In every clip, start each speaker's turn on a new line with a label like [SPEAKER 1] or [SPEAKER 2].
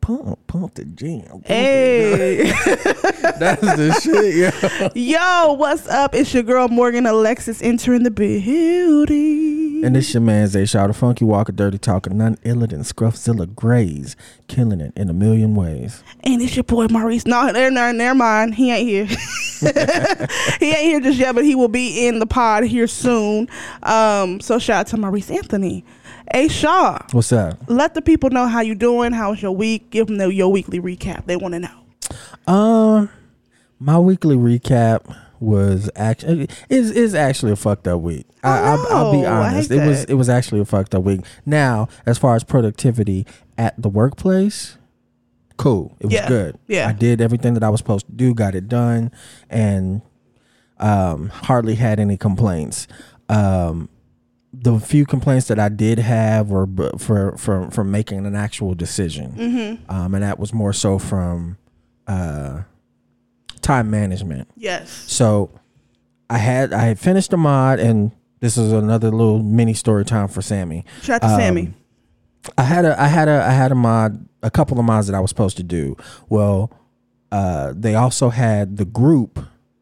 [SPEAKER 1] pump, pump the jam. pump it.
[SPEAKER 2] Hey,
[SPEAKER 1] That's the shit, yeah.
[SPEAKER 2] yo, what's up? It's your girl Morgan Alexis entering the building.
[SPEAKER 1] And this your man Zay Shaw, the funky walker, dirty talker, none iller than Scruffzilla Grays, killing it in a million ways.
[SPEAKER 2] and it's your boy Maurice. No, never, never, never mind. He ain't here. he ain't here just yet, but he will be in the pod here soon. Um, so shout out to Maurice Anthony. Hey Shaw,
[SPEAKER 1] What's up?
[SPEAKER 2] let the people know how you doing. How was your week? Give them the, your weekly recap. They want to know.
[SPEAKER 1] Um, my weekly recap was actually is is actually a fucked up week. I, I'll, I'll be
[SPEAKER 2] no, I hate
[SPEAKER 1] honest. It was
[SPEAKER 2] that.
[SPEAKER 1] it was actually a fucked up week. Now, as far as productivity at the workplace, cool. It was
[SPEAKER 2] Yeah,
[SPEAKER 1] good.
[SPEAKER 2] yeah.
[SPEAKER 1] I did everything that I was supposed to do. Got it done, and um, hardly had any complaints. Um, the few complaints that I did have were b- for for from making an actual decision,
[SPEAKER 2] Mm-hmm.
[SPEAKER 1] um, and that was more so from uh, time management.
[SPEAKER 2] Yes.
[SPEAKER 1] So I had I had finished the mod, and this is another little mini story time for Sammy.
[SPEAKER 2] Shout out to
[SPEAKER 1] Um,
[SPEAKER 2] Sammy.
[SPEAKER 1] I had a I had a I had a mod a couple of mods that I was supposed to do. Well, uh, they also had the group,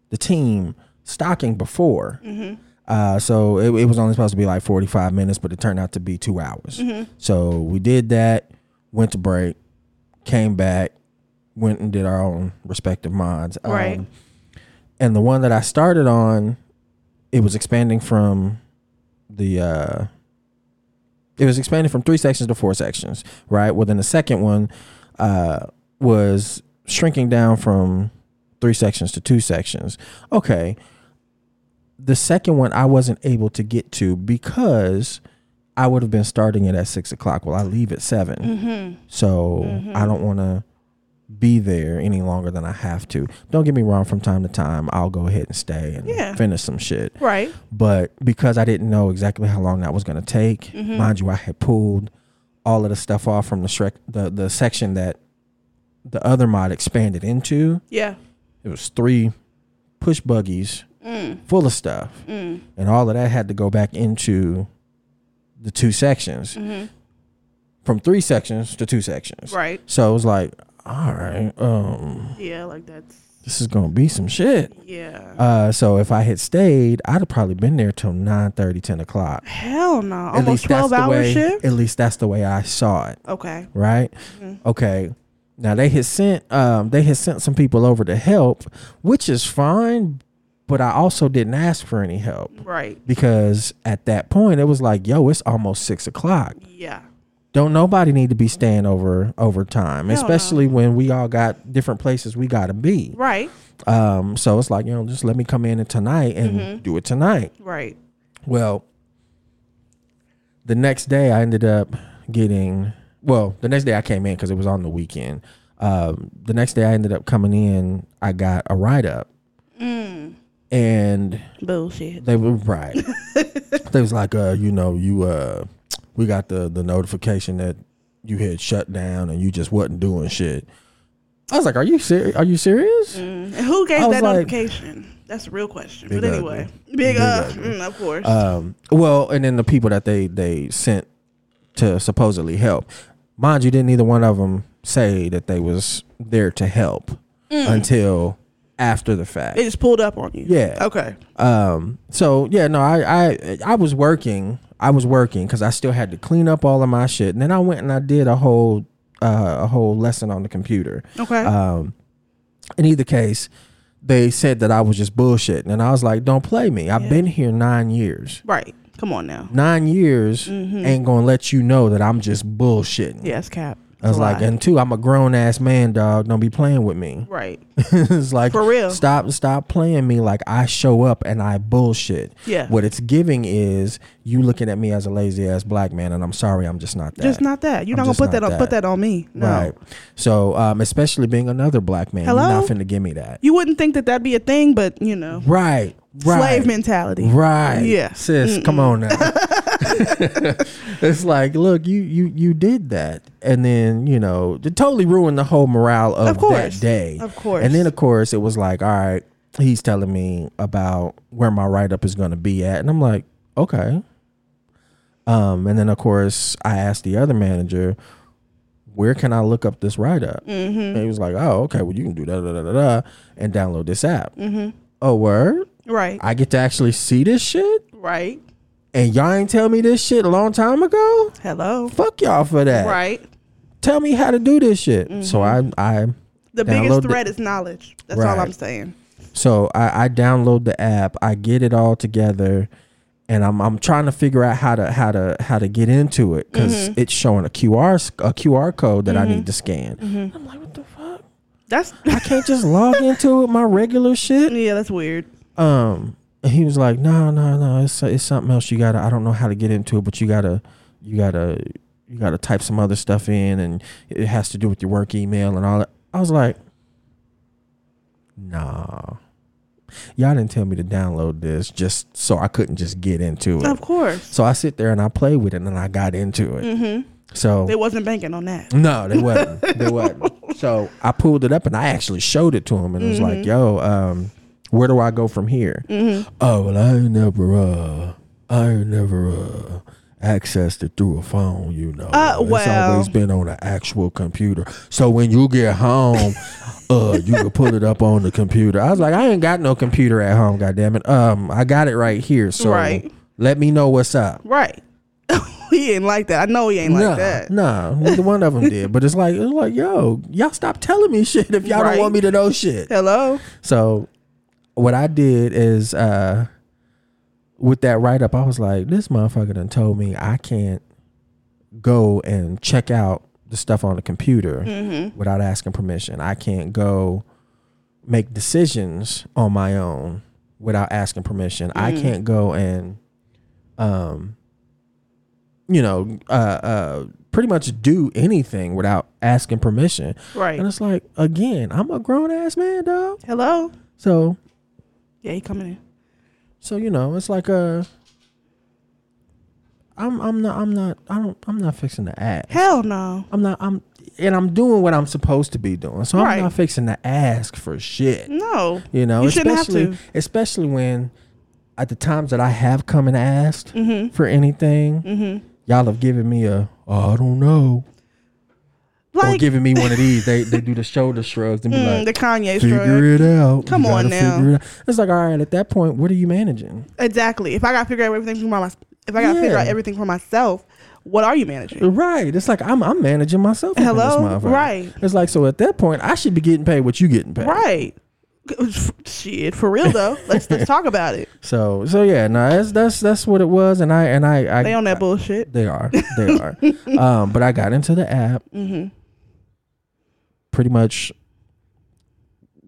[SPEAKER 1] the team stocking before.
[SPEAKER 2] Mm-hmm.
[SPEAKER 1] Uh, so it, it was only supposed to be like 45 minutes, but it turned out to be two hours.
[SPEAKER 2] Mm-hmm.
[SPEAKER 1] So we did that, went to break, came back, went and did our own respective mods. Um,
[SPEAKER 2] Right.
[SPEAKER 1] and the one that I started on, it was expanding from the uh it was expanded from three sections to four sections, right? Well then the second one uh was shrinking down from three sections to two sections. Okay. The second one I wasn't able to get to because I would have been starting it at six o'clock. Well, I leave at 7
[SPEAKER 2] Mm. Mm-hmm.
[SPEAKER 1] so I don't want to be there any longer than I have to. Don't get me wrong. From time to time, I'll go ahead and stay and
[SPEAKER 2] Yeah.
[SPEAKER 1] finish some shit.
[SPEAKER 2] Right.
[SPEAKER 1] But because I didn't know exactly how long that was going to take, mind you, I had pulled all of the stuff off from the Shrek, the the section that the other mod expanded into.
[SPEAKER 2] Yeah.
[SPEAKER 1] It was three push buggies
[SPEAKER 2] Mm.
[SPEAKER 1] full of stuff, and all of that had to go back into the two sections. From three sections to two sections.
[SPEAKER 2] Mm-hmm. Right.
[SPEAKER 1] So it was like, all right, um,
[SPEAKER 2] Yeah. Like that's.
[SPEAKER 1] this is gonna be some shit.
[SPEAKER 2] Yeah.
[SPEAKER 1] Uh, so if I had stayed, I'd have probably been there till 9 10 o'clock.
[SPEAKER 2] Hell no.
[SPEAKER 1] at
[SPEAKER 2] Almost
[SPEAKER 1] least that's
[SPEAKER 2] twelve
[SPEAKER 1] the
[SPEAKER 2] hour
[SPEAKER 1] way.
[SPEAKER 2] shift.
[SPEAKER 1] At least that's the way I saw it,
[SPEAKER 2] Okay.
[SPEAKER 1] right?
[SPEAKER 2] Mm-hmm.
[SPEAKER 1] Okay. Now they had sent um they had sent some people over to help, which is fine, but I also didn't ask for any help
[SPEAKER 2] Right.
[SPEAKER 1] because at that point it was like, yo, it's almost six o'clock
[SPEAKER 2] Yeah.
[SPEAKER 1] don't nobody need to be staying over over time,
[SPEAKER 2] Hell no.
[SPEAKER 1] especially when we all got different places we gotta be.
[SPEAKER 2] Right. Mm-hmm.
[SPEAKER 1] Um, so it's like you know, just let me come in and tonight and do it tonight.
[SPEAKER 2] Right.
[SPEAKER 1] Well, the next day I ended up getting. Well, the next day I came in because it was on the weekend. Um, the next day I ended up coming in. I got a write up, and
[SPEAKER 2] Mm. Bullshit.
[SPEAKER 1] they were right. they was like, uh, you know, you uh, we got the the notification that you had shut down and you just wasn't doing shit. I was like, are you serious? Are you serious?
[SPEAKER 2] And Mm. who gave
[SPEAKER 1] I was
[SPEAKER 2] that
[SPEAKER 1] like-
[SPEAKER 2] notification? That's a real question. But
[SPEAKER 1] Big
[SPEAKER 2] anyway, big,
[SPEAKER 1] Big
[SPEAKER 2] uh,
[SPEAKER 1] ugly.
[SPEAKER 2] mm, of course.
[SPEAKER 1] Um, well, and then the people that they they sent to supposedly help, mind you, didn't either one of them say that they was there to help until after the fact.
[SPEAKER 2] it just pulled up on you.
[SPEAKER 1] yeah.
[SPEAKER 2] Okay.
[SPEAKER 1] Um. So yeah, no, I I I was working. I was working because I still had to clean up all of my shit, and then I went and I did a whole uh, a whole lesson on the computer.
[SPEAKER 2] Okay.
[SPEAKER 1] Um. In either case, they said that I was just bullshitting, and I was like, "Don't play me. I've been here nine years.
[SPEAKER 2] right. Come on now.
[SPEAKER 1] Nine years
[SPEAKER 2] Mm-hmm.
[SPEAKER 1] ain't gonna let you know that I'm just bullshitting."
[SPEAKER 2] Yes, Cap.
[SPEAKER 1] I was
[SPEAKER 2] It's a
[SPEAKER 1] like,
[SPEAKER 2] lie.
[SPEAKER 1] and two, I'm a grown ass man, dog. Don't be playing with me.
[SPEAKER 2] right.
[SPEAKER 1] it's like
[SPEAKER 2] For real.
[SPEAKER 1] Stop, stop playing me like I show up and I bullshit.
[SPEAKER 2] Yeah.
[SPEAKER 1] What it's giving is you looking at me as a lazy ass black man, and I'm sorry, I'm just not that.
[SPEAKER 2] Just not that. You're
[SPEAKER 1] I'm
[SPEAKER 2] not gonna
[SPEAKER 1] just
[SPEAKER 2] put that
[SPEAKER 1] not
[SPEAKER 2] on put
[SPEAKER 1] that.
[SPEAKER 2] that on me. No.
[SPEAKER 1] Right. So, um, especially being another black man,
[SPEAKER 2] Hello?
[SPEAKER 1] you're not finna give me that.
[SPEAKER 2] You wouldn't think that that'd be a thing, but you know,
[SPEAKER 1] Right. Right.
[SPEAKER 2] slave mentality.
[SPEAKER 1] Right.
[SPEAKER 2] Yeah.
[SPEAKER 1] Sis, come on now. it's like, look, you you you did that, and then you know, it totally ruined the whole morale of,
[SPEAKER 2] Of course.
[SPEAKER 1] that day.
[SPEAKER 2] Of course.
[SPEAKER 1] And then of course it was like, all right, he's telling me about where my write up is going to be at, and I'm like, okay. Um, and then of course I asked the other manager, where can I look up this write up?
[SPEAKER 2] Mm-hmm.
[SPEAKER 1] And he was like, oh, okay, well, you can do da da da da da and download this app. Oh, word?
[SPEAKER 2] Mm-hmm. Right.
[SPEAKER 1] I get to actually see this shit?
[SPEAKER 2] Right.
[SPEAKER 1] And y'all ain't tell me this shit a long time ago?
[SPEAKER 2] Hello.
[SPEAKER 1] Fuck y'all for that.
[SPEAKER 2] Right.
[SPEAKER 1] Tell me how to do this shit. So I, I,
[SPEAKER 2] The
[SPEAKER 1] Download
[SPEAKER 2] biggest
[SPEAKER 1] the-
[SPEAKER 2] threat is knowledge. That's all
[SPEAKER 1] Right.
[SPEAKER 2] I'm saying.
[SPEAKER 1] So I, I download the app, I get it all together, and I'm I'm trying to figure out how to how to how to get into it because it's showing a QR s- a QR code that I need to scan. Mm-hmm.
[SPEAKER 2] Mm-hmm.
[SPEAKER 1] I'm like, what the fuck?
[SPEAKER 2] That's
[SPEAKER 1] I can't just log into it my regular shit.
[SPEAKER 2] yeah, that's weird.
[SPEAKER 1] Um, and he was like, no, no, no, it's it's something else. You gotta, I don't know how to get into it, but you gotta, you gotta, you gotta type some other stuff in, and it has to do with your work email and all that. I was like, nah, y'all didn't tell me to download this just so I couldn't just get into it.
[SPEAKER 2] Of course.
[SPEAKER 1] So I sit there and I play with it, and I got into it.
[SPEAKER 2] Mm-hmm.
[SPEAKER 1] So
[SPEAKER 2] They wasn't banking on that.
[SPEAKER 1] no, they wasn't. they wasn't. So I pulled it up and I actually showed it to him and it was like, "Yo, um, where do I go from here?"
[SPEAKER 2] Mm-hmm.
[SPEAKER 1] Oh well, I ain't never, uh, I ain't never uh, accessed it through a phone. You know,
[SPEAKER 2] Uh,
[SPEAKER 1] it's
[SPEAKER 2] well.
[SPEAKER 1] always been on an actual computer. So when you get home, uh, you can pull it up on the computer. I was like, I ain't got no computer at home. God damn it. Um, I got it right here. So
[SPEAKER 2] Right.
[SPEAKER 1] let me know what's up.
[SPEAKER 2] Right. he ain't like that. I know he ain't
[SPEAKER 1] No,
[SPEAKER 2] like that.
[SPEAKER 1] Nah, neither one of them did. But it's like it's like, yo, y'all stop telling me shit if y'all all
[SPEAKER 2] Right.
[SPEAKER 1] don't want me to know shit.
[SPEAKER 2] Hello.
[SPEAKER 1] So what I did is uh with that write up, I was like, this motherfucker done told me I can't go and check out the stuff on the computer without asking permission. I can't go make decisions on my own without asking permission. I can't go and um you know, uh uh pretty much do anything without asking permission.
[SPEAKER 2] Right.
[SPEAKER 1] And it's like, again, I'm a grown ass man, dog.
[SPEAKER 2] Hello.
[SPEAKER 1] So,
[SPEAKER 2] Yeah, he coming in.
[SPEAKER 1] so you know, it's like a. I'm I'm not I'm not I don't I'm not fixing to ask.
[SPEAKER 2] Hell no.
[SPEAKER 1] I'm not I'm and I'm doing what I'm supposed to be doing. So
[SPEAKER 2] Right.
[SPEAKER 1] I'm not fixing to ask for shit.
[SPEAKER 2] No.
[SPEAKER 1] You know,
[SPEAKER 2] You shouldn't have
[SPEAKER 1] especially especially when at the times that I have come and asked
[SPEAKER 2] Mm-hmm.
[SPEAKER 1] for anything, y'all have given me a oh, I don't know. or
[SPEAKER 2] Like
[SPEAKER 1] giving me one of these. they they do the shoulder shrugs and be
[SPEAKER 2] mm,
[SPEAKER 1] like
[SPEAKER 2] the Kanye
[SPEAKER 1] figure
[SPEAKER 2] story.
[SPEAKER 1] it out.
[SPEAKER 2] Come
[SPEAKER 1] You gotta
[SPEAKER 2] on now.
[SPEAKER 1] figure it out. It's like, all right, at that point, what are you managing?
[SPEAKER 2] Exactly. If I gotta figure out everything for my if I gotta figure
[SPEAKER 1] Yeah.
[SPEAKER 2] out everything for myself, what are you managing?
[SPEAKER 1] Right. It's like I'm I'm managing myself. up in this
[SPEAKER 2] Hello?
[SPEAKER 1] motherfucker.
[SPEAKER 2] Right.
[SPEAKER 1] It's like so at that point, I should be getting paid what you getting paid.
[SPEAKER 2] Right. Shit, for real though. let's let's talk about it.
[SPEAKER 1] So so yeah, no, that's that's that's what it was, and I and I, I
[SPEAKER 2] They on that bullshit.
[SPEAKER 1] They are. They are. um, but I got into the app.
[SPEAKER 2] Mm-hmm.
[SPEAKER 1] Pretty much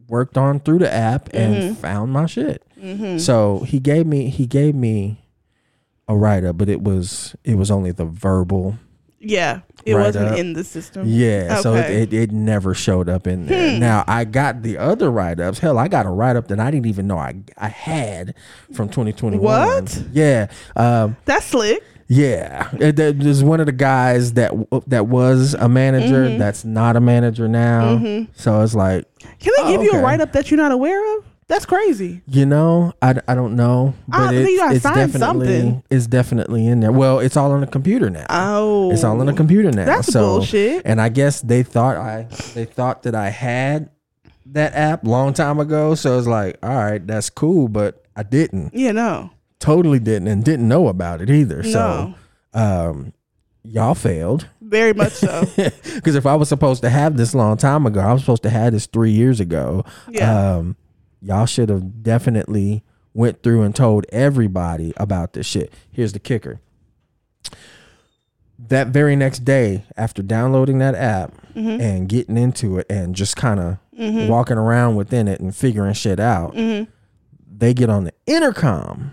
[SPEAKER 1] worked on through the app and
[SPEAKER 2] Mm-hmm.
[SPEAKER 1] found my shit.
[SPEAKER 2] Mm.
[SPEAKER 1] So he gave me he gave me a write up, but it was it was only the verbal.
[SPEAKER 2] Yeah, it
[SPEAKER 1] Right
[SPEAKER 2] wasn't
[SPEAKER 1] up.
[SPEAKER 2] in the system.
[SPEAKER 1] Yeah. So it,
[SPEAKER 2] Okay. Hmm.
[SPEAKER 1] it, it never showed up in there. Now I got the other write ups. Hell, I got a write up that I didn't even know I I had from 2021.
[SPEAKER 2] What?
[SPEAKER 1] Yeah. Um,
[SPEAKER 2] That's slick.
[SPEAKER 1] yeah, Uh, there- there's one of the guys that w- that was a manager
[SPEAKER 2] Mm-hmm.
[SPEAKER 1] that's not a manager now. So it's like,
[SPEAKER 2] Can they
[SPEAKER 1] Oh,
[SPEAKER 2] give you a
[SPEAKER 1] okay.
[SPEAKER 2] write up that you're not aware of? That's crazy.
[SPEAKER 1] you know, I, I don't know,
[SPEAKER 2] I
[SPEAKER 1] but
[SPEAKER 2] think Ah, you
[SPEAKER 1] it's,
[SPEAKER 2] gotta
[SPEAKER 1] it's
[SPEAKER 2] sign
[SPEAKER 1] definitely
[SPEAKER 2] something.
[SPEAKER 1] it's definitely in there. Well, it's all on the computer now.
[SPEAKER 2] Oh,
[SPEAKER 1] it's all on the computer now.
[SPEAKER 2] That's
[SPEAKER 1] so,
[SPEAKER 2] bullshit.
[SPEAKER 1] And I guess they thought I they thought that I had that app long time ago. So it's like, all right, that's cool, but I didn't.
[SPEAKER 2] Yeah, no.
[SPEAKER 1] Totally didn't and didn't know about it either.
[SPEAKER 2] No.
[SPEAKER 1] So, um y'all failed.
[SPEAKER 2] Very much so.
[SPEAKER 1] Because if I was supposed to have this long time ago, I was supposed to have this three years ago.
[SPEAKER 2] Yeah.
[SPEAKER 1] Um, y'all should have definitely went through and told everybody about this shit. Here's the kicker. That very next day, after downloading that app and getting into it and just kind of walking around within it and figuring shit out, they get on the intercom,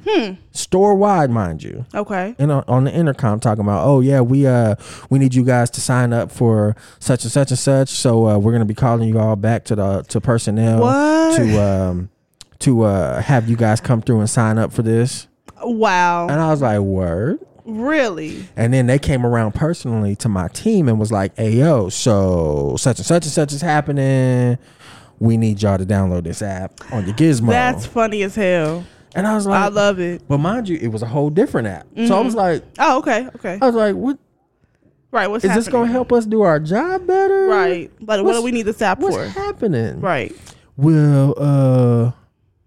[SPEAKER 1] store wide, mind you
[SPEAKER 2] okay.
[SPEAKER 1] and on, on the intercom talking about, oh yeah, we uh we need you guys to sign up for such and such and such. So uh, we're gonna be calling you all back to the to personnel
[SPEAKER 2] What?
[SPEAKER 1] to um to uh have you guys come through and sign up for this.
[SPEAKER 2] Wow.
[SPEAKER 1] And I was like, word.
[SPEAKER 2] Really?
[SPEAKER 1] And then they came around personally to my team and was like, hey yo, so such and such and such is happening. We need y'all to download this app on your Gizmo.
[SPEAKER 2] That's funny as hell.
[SPEAKER 1] and I was like,
[SPEAKER 2] I Mm-hmm. love it.
[SPEAKER 1] but mind you, it was a whole different app. So I was like,
[SPEAKER 2] Oh, okay. Okay.
[SPEAKER 1] I was like, what?
[SPEAKER 2] Right. What's
[SPEAKER 1] Is this going to
[SPEAKER 2] happening?
[SPEAKER 1] help us do our job better?
[SPEAKER 2] Right. Like, what do
[SPEAKER 1] What's-
[SPEAKER 2] we need this app
[SPEAKER 1] What's
[SPEAKER 2] for?
[SPEAKER 1] happening?
[SPEAKER 2] Right.
[SPEAKER 1] Well, uh,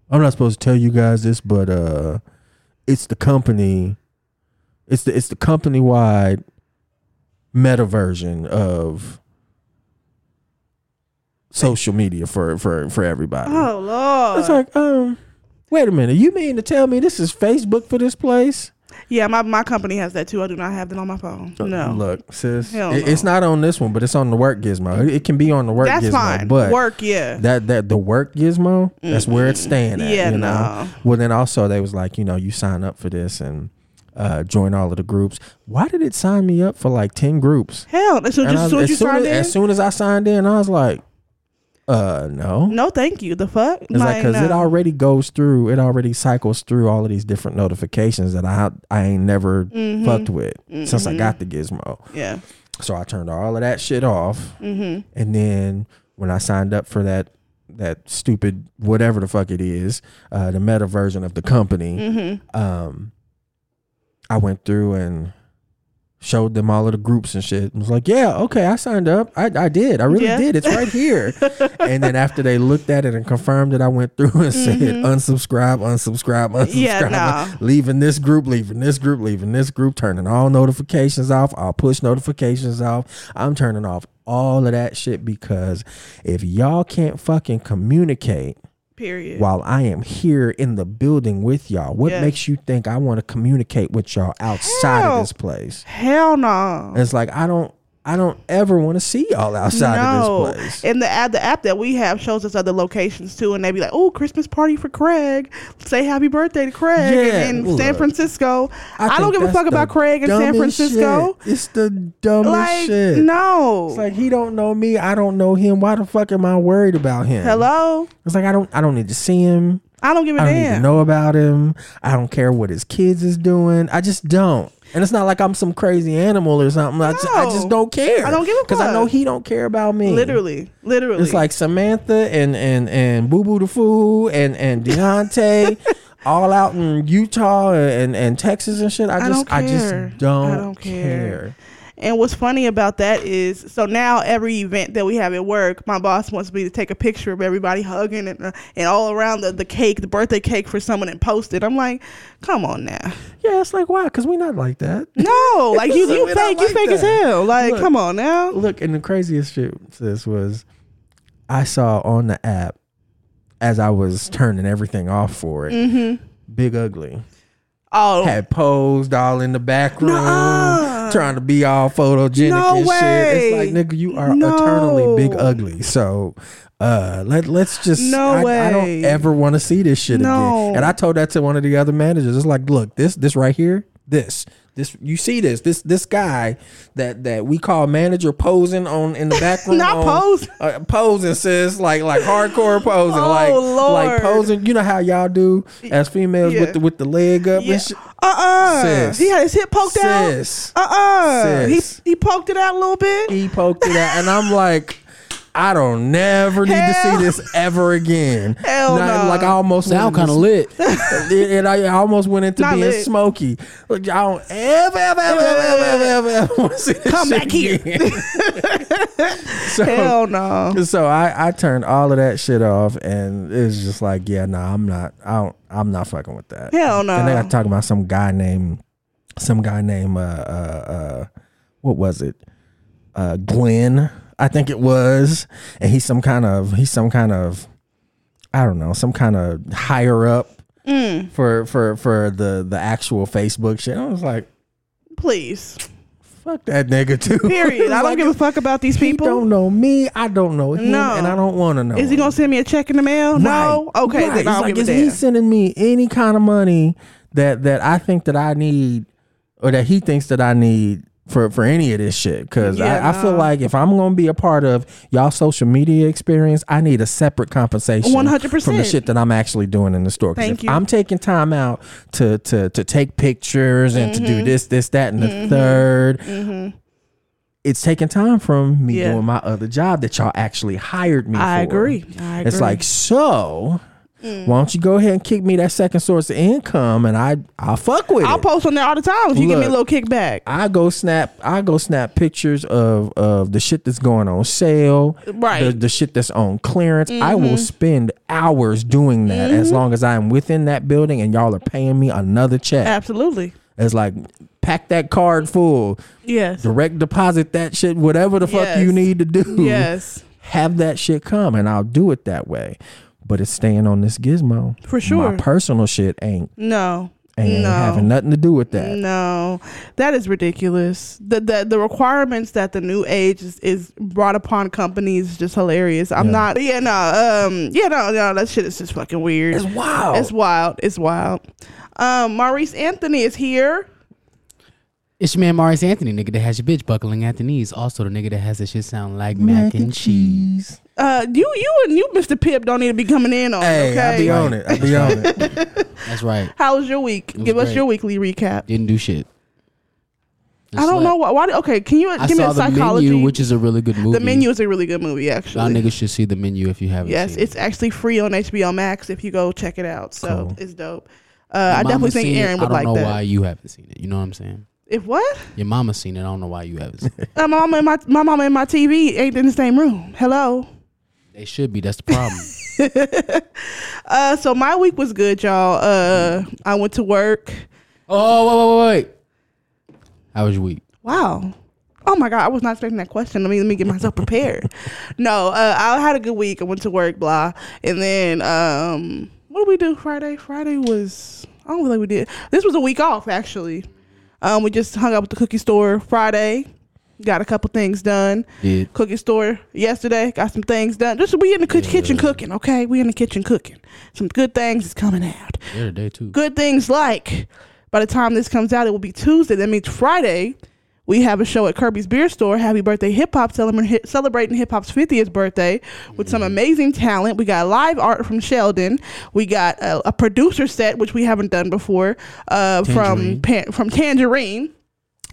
[SPEAKER 1] I'm not supposed to tell you guys this, but uh, it's the company. It's the it's the company wide meta version of social media for for for everybody.
[SPEAKER 2] Oh lord.
[SPEAKER 1] It's like, um, wait a minute. You mean to tell me this is Facebook for this place?
[SPEAKER 2] yeah, my my company has that too. I do not have that on my phone. No.
[SPEAKER 1] Uh, look, sis,
[SPEAKER 2] Hell
[SPEAKER 1] it- it's
[SPEAKER 2] no.
[SPEAKER 1] not on this one, but it's on the work gizmo. It- It can be on the work
[SPEAKER 2] That's
[SPEAKER 1] gizmo,
[SPEAKER 2] fine.
[SPEAKER 1] but
[SPEAKER 2] Work, yeah.
[SPEAKER 1] that that the work gizmo that's where it's staying at
[SPEAKER 2] Yeah,
[SPEAKER 1] you know
[SPEAKER 2] no.
[SPEAKER 1] well then also they was like you know you sign up for this and uh join all of the groups why did it sign me up for like 10 groups
[SPEAKER 2] Hell, as soon,
[SPEAKER 1] And
[SPEAKER 2] just
[SPEAKER 1] I-
[SPEAKER 2] as soon as you
[SPEAKER 1] soon as,
[SPEAKER 2] signed in,
[SPEAKER 1] as soon as i signed in i was like uh no
[SPEAKER 2] no, thank you. The fuck?
[SPEAKER 1] it's like because it
[SPEAKER 2] no.
[SPEAKER 1] already goes through it already cycles through all of these different notifications that i i ain't never fucked with since i got the gizmo
[SPEAKER 2] Mm-hmm. yeah. Mm-hmm.
[SPEAKER 1] so I turned all of that shit off. And then when I signed up for that that stupid whatever the fuck it is, uh, the meta version of the company,
[SPEAKER 2] Mm-hmm.
[SPEAKER 1] um, I went through and showed them all of the groups and shit. And was like, yeah, okay, I signed up. I, I did. I really
[SPEAKER 2] Yeah.
[SPEAKER 1] did. It's right here. and then after they looked at it and confirmed that I went through and said unsubscribe, unsubscribe, unsubscribe,
[SPEAKER 2] Mm-hmm. Yeah, nah.
[SPEAKER 1] leaving this group, leaving this group, leaving this group, turning all notifications off, all push notifications off. I'm turning off all of that shit because if y'all can't fucking communicate
[SPEAKER 2] Period.
[SPEAKER 1] while I am here in the building with y'all, what
[SPEAKER 2] Yeah.
[SPEAKER 1] makes you think I want to communicate with y'all outside
[SPEAKER 2] Hell.
[SPEAKER 1] of this place?
[SPEAKER 2] Hell no.
[SPEAKER 1] And it's like I don't I don't ever want to see y'all outside
[SPEAKER 2] no.
[SPEAKER 1] of this place.
[SPEAKER 2] And the app, the app that we have shows us other locations too, and they be like, "Oh, Christmas party for Craig! Say happy birthday to Craig!"
[SPEAKER 1] Yeah,
[SPEAKER 2] and in San
[SPEAKER 1] look.
[SPEAKER 2] Francisco, I,
[SPEAKER 1] think
[SPEAKER 2] don't give a
[SPEAKER 1] that's
[SPEAKER 2] fuck
[SPEAKER 1] the
[SPEAKER 2] about Craig in San
[SPEAKER 1] dumbest
[SPEAKER 2] Francisco.
[SPEAKER 1] shit. It's the dumbest
[SPEAKER 2] Like,
[SPEAKER 1] shit.
[SPEAKER 2] no.
[SPEAKER 1] It's like he don't know me. I don't know him. Why the fuck am I worried about him?
[SPEAKER 2] Hello,
[SPEAKER 1] It's like I don't. I don't need to see him.
[SPEAKER 2] I don't give a
[SPEAKER 1] I don't need to
[SPEAKER 2] damn.
[SPEAKER 1] know about him. I don't care what his kids is doing. I just don't. And it's not like I'm some crazy animal or something. I, just, I
[SPEAKER 2] No.
[SPEAKER 1] just don't care.
[SPEAKER 2] I don't give a
[SPEAKER 1] because I know
[SPEAKER 2] fuck.
[SPEAKER 1] he don't care about me.
[SPEAKER 2] Literally, literally.
[SPEAKER 1] It's like Samantha and and and Boo Boo the Fool and and Deontay, all out in Utah and and Texas and shit. I
[SPEAKER 2] I
[SPEAKER 1] just
[SPEAKER 2] don't
[SPEAKER 1] I, just
[SPEAKER 2] care. I
[SPEAKER 1] don't,
[SPEAKER 2] don't care.
[SPEAKER 1] care.
[SPEAKER 2] And what's funny about that is, so now every event that we have at work, my boss wants me to take a picture of everybody hugging and, uh, and all around the, the cake, the birthday cake for someone and post it. I'm like, come on now.
[SPEAKER 1] Yeah, it's like why? Because we not like that.
[SPEAKER 2] No, like you,
[SPEAKER 1] So
[SPEAKER 2] you
[SPEAKER 1] we
[SPEAKER 2] fake,
[SPEAKER 1] not
[SPEAKER 2] you
[SPEAKER 1] like
[SPEAKER 2] fake as
[SPEAKER 1] that.
[SPEAKER 2] hell. Like,
[SPEAKER 1] Look.
[SPEAKER 2] come on now.
[SPEAKER 1] Look, and the craziest shit this was, I saw on the app as I was turning everything off for it. Big ugly
[SPEAKER 2] Oh,
[SPEAKER 1] had posed all in the back room,
[SPEAKER 2] Nuh-uh.
[SPEAKER 1] trying to be all photogenic
[SPEAKER 2] No
[SPEAKER 1] and
[SPEAKER 2] way.
[SPEAKER 1] shit. It's like nigga, you are
[SPEAKER 2] No.
[SPEAKER 1] eternally big ugly. So uh, let let's just
[SPEAKER 2] No
[SPEAKER 1] I, I
[SPEAKER 2] way.
[SPEAKER 1] don't ever want to see this shit
[SPEAKER 2] No.
[SPEAKER 1] again. And I told that to one of the other managers. It's like, look, this this right here, this. This you see this this this guy that that we call manager posing on in the back room
[SPEAKER 2] Not
[SPEAKER 1] on-
[SPEAKER 2] posing.
[SPEAKER 1] uh, posing sis like like hardcore posing
[SPEAKER 2] Oh,
[SPEAKER 1] like like
[SPEAKER 2] Lord.
[SPEAKER 1] posing you know how y'all do as females
[SPEAKER 2] Yeah.
[SPEAKER 1] with the with the leg up
[SPEAKER 2] yeah.
[SPEAKER 1] and shit
[SPEAKER 2] uh uh
[SPEAKER 1] Sis.
[SPEAKER 2] He had his hip poked
[SPEAKER 1] sis.
[SPEAKER 2] out. Uh uh He,
[SPEAKER 1] Sis.
[SPEAKER 2] he poked it out a little bit.
[SPEAKER 1] He poked it out, and I'm like, I don't never need to
[SPEAKER 2] Hell.
[SPEAKER 1] see this ever again.
[SPEAKER 2] Hell
[SPEAKER 1] Not-
[SPEAKER 2] no.
[SPEAKER 1] Like I almost went
[SPEAKER 3] Sound kind of lit.
[SPEAKER 1] into- and I almost went into
[SPEAKER 2] Not
[SPEAKER 1] being
[SPEAKER 2] lit.
[SPEAKER 1] smoky. Like, I don't ever, ever, ever, ever, ever, ever, ever want to see this
[SPEAKER 2] Come
[SPEAKER 1] shit
[SPEAKER 2] back here.
[SPEAKER 1] again. so,
[SPEAKER 2] Hell no.
[SPEAKER 1] so I, I turned all of that shit off, and it's just like, yeah, nah, I'm not, I don't, I'm not fucking with that.
[SPEAKER 2] Hell no.
[SPEAKER 1] And they got talking about some guy named, some guy named, uh, uh, uh, what was it? Uh, Glenn, I think it was, and he's some kind of, he's some kind of, I don't know, some kind of higher up
[SPEAKER 2] Mm,
[SPEAKER 1] for for for the the actual Facebook shit. I was like,
[SPEAKER 2] Please.
[SPEAKER 1] fuck that nigga too.
[SPEAKER 2] Period. I don't give a fuck about these
[SPEAKER 1] He
[SPEAKER 2] people.
[SPEAKER 1] don't know me. I don't know him,
[SPEAKER 2] No.
[SPEAKER 1] and I don't want to know.
[SPEAKER 2] Is he
[SPEAKER 1] him.
[SPEAKER 2] gonna send me a check in the mail? No.
[SPEAKER 1] Right,
[SPEAKER 2] Okay,
[SPEAKER 1] right.
[SPEAKER 2] then I
[SPEAKER 1] It's
[SPEAKER 2] don't
[SPEAKER 1] like,
[SPEAKER 2] give a
[SPEAKER 1] is
[SPEAKER 2] damn.
[SPEAKER 1] he sending me any kind of money that that I think that I need or that he thinks that I need for for any of this shit? Because
[SPEAKER 2] Yeah,
[SPEAKER 1] I, I feel
[SPEAKER 2] nah.
[SPEAKER 1] like if I'm gonna be a part of y'all social media experience, I need a separate compensation
[SPEAKER 2] 100%.
[SPEAKER 1] from the shit that I'm actually doing in the store. 'Cause
[SPEAKER 2] Thank
[SPEAKER 1] if
[SPEAKER 2] you.
[SPEAKER 1] I'm taking time out to to to take pictures and to
[SPEAKER 2] Mm-hmm.
[SPEAKER 1] do this, this, that, and the 3rd It's taking time from me
[SPEAKER 2] Yeah.
[SPEAKER 1] doing my other job that y'all actually hired me
[SPEAKER 2] I
[SPEAKER 1] for.
[SPEAKER 2] agree. I agree.
[SPEAKER 1] It's like, so
[SPEAKER 2] Mm.
[SPEAKER 1] Why don't you go ahead and kick me that second source of income, and I I fuck with
[SPEAKER 2] I'll
[SPEAKER 1] it.
[SPEAKER 2] post on there all the time if you give me a little
[SPEAKER 1] Look.
[SPEAKER 2] kickback.
[SPEAKER 1] I go snap. I go snap pictures of of the shit that's going on sale,
[SPEAKER 2] Right.
[SPEAKER 1] The, the shit that's on clearance. I
[SPEAKER 2] Mm-hmm.
[SPEAKER 1] will spend hours doing that as long as I'm within that building and y'all are paying me another check.
[SPEAKER 2] Absolutely.
[SPEAKER 1] It's like pack that card full,
[SPEAKER 2] Yes.
[SPEAKER 1] direct deposit that shit, whatever the fuck
[SPEAKER 2] Yes.
[SPEAKER 1] you need to do.
[SPEAKER 2] Yes.
[SPEAKER 1] have that shit come and I'll do it that way. But it's staying on this gizmo.
[SPEAKER 2] For sure.
[SPEAKER 1] My personal shit ain't
[SPEAKER 2] No.
[SPEAKER 1] ain't
[SPEAKER 2] no.
[SPEAKER 1] having nothing to do with that.
[SPEAKER 2] No, that is ridiculous. The, the the requirements that the new age is, is brought upon companies is just hilarious. I'm
[SPEAKER 1] Yeah.
[SPEAKER 2] not, yeah, no, um, yeah, no, no, that shit is just fucking weird.
[SPEAKER 1] It's wild.
[SPEAKER 2] It's wild. It's wild. Um, Maurice Anthony is here.
[SPEAKER 3] It's your man Maurice Anthony, nigga that has your bitch buckling at the knees. Also the nigga that has that shit sound like mac, and, cheese.
[SPEAKER 2] Uh, you, you, and you, Mr. Pip, don't need to be coming in on.
[SPEAKER 1] Hey,
[SPEAKER 2] okay,
[SPEAKER 1] I be on it. I be on it.
[SPEAKER 3] That's right.
[SPEAKER 2] how was your week?
[SPEAKER 3] was
[SPEAKER 2] Give us
[SPEAKER 3] great.
[SPEAKER 2] your weekly recap.
[SPEAKER 3] Didn't do shit.
[SPEAKER 2] I don't know why. why okay, can you
[SPEAKER 3] I
[SPEAKER 2] give me
[SPEAKER 3] saw
[SPEAKER 2] a
[SPEAKER 3] the
[SPEAKER 2] psychology?
[SPEAKER 3] menu, which is a really good movie.
[SPEAKER 2] the menu is a really good movie, actually.
[SPEAKER 3] Y'all niggas should see the menu if you haven't.
[SPEAKER 2] Yes,
[SPEAKER 3] seen
[SPEAKER 2] it's actually free on HBO Max if you go check it out. So
[SPEAKER 1] Cool.
[SPEAKER 2] it's dope. Uh, I
[SPEAKER 3] Your
[SPEAKER 2] definitely
[SPEAKER 3] mama's
[SPEAKER 2] think
[SPEAKER 3] seen it.
[SPEAKER 2] Aaron would
[SPEAKER 3] I don't
[SPEAKER 2] like
[SPEAKER 3] know
[SPEAKER 2] that.
[SPEAKER 3] why you haven't seen it. You know what I'm saying?
[SPEAKER 2] If what?
[SPEAKER 3] Your mama's seen it. I don't know why you haven't seen it.
[SPEAKER 2] My mama and my my mama and my TV ain't in the same room. Hello.
[SPEAKER 3] They should be. That's the problem.
[SPEAKER 2] Uh, so my week was good, y'all. Uh, I went to work.
[SPEAKER 3] oh, wait, wait, wait, wait. How was your week?
[SPEAKER 2] Wow. Oh my God, I was not expecting that question. Let me let me get myself prepared. no, uh, I had a good week. I went to work, blah, and then um, what did we do Friday? Friday was I don't think we did. This was a week off actually. Um, we just hung out at the cookie store Friday. Got a couple things done.
[SPEAKER 3] Did
[SPEAKER 2] Cookie store yesterday. Got some things done. Just we in the ki- kitchen cooking. Okay, we in the kitchen cooking. Some good things is coming out
[SPEAKER 3] the other day too.
[SPEAKER 2] good things like by the time this comes out, it will be Tuesday. That means Friday, we have a show at Kirby's Beer Store. Happy birthday, hip hop! cele- Celebrating hip hop's 50th birthday with
[SPEAKER 3] Mm.
[SPEAKER 2] some amazing talent. We got live art from Sheldon. We got a, a producer set, which we haven't done before, uh, from
[SPEAKER 3] Tangerine.
[SPEAKER 2] pan, from Tangerine.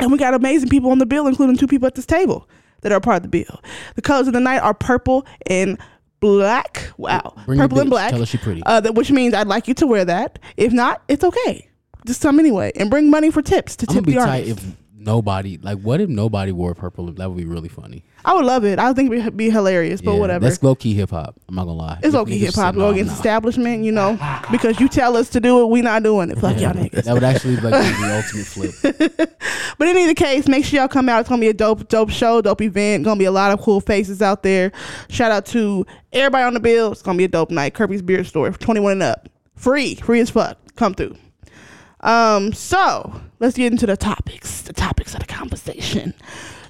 [SPEAKER 2] And we got amazing people on the bill, including two people at this table that are part of the bill. The colors of the night are purple and black. Wow,
[SPEAKER 3] Bring your
[SPEAKER 2] purple and
[SPEAKER 3] bitch.
[SPEAKER 2] black
[SPEAKER 3] Tell her she pretty.
[SPEAKER 2] uh, that, which means I'd like you to wear that. If not, it's okay. Just come anyway, and bring money for tips to
[SPEAKER 3] I'm gonna
[SPEAKER 2] tip
[SPEAKER 3] be
[SPEAKER 2] the
[SPEAKER 3] tight
[SPEAKER 2] artist.
[SPEAKER 3] if nobody like. What if nobody wore purple? That would be really funny.
[SPEAKER 2] I would love it. I think it'd be hilarious, but
[SPEAKER 3] Yeah,
[SPEAKER 2] whatever.
[SPEAKER 3] That's low key hip hop. I'm not gonna lie.
[SPEAKER 2] It's
[SPEAKER 3] If
[SPEAKER 2] okay,
[SPEAKER 3] niggas
[SPEAKER 2] hip hop.
[SPEAKER 3] said,
[SPEAKER 2] Go
[SPEAKER 3] "No,
[SPEAKER 2] against
[SPEAKER 3] no."
[SPEAKER 2] establishment, you know, because you tell us to do it, we not doing it. Fuck y'all niggas.
[SPEAKER 3] That would actually like be the ultimate flip.
[SPEAKER 2] But in either case, make sure y'all come out. It's gonna be a dope, dope show, dope event. Gonna be a lot of cool faces out there. Shout out to everybody on the bill. It's gonna be a dope night. Kirby's Beer Store, 21 and up, free, free as fuck. Come through. Um, so let's get into the topics, the topics of the conversation.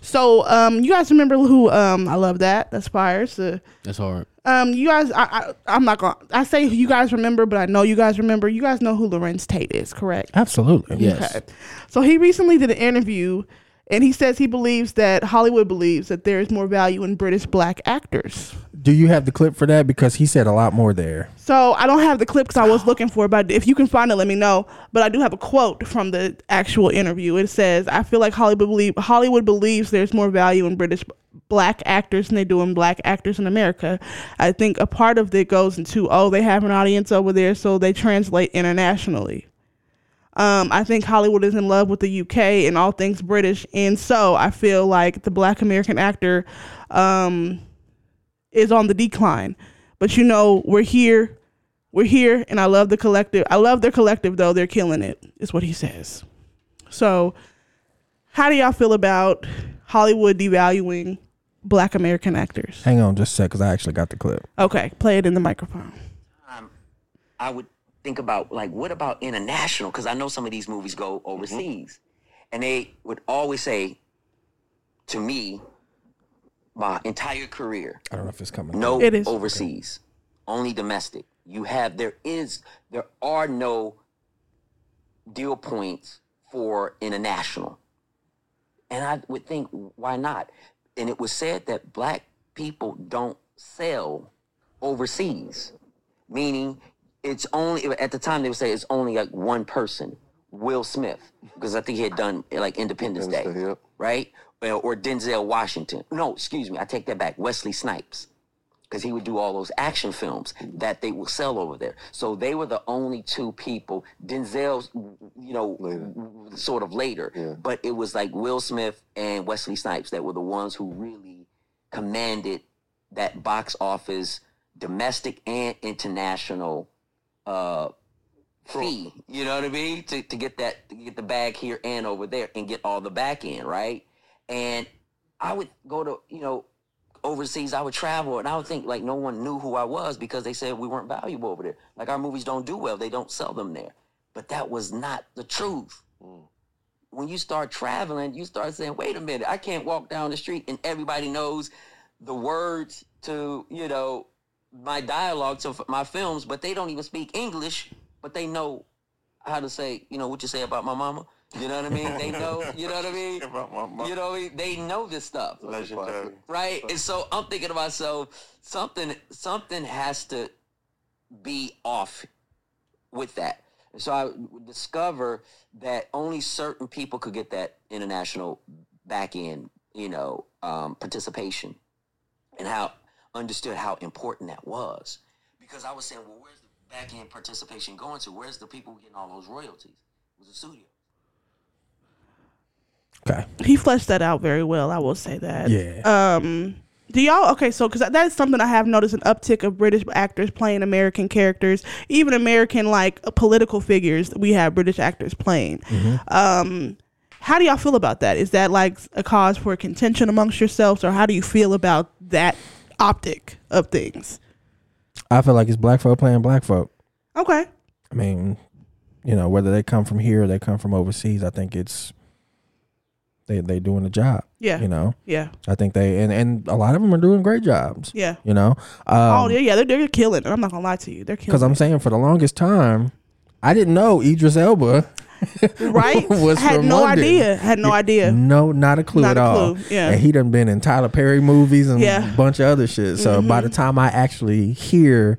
[SPEAKER 2] So, um, you guys remember who? Um, I love that. That's fire. So,
[SPEAKER 3] That's hard.
[SPEAKER 2] um, you guys, I, I, I'm not gonna. I say you guys remember, but I know you guys remember. You guys know who Lorenz Tate is, correct?
[SPEAKER 1] Absolutely.
[SPEAKER 3] Yes.
[SPEAKER 2] Okay. So he recently did an interview and he says he believes that Hollywood believes that there is more value in British black actors.
[SPEAKER 1] Do you have the clip for that? Because he said a lot more there.
[SPEAKER 2] So I don't have the clip because I was looking for it, but if you can find it, let me know. But I do have a quote from the actual interview. It says, I feel like Hollywood, believe, Hollywood believes there's more value in British black actors than they do in black actors in America. I think a part of it goes into, oh, they have an audience over there, so they translate internationally. Um, I think Hollywood is in love with the UK and all things British, and so I feel like the Black American actor um, is on the decline. But you know, we're here, we're here, and I love the collective. I love their collective though; they're killing it. Is what he says. So, how do y'all feel about Hollywood devaluing Black American actors?
[SPEAKER 1] Hang on just a sec, because I actually got the clip.
[SPEAKER 2] Okay, play it in the microphone.
[SPEAKER 4] I would think about like what about international? Because I know some of these movies go overseas, and they would always say to me, my entire career,
[SPEAKER 1] I don't know if it's coming.
[SPEAKER 4] no
[SPEAKER 2] It is.
[SPEAKER 4] overseas, only domestic. You have there is there are no deal points for international, and I would think why not? And it was said that black people don't sell overseas meaning it's only at the time they would say it's only like one person, Will Smith, because I think he had done like Independence, Day, right? Or, or Denzel Washington. No, excuse me, I take that back. Wesley Snipes, because he would do all those action films that they would sell over there. So they were the only two people. Denzel's, you know,
[SPEAKER 5] Later.
[SPEAKER 4] sort of later,
[SPEAKER 5] Yeah.
[SPEAKER 4] but it was like Will Smith and Wesley Snipes that were the ones who really commanded that box office, domestic and international uh, fee. You know what I mean? To to get that to get the bag here and over there and get all the back end right. And I would go to you know overseas. I would travel and I would think like no one knew who I was because they said we weren't valuable over there. Like our movies don't do well. They don't sell them there. But that was not the truth. When you start traveling, you start saying, "Wait a minute, I can't walk down the street and everybody knows the words to you know my dialogue to f- my films, but they don't even speak English, but they know how to say, you know, what you say about my mama. You know what I mean? They know, you know what I mean?
[SPEAKER 5] About my mama.
[SPEAKER 4] You know, what I mean? they know this stuff,
[SPEAKER 5] Legendary.
[SPEAKER 4] right? And so I'm thinking to myself, something, something has to be off with that. And so I would discover that only certain people could get that international back end, you know, um, participation and how understood how important that was. Because I was saying, well, where's the back end participation going to? Where's the people getting all those royalties? It was the studio.
[SPEAKER 1] Okay.
[SPEAKER 2] He fleshed that out very well. I will say that.
[SPEAKER 1] Yeah.
[SPEAKER 2] Um, do y'all okay? So, because that is something I have noticed an uptick of British actors playing American characters, even American like uh, political figures. We have British actors playing.
[SPEAKER 1] Mm-hmm.
[SPEAKER 2] Um, how do y'all feel about that? Is that like a cause for contention amongst yourselves, or how do you feel about that optic of things?
[SPEAKER 1] I feel like it's black folk playing black folk.
[SPEAKER 2] Okay.
[SPEAKER 1] I mean, you know, whether they come from here or they come from overseas, I think it's they they doing the job.
[SPEAKER 2] Yeah.
[SPEAKER 1] You know,
[SPEAKER 2] Yeah.
[SPEAKER 1] I think they and and a lot of them are doing great jobs.
[SPEAKER 2] Yeah.
[SPEAKER 1] You know,
[SPEAKER 2] oh
[SPEAKER 1] um,
[SPEAKER 2] yeah, yeah. They're they're killing. it. I'm not gonna lie to you. They're
[SPEAKER 1] because
[SPEAKER 2] killing.
[SPEAKER 1] I'm saying for the longest time, I didn't know Idris Elba.
[SPEAKER 2] it, right.
[SPEAKER 1] was
[SPEAKER 2] had
[SPEAKER 1] from
[SPEAKER 2] no
[SPEAKER 1] London.
[SPEAKER 2] idea. Had no idea.
[SPEAKER 1] No, not a clue at
[SPEAKER 2] Not a
[SPEAKER 1] all.
[SPEAKER 2] clue, yeah.
[SPEAKER 1] And he done been in Tyler Perry movies and
[SPEAKER 2] Yeah. Mm-hmm.
[SPEAKER 1] a bunch of other shit. So by the time I actually hear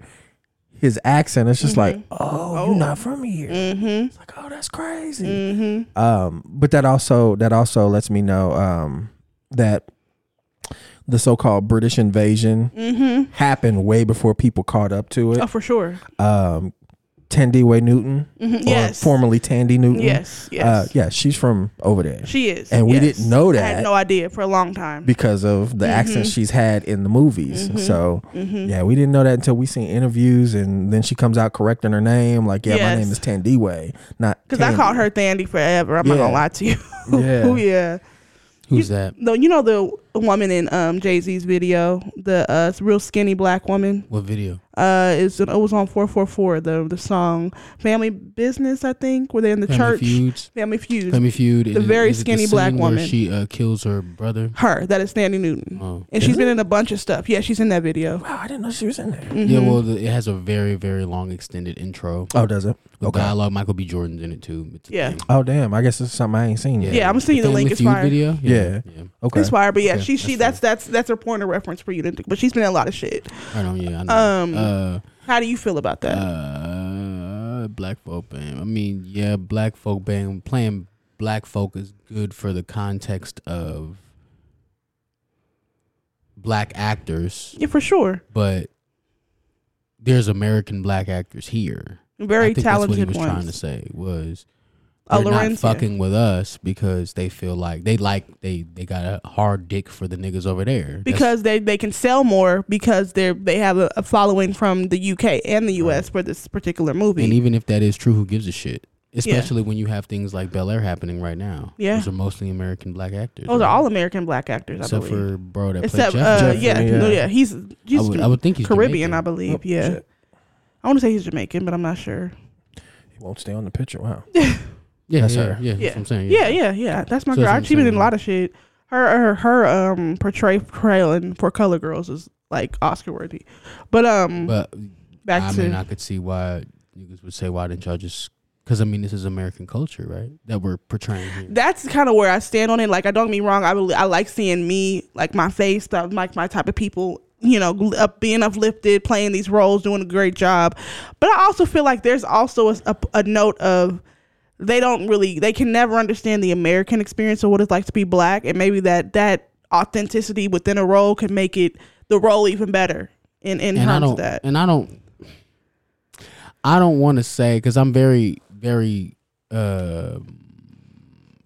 [SPEAKER 1] his accent, it's just like,
[SPEAKER 2] Mm-hmm.
[SPEAKER 1] oh, you're not from here. It's like, oh, that's crazy.
[SPEAKER 2] Mm-hmm.
[SPEAKER 1] Um, but that also that also lets me know um, that the so-called British invasion happened way before people caught up to it.
[SPEAKER 2] Mm-hmm. Oh, for sure.
[SPEAKER 1] Um, Tandy Way Newton, or
[SPEAKER 2] Mm-hmm. yes.
[SPEAKER 1] formerly Tandy Newton.
[SPEAKER 2] Yes, yes.
[SPEAKER 1] Uh, yeah, she's from over there.
[SPEAKER 2] She is.
[SPEAKER 1] And we
[SPEAKER 2] yes.
[SPEAKER 1] didn't know
[SPEAKER 2] I
[SPEAKER 1] that.
[SPEAKER 2] had no idea for a long time.
[SPEAKER 1] because of
[SPEAKER 2] Mm-hmm.
[SPEAKER 1] the accent she's had in the movies. So yeah, we didn't know that until we seen interviews, and then she comes out correcting her name, like, yeah, my
[SPEAKER 2] Yes.
[SPEAKER 1] name is Tandy Way, not
[SPEAKER 2] Because I called her Thandy forever. I'm not
[SPEAKER 1] Yeah.
[SPEAKER 2] gonna lie to you.
[SPEAKER 1] Yeah.
[SPEAKER 2] Oh yeah.
[SPEAKER 3] Who's that?
[SPEAKER 2] No, you know the woman in um, Jay Z's video, the uh, real skinny black woman.
[SPEAKER 3] What video?
[SPEAKER 2] Uh, is it was on four four four the the song Family Business I think where they're in the
[SPEAKER 3] Family
[SPEAKER 2] church
[SPEAKER 3] Feuds.
[SPEAKER 2] Family Feud.
[SPEAKER 3] Family Feud. The
[SPEAKER 2] very skinny black woman.
[SPEAKER 3] Where she uh, kills her brother.
[SPEAKER 2] Her that is Sandy Newton,
[SPEAKER 3] Oh.
[SPEAKER 2] and she's been in a bunch of stuff. Yeah, she's in that video.
[SPEAKER 1] Wow, I didn't know she was in there.
[SPEAKER 3] Yeah,
[SPEAKER 2] Mm-hmm.
[SPEAKER 3] well, the, it has a very, very long extended intro.
[SPEAKER 1] Oh, does it?
[SPEAKER 3] With dialogue, Michael B. Jordan's in it too. It's a
[SPEAKER 2] Yeah.
[SPEAKER 3] thing.
[SPEAKER 1] Oh, damn. I guess it's something I ain't seen yet.
[SPEAKER 2] Yeah, I'm seeing the
[SPEAKER 3] Family
[SPEAKER 2] link. It's
[SPEAKER 3] Feud
[SPEAKER 2] fire.
[SPEAKER 3] video.
[SPEAKER 1] Yeah.
[SPEAKER 3] yeah.
[SPEAKER 1] Okay.
[SPEAKER 2] It's fire, but yeah,
[SPEAKER 3] Okay,
[SPEAKER 2] she she that's that's that's her point of reference for you to. But she's been in a lot of shit.
[SPEAKER 3] I don't. Yeah. I know.
[SPEAKER 2] Um,
[SPEAKER 3] Uh,
[SPEAKER 2] How do you feel about that?
[SPEAKER 3] Uh, black folk band. I mean, yeah, black folk band playing black folk is good for the context of black actors,
[SPEAKER 2] yeah, for sure.
[SPEAKER 3] but there's American black actors here. I
[SPEAKER 2] Very
[SPEAKER 3] think
[SPEAKER 2] talented
[SPEAKER 3] That's what he was trying to
[SPEAKER 2] ones.
[SPEAKER 3] say was
[SPEAKER 2] Oh,
[SPEAKER 3] they're not
[SPEAKER 2] Lorenzo.
[SPEAKER 3] fucking with us because they feel like they like they they got a hard dick for the niggas over there. That's-
[SPEAKER 2] Because they, they can sell more because they're they have a, a following from the UK and the US for this particular movie.
[SPEAKER 3] And even if that is true, who gives a shit?
[SPEAKER 2] Yeah.
[SPEAKER 3] Especially when you have things like Bel Air happening right now.
[SPEAKER 2] Yeah.
[SPEAKER 3] Those are mostly American black actors.
[SPEAKER 2] Those are
[SPEAKER 3] right?
[SPEAKER 2] all American black actors, I
[SPEAKER 3] Except
[SPEAKER 2] believe.
[SPEAKER 3] for bro that
[SPEAKER 2] Except
[SPEAKER 3] played
[SPEAKER 2] uh,
[SPEAKER 3] Jeff.
[SPEAKER 1] Jeffrey,
[SPEAKER 2] yeah,
[SPEAKER 1] yeah.
[SPEAKER 2] no, yeah, he's, he's
[SPEAKER 3] I would, I would think he's
[SPEAKER 2] Caribbean,
[SPEAKER 3] Jamaican. Oh,
[SPEAKER 2] I believe. yeah,
[SPEAKER 1] Oh, shit.
[SPEAKER 2] I want to say he's Jamaican, but I'm not sure.
[SPEAKER 1] He won't stay on the picture. Wow.
[SPEAKER 3] Yeah,
[SPEAKER 1] That's
[SPEAKER 3] yeah,
[SPEAKER 1] her.
[SPEAKER 2] Yeah.
[SPEAKER 3] Yeah, that's what I'm saying.
[SPEAKER 2] Yeah, yeah, yeah. That's my
[SPEAKER 3] So that's what
[SPEAKER 2] girl.
[SPEAKER 3] I'm
[SPEAKER 2] She's been in a
[SPEAKER 3] saying.
[SPEAKER 2] lot of shit. Her her her um portray portrayal in for Color Girls is like Oscar worthy, but um
[SPEAKER 3] But
[SPEAKER 2] back
[SPEAKER 3] I
[SPEAKER 2] to
[SPEAKER 3] mean, I could see why niggas would say, why didn't y'all just. Because, I mean, this is American culture, right? That we're portraying here.
[SPEAKER 2] that's kind of where I stand on it. Like, I don't get me wrong. I really, I like seeing me, like my face, stuff, like my type of people. You know, gl- up, being uplifted, playing these roles, doing a great job. But I also feel like there's also a, a, a note of they don't really, they can never understand the American experience of what it's like to be black, and maybe that that authenticity within a role can make it the role even better in in
[SPEAKER 3] and I
[SPEAKER 2] terms
[SPEAKER 3] don't
[SPEAKER 2] of that.
[SPEAKER 3] and I don't I don't want to say because I'm very very uh,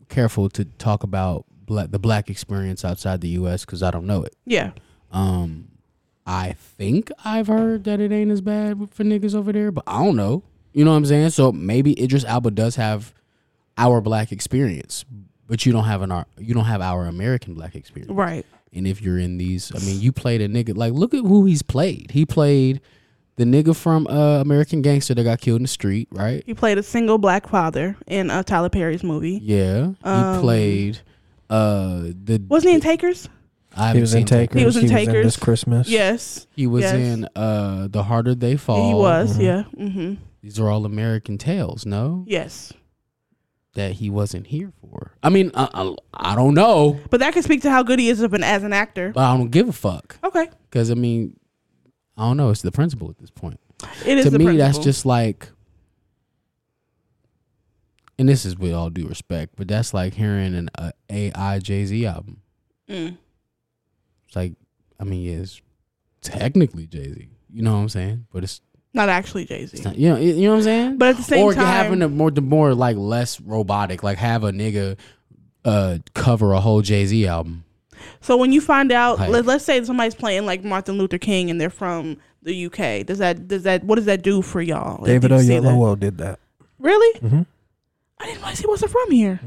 [SPEAKER 3] careful to talk about black, the black experience outside the U.S. because I don't know it.
[SPEAKER 2] yeah,
[SPEAKER 3] Um, I think I've heard that it ain't as bad for niggas over there, but I don't know. You know what I'm saying? So maybe Idris Alba does have our black experience, but you don't have an our you don't have our American black experience.
[SPEAKER 2] right.
[SPEAKER 3] And if you're in these, I mean, you played a nigga. Like, look at who he's played. He played the nigga from uh, American Gangster that got killed in the street, right?
[SPEAKER 2] He played a single black father in uh, Tyler Perry's movie.
[SPEAKER 3] Yeah. He
[SPEAKER 2] Um,
[SPEAKER 3] played uh, the.
[SPEAKER 2] Wasn't he in Takers?
[SPEAKER 3] I haven't
[SPEAKER 1] He was in
[SPEAKER 3] seen him.
[SPEAKER 1] Takers.
[SPEAKER 2] He was in Takers.
[SPEAKER 1] This Christmas.
[SPEAKER 2] Yes,
[SPEAKER 3] He was
[SPEAKER 2] Yes.
[SPEAKER 3] in uh, The Harder They Fall.
[SPEAKER 2] he was.
[SPEAKER 3] Mm-hmm.
[SPEAKER 2] Yeah. hmm
[SPEAKER 3] These are all American tales, no?
[SPEAKER 2] Yes,
[SPEAKER 3] That he wasn't here for. I mean, I, I, I don't know,
[SPEAKER 2] but that can speak to how good he is of an, as an actor.
[SPEAKER 3] but I don't give a fuck.
[SPEAKER 2] Okay,
[SPEAKER 3] Because, I mean, I don't know. It's the principle at this point.
[SPEAKER 2] it is
[SPEAKER 3] to
[SPEAKER 2] the
[SPEAKER 3] me that's
[SPEAKER 2] principle.
[SPEAKER 3] just like and this is with all due respect but that's like hearing an uh, ai jay-z album
[SPEAKER 2] Mm.
[SPEAKER 3] it's like i mean yeah, it's technically jay-z you know what i'm saying but it's,
[SPEAKER 2] not actually Jay Z.
[SPEAKER 3] it's not, you know you know what i'm saying
[SPEAKER 2] But at the same
[SPEAKER 3] or
[SPEAKER 2] time,
[SPEAKER 3] you're having a more the more like less robotic like have a nigga uh cover a whole jay-z album
[SPEAKER 2] so when you find out,
[SPEAKER 3] Like-
[SPEAKER 2] let, let's say somebody's playing like Martin Luther King and they're from the UK. Does that does that what does that do for y'all? if
[SPEAKER 1] David
[SPEAKER 2] you see that?
[SPEAKER 1] Oyelowo did that.
[SPEAKER 2] Really?
[SPEAKER 1] Mhm.
[SPEAKER 2] I didn't realize he wasn't from here.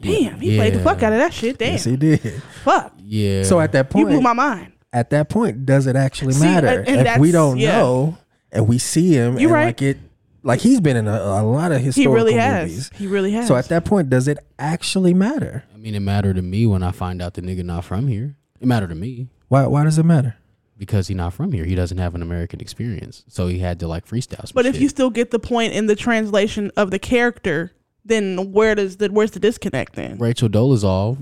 [SPEAKER 2] Damn, he played the
[SPEAKER 3] Yeah.
[SPEAKER 2] fuck out of that shit. Damn,
[SPEAKER 1] Mm. Yes, he did.
[SPEAKER 2] fuck.
[SPEAKER 3] yeah
[SPEAKER 1] So at that
[SPEAKER 2] You blew
[SPEAKER 1] point,
[SPEAKER 2] my mind.
[SPEAKER 1] at that point, does it actually
[SPEAKER 2] See,
[SPEAKER 1] matter?
[SPEAKER 2] and- and
[SPEAKER 1] if we
[SPEAKER 2] that's-
[SPEAKER 1] don't
[SPEAKER 2] yeah.
[SPEAKER 1] know and we see him,
[SPEAKER 2] You
[SPEAKER 1] and
[SPEAKER 2] right.
[SPEAKER 1] like it, like he's been in a, a lot of
[SPEAKER 2] He
[SPEAKER 1] historical
[SPEAKER 2] really has.
[SPEAKER 1] movies.
[SPEAKER 2] He really has.
[SPEAKER 1] So at that point, does it actually matter?
[SPEAKER 3] i mean it mattered to me when i find out the nigga not from here it mattered to me
[SPEAKER 1] Why? Why does it matter?
[SPEAKER 3] because he's not from here. He doesn't have an American experience, so he had to like freestyle. Some
[SPEAKER 2] but if
[SPEAKER 3] shit.
[SPEAKER 2] you still get the point in the translation of the character, then where does the where's the disconnect then?
[SPEAKER 3] Rachel Dolezal,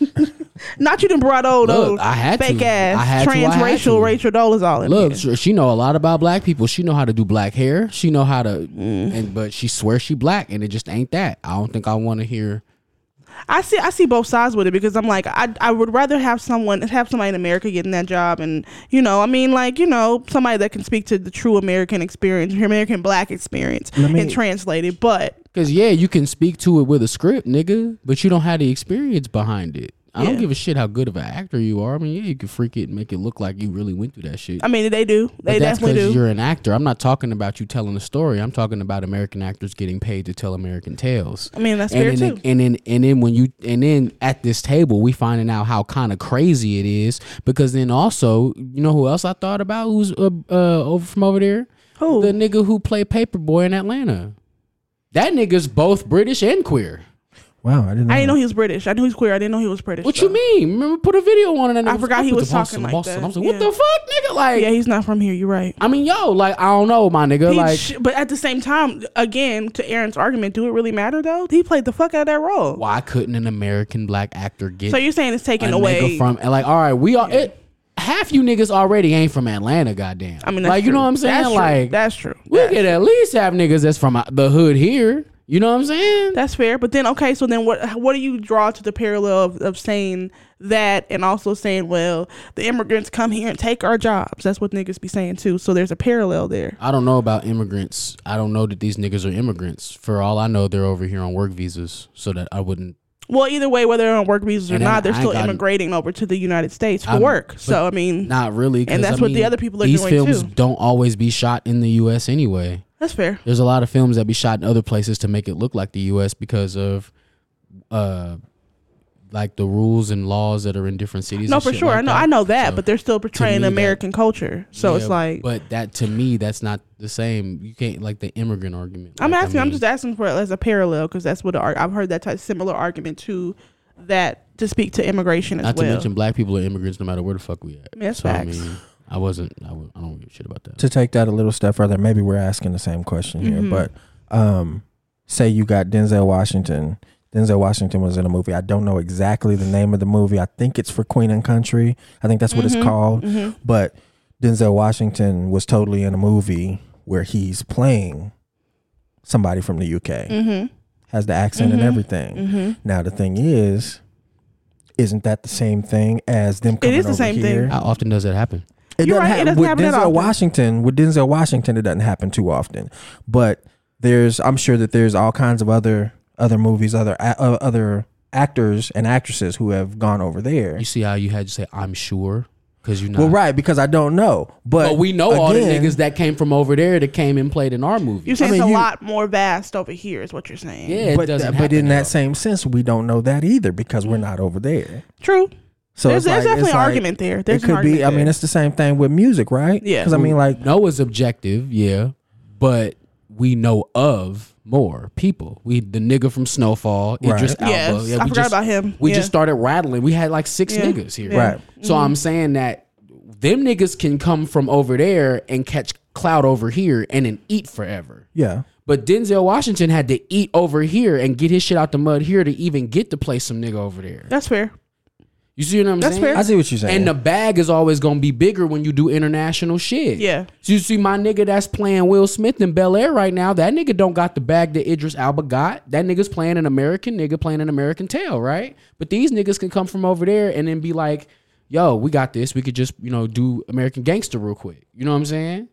[SPEAKER 2] Not you done brought old
[SPEAKER 3] Look,
[SPEAKER 2] old
[SPEAKER 3] I had
[SPEAKER 2] fake
[SPEAKER 3] to.
[SPEAKER 2] ass
[SPEAKER 3] I had to, I had
[SPEAKER 2] transracial
[SPEAKER 3] to.
[SPEAKER 2] Rachel Dolezal in
[SPEAKER 3] look,
[SPEAKER 2] here.
[SPEAKER 3] sure, she know a lot about black people. She know how to do black hair. She know how to,
[SPEAKER 2] Mm.
[SPEAKER 3] and but she swears she black, and it just ain't that. I don't think I want to hear.
[SPEAKER 2] I see I see both sides with it because I'm like I I would rather have someone have somebody in America getting that job and you know I mean like you know somebody that can speak to the true American experience, your American Black experience, and translate it. But
[SPEAKER 3] Cause yeah, you can speak to it with a script, nigga, but you don't have the experience behind it. I don't
[SPEAKER 2] Yeah.
[SPEAKER 3] give a shit how good of an actor you are. I mean, yeah, you can freak it and make it look like you really went through that shit.
[SPEAKER 2] I mean they do they
[SPEAKER 3] but that's
[SPEAKER 2] definitely do.
[SPEAKER 3] you're an actor. I'm not talking about you telling a story. I'm talking about American actors getting paid to tell American tales.
[SPEAKER 2] I mean that's fair
[SPEAKER 3] and
[SPEAKER 2] too.
[SPEAKER 3] then, and then and then when you and then at this table we finding out how kind of crazy it is because then also you know who else I thought about who's uh, uh over from over there
[SPEAKER 2] Who?
[SPEAKER 3] the nigga who played Paperboy in Atlanta that nigga's both British and queer
[SPEAKER 1] Wow, I didn't. Know
[SPEAKER 2] I didn't
[SPEAKER 1] that.
[SPEAKER 2] know he was British. I knew he was queer. I didn't know he was British.
[SPEAKER 3] what
[SPEAKER 2] though.
[SPEAKER 3] you mean remember put a video on it and
[SPEAKER 2] I
[SPEAKER 3] it
[SPEAKER 2] forgot
[SPEAKER 3] up
[SPEAKER 2] he
[SPEAKER 3] with
[SPEAKER 2] was
[SPEAKER 3] the Boston,
[SPEAKER 2] talking like
[SPEAKER 3] Boston.
[SPEAKER 2] that.
[SPEAKER 3] I was like
[SPEAKER 2] Yeah.
[SPEAKER 3] what the fuck nigga like
[SPEAKER 2] Yeah, he's not from here. You're right.
[SPEAKER 3] I mean yo like I don't know my nigga
[SPEAKER 2] He
[SPEAKER 3] like
[SPEAKER 2] sh- but at the same time, again, to Aaron's argument, do it really matter though? He played the fuck out of that role.
[SPEAKER 3] why couldn't an American black actor get
[SPEAKER 2] So you're saying it's taken
[SPEAKER 3] a
[SPEAKER 2] away?
[SPEAKER 3] nigga from and like all right we are it, half you niggas already ain't from atlanta goddamn
[SPEAKER 2] I mean, that's
[SPEAKER 3] like you know
[SPEAKER 2] true.
[SPEAKER 3] what i'm saying
[SPEAKER 2] That's true.
[SPEAKER 3] like
[SPEAKER 2] that's true.
[SPEAKER 3] we
[SPEAKER 2] That's-
[SPEAKER 3] could at least have niggas that's from uh, the hood here you know what i'm saying
[SPEAKER 2] That's fair, but then okay, so then what? What do you draw to the parallel of, of saying that, and also saying, well, the immigrants come here and take our jobs. That's what niggas be saying too. So there's a parallel there.
[SPEAKER 3] i don't know about immigrants i don't know that these niggas are immigrants for all i know they're over here on work visas so that i wouldn't
[SPEAKER 2] Well, either way, whether they're on work visas or
[SPEAKER 3] And I-
[SPEAKER 2] not, they're
[SPEAKER 3] I
[SPEAKER 2] still
[SPEAKER 3] got-
[SPEAKER 2] immigrating over to the United States for
[SPEAKER 3] I'm-
[SPEAKER 2] work.
[SPEAKER 3] but
[SPEAKER 2] So I mean,
[SPEAKER 3] not really 'cause,
[SPEAKER 2] And that's
[SPEAKER 3] I
[SPEAKER 2] what the
[SPEAKER 3] mean,
[SPEAKER 2] other people are
[SPEAKER 3] these
[SPEAKER 2] doing,
[SPEAKER 3] films
[SPEAKER 2] too.
[SPEAKER 3] don't always be shot in the us anyway
[SPEAKER 2] that's fair.
[SPEAKER 3] there's a lot of films that be shot in other places to make it look like the U.S. because of, uh, like the rules and laws that are in different cities.
[SPEAKER 2] No,
[SPEAKER 3] and
[SPEAKER 2] for
[SPEAKER 3] shit
[SPEAKER 2] sure.
[SPEAKER 3] like
[SPEAKER 2] I know.
[SPEAKER 3] that.
[SPEAKER 2] I know that,
[SPEAKER 3] So,
[SPEAKER 2] but they're still portraying
[SPEAKER 3] me,
[SPEAKER 2] American culture. So
[SPEAKER 3] yeah,
[SPEAKER 2] it's like
[SPEAKER 3] but that to me, that's not the same. You can't like the immigrant argument.
[SPEAKER 2] I'm
[SPEAKER 3] Like, I
[SPEAKER 2] asking. I am
[SPEAKER 3] mean,
[SPEAKER 2] just asking for it as a parallel because that's what the arg- I've heard that type, similar argument to that to speak to immigration as
[SPEAKER 3] Not
[SPEAKER 2] well.
[SPEAKER 3] to mention, black people are immigrants no matter where the fuck we at.
[SPEAKER 2] That's
[SPEAKER 3] so, I
[SPEAKER 2] facts.
[SPEAKER 3] mean, I wasn't. I, w- I don't give a shit about that.
[SPEAKER 1] to take that a little step further, maybe we're asking the same question here,
[SPEAKER 2] Mm-hmm.
[SPEAKER 1] but um, say you got Denzel Washington. Denzel Washington was in a movie. I don't know exactly the name of the movie. I think it's for Queen and Country. I think that's what
[SPEAKER 2] Mm-hmm.
[SPEAKER 1] it's called. But Denzel Washington was totally in a movie where he's playing somebody from the UK,
[SPEAKER 2] Mm-hmm.
[SPEAKER 1] has the accent and everything. Now the thing is, isn't that the same thing as them?
[SPEAKER 2] It
[SPEAKER 1] Coming
[SPEAKER 2] is the
[SPEAKER 1] over
[SPEAKER 2] same thing.
[SPEAKER 1] here?
[SPEAKER 3] How often does that happen?
[SPEAKER 1] It
[SPEAKER 2] You're
[SPEAKER 1] doesn't,
[SPEAKER 2] right, it
[SPEAKER 1] hap-
[SPEAKER 2] doesn't
[SPEAKER 1] with
[SPEAKER 2] happen that
[SPEAKER 1] Denzel
[SPEAKER 2] often.
[SPEAKER 1] Washington. With Denzel Washington, it doesn't happen too often. But there's, I'm sure that there's all kinds of other other movies, other a- uh, other actors and actresses who have gone over there.
[SPEAKER 3] You see how you had to say I'm sure because you know.
[SPEAKER 1] Well, right, because I don't know, but,
[SPEAKER 3] But we know all the
[SPEAKER 1] again,
[SPEAKER 3] niggas that came from over there that came and played in our movie.
[SPEAKER 2] You're saying
[SPEAKER 1] mean,
[SPEAKER 2] it's a
[SPEAKER 1] you-
[SPEAKER 2] lot more vast over here, is what you're saying.
[SPEAKER 3] yeah, it
[SPEAKER 1] but,
[SPEAKER 3] doesn't.
[SPEAKER 1] but
[SPEAKER 3] happen,
[SPEAKER 1] in
[SPEAKER 3] though.
[SPEAKER 1] that same sense, we don't know that either because we're not over there.
[SPEAKER 2] True.
[SPEAKER 1] So
[SPEAKER 2] There's-
[SPEAKER 1] it's
[SPEAKER 2] there's
[SPEAKER 1] like-
[SPEAKER 2] definitely
[SPEAKER 1] it's
[SPEAKER 2] an
[SPEAKER 1] like-
[SPEAKER 2] argument there. There's
[SPEAKER 1] it
[SPEAKER 2] an
[SPEAKER 1] could be.
[SPEAKER 2] argument
[SPEAKER 1] I mean,
[SPEAKER 2] there.
[SPEAKER 1] it's the same thing with music, right?
[SPEAKER 2] Yeah.
[SPEAKER 1] Because I mean, like
[SPEAKER 3] know is objective, yeah, but we know of more people. We the nigga from Snowfall,
[SPEAKER 1] Right.
[SPEAKER 3] Idris Elba.
[SPEAKER 2] Yes, I
[SPEAKER 3] we
[SPEAKER 2] forgot
[SPEAKER 3] just-
[SPEAKER 2] about him.
[SPEAKER 3] We
[SPEAKER 2] Yeah.
[SPEAKER 3] just started rattling. We had like six
[SPEAKER 2] Yeah.
[SPEAKER 3] niggas here,
[SPEAKER 2] Yeah. Mm-hmm.
[SPEAKER 1] Right.
[SPEAKER 3] So I'm saying that them niggas can come from over there and catch cloud over here and then eat forever.
[SPEAKER 1] yeah,
[SPEAKER 3] But Denzel Washington had to eat over here and get his shit out the mud here to even get to play some nigga over there.
[SPEAKER 2] That's fair.
[SPEAKER 3] You see what I'm
[SPEAKER 2] That's
[SPEAKER 3] saying?
[SPEAKER 2] fair.
[SPEAKER 1] I see what you're saying.
[SPEAKER 3] And the bag is always gonna be bigger when you do international shit.
[SPEAKER 2] Yeah.
[SPEAKER 3] So you see my nigga that's playing Will Smith in Bel Air right now, that nigga don't got the bag that Idris Alba got. That nigga's playing an American nigga playing an American tale, right? But these niggas can come from over there and then be like, yo, we got this. We could just, you know, do American gangster real quick. You know what I'm saying?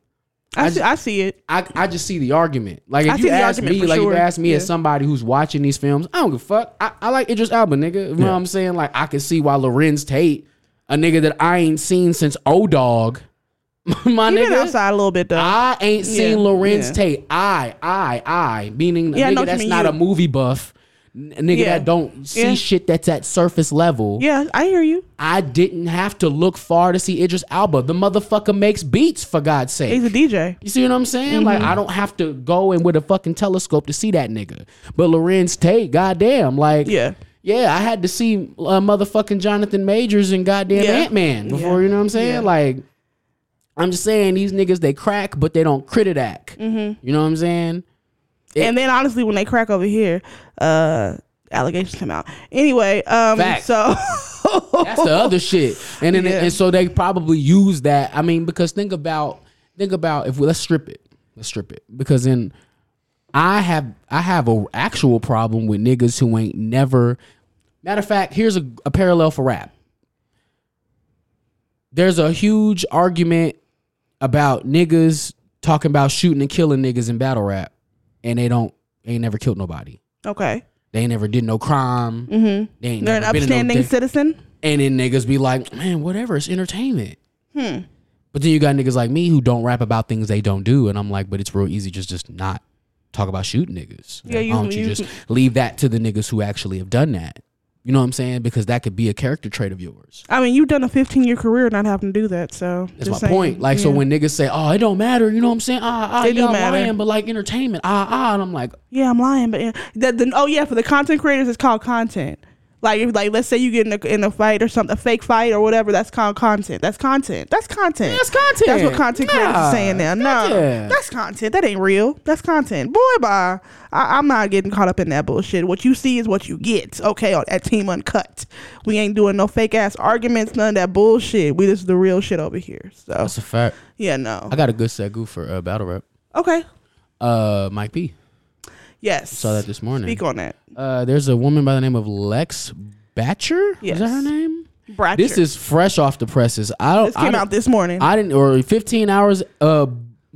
[SPEAKER 2] I, see, I see it.
[SPEAKER 3] I, I just see the argument. Like if
[SPEAKER 2] I see
[SPEAKER 3] you
[SPEAKER 2] the
[SPEAKER 3] ask
[SPEAKER 2] argument
[SPEAKER 3] me,
[SPEAKER 2] for
[SPEAKER 3] like if
[SPEAKER 2] sure.
[SPEAKER 3] you ask me as
[SPEAKER 2] Yeah.
[SPEAKER 3] somebody who's watching these films, I don't give a fuck. I, I like Idris Elba, nigga. You know what I'm saying? Like I can see why Lorenz Tate, a nigga that I ain't seen since O Dog, my
[SPEAKER 2] You've
[SPEAKER 3] nigga.
[SPEAKER 2] been outside a little bit though.
[SPEAKER 3] I ain't seen
[SPEAKER 2] Yeah,
[SPEAKER 3] Lorenz
[SPEAKER 2] yeah.
[SPEAKER 3] Tate. I, I, I, meaning a
[SPEAKER 2] Yeah, I know what
[SPEAKER 3] nigga
[SPEAKER 2] you
[SPEAKER 3] that's
[SPEAKER 2] mean,
[SPEAKER 3] not
[SPEAKER 2] you.
[SPEAKER 3] a movie buff, n- nigga
[SPEAKER 2] Yeah.
[SPEAKER 3] that don't see
[SPEAKER 2] Yeah.
[SPEAKER 3] shit that's at surface level.
[SPEAKER 2] yeah, I hear you.
[SPEAKER 3] I didn't have to look far to see Idris Alba. The motherfucker makes beats for God's sake.
[SPEAKER 2] He's a DJ.
[SPEAKER 3] You see what I'm saying? Like
[SPEAKER 2] Mm-hmm.
[SPEAKER 3] I don't have to go in with a fucking telescope to see that nigga. But Lorenz Tate, goddamn, like
[SPEAKER 2] Yeah.
[SPEAKER 3] yeah, I had to see uh, motherfucking Jonathan Majors and goddamn
[SPEAKER 2] Yeah.
[SPEAKER 3] Ant Man before.
[SPEAKER 2] Yeah.
[SPEAKER 3] You know what I'm saying?
[SPEAKER 2] Yeah.
[SPEAKER 3] Like I'm just saying these niggas they crack, but they don't critic act.
[SPEAKER 2] Mm-hmm.
[SPEAKER 3] You know what I'm saying?
[SPEAKER 2] and then honestly, when they crack over here, uh, allegations come out. Anyway, um,
[SPEAKER 3] Fact.
[SPEAKER 2] so
[SPEAKER 3] That's the other shit. And then
[SPEAKER 2] Yeah.
[SPEAKER 3] and so they probably use that. I mean, because think about think about if we let's strip it. Let's strip it. Because then I have I have a actual problem with niggas who ain't never matter of fact, here's a, a parallel for rap. There's a huge argument about niggas talking about shooting and killing niggas in battle rap and they don't they ain't never killed nobody.
[SPEAKER 2] okay,
[SPEAKER 3] They ain't never did no crime. They ain't
[SPEAKER 2] Mm-hmm. they're an
[SPEAKER 3] never been in no
[SPEAKER 2] upstanding
[SPEAKER 3] de-
[SPEAKER 2] citizen.
[SPEAKER 3] and then niggas be like, man, whatever, it's entertainment.
[SPEAKER 2] Hmm.
[SPEAKER 3] But then you got niggas like me who don't rap about things they don't do, and I'm like, but it's real easy just just not talk about shooting niggas.
[SPEAKER 2] Yeah, you-
[SPEAKER 3] Why don't you,
[SPEAKER 2] you-
[SPEAKER 3] just leave that to the niggas who actually have done that? You know what I'm saying? Because that could be a character trait of yours.
[SPEAKER 2] I mean, you've done a 15 year career not having to do that. So
[SPEAKER 3] That's
[SPEAKER 2] just
[SPEAKER 3] my
[SPEAKER 2] saying.
[SPEAKER 3] point. Like, so
[SPEAKER 2] Yeah.
[SPEAKER 3] when niggas say, "Oh, it don't matter," you know what I'm saying? Ah, ah,
[SPEAKER 2] It do
[SPEAKER 3] y'all
[SPEAKER 2] matter.
[SPEAKER 3] lying, but like entertainment, ah, ah, and I'm like,
[SPEAKER 2] Yeah, I'm lying, but yeah. the, the, oh yeah, for the content creators, it's called content. Like if like let's say you get in a, in a fight or something, a fake fight or whatever, that's called content. That's content. That's content.
[SPEAKER 3] That's content.
[SPEAKER 2] That's what content creators
[SPEAKER 3] Nah,
[SPEAKER 2] are saying now. No,
[SPEAKER 3] content.
[SPEAKER 2] that's content. That ain't real. That's content. Boy, bye. I, I'm not getting caught up in that bullshit. What you see is what you get. Okay, on, at Team Uncut, we ain't doing no fake ass arguments, none of that bullshit. We just the real shit over here. So
[SPEAKER 3] that's a fact.
[SPEAKER 2] yeah, no.
[SPEAKER 3] I got a good segu for uh, battle rap.
[SPEAKER 2] Okay.
[SPEAKER 3] Uh, Mike P
[SPEAKER 2] Yes.
[SPEAKER 3] saw that this morning.
[SPEAKER 2] Speak on that.
[SPEAKER 3] Uh, there's a woman by the name of Lex Batcher.
[SPEAKER 2] Yes.
[SPEAKER 3] Is that her name?
[SPEAKER 2] Bratcher.
[SPEAKER 3] This is fresh off the presses. I don't.
[SPEAKER 2] This came
[SPEAKER 3] I,
[SPEAKER 2] out this morning.
[SPEAKER 3] I didn't, or 15 hours uh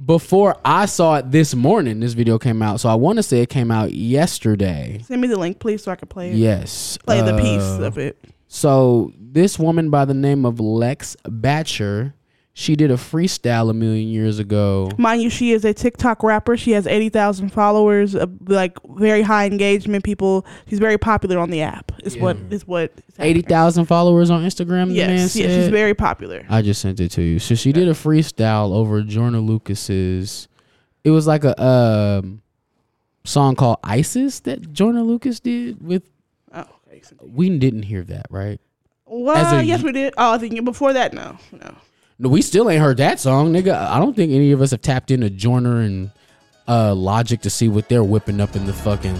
[SPEAKER 3] before I saw it this morning. This video came out, so I want to say it came out yesterday.
[SPEAKER 2] Send me the link, please, so I can play it.
[SPEAKER 3] Yes.
[SPEAKER 2] Play the piece
[SPEAKER 3] Uh,
[SPEAKER 2] of it.
[SPEAKER 3] So this woman by the name of Lex Batcher, she did a freestyle a million years ago.
[SPEAKER 2] Mind you, she is a TikTok rapper. She has 80,000 followers, uh, like very high engagement people. She's very popular on the app. Is what is what is happening.
[SPEAKER 3] Eighty thousand followers on Instagram. the man
[SPEAKER 2] Yes, yes, she's
[SPEAKER 3] said.
[SPEAKER 2] very popular.
[SPEAKER 3] I just sent it to you. So she did a freestyle over Jordan Lucas's. It was like a um, song called "Isis" that Jordan Lucas did with.
[SPEAKER 2] Oh, okay. So-
[SPEAKER 3] We didn't hear that, right?
[SPEAKER 2] Well,
[SPEAKER 3] a-
[SPEAKER 2] yes, we did. Oh, I think before that, no, no.
[SPEAKER 3] No, we still ain't heard that song, nigga. I don't think any of us have tapped into Jordan and uh, Logic to see what they're whipping up in the fucking.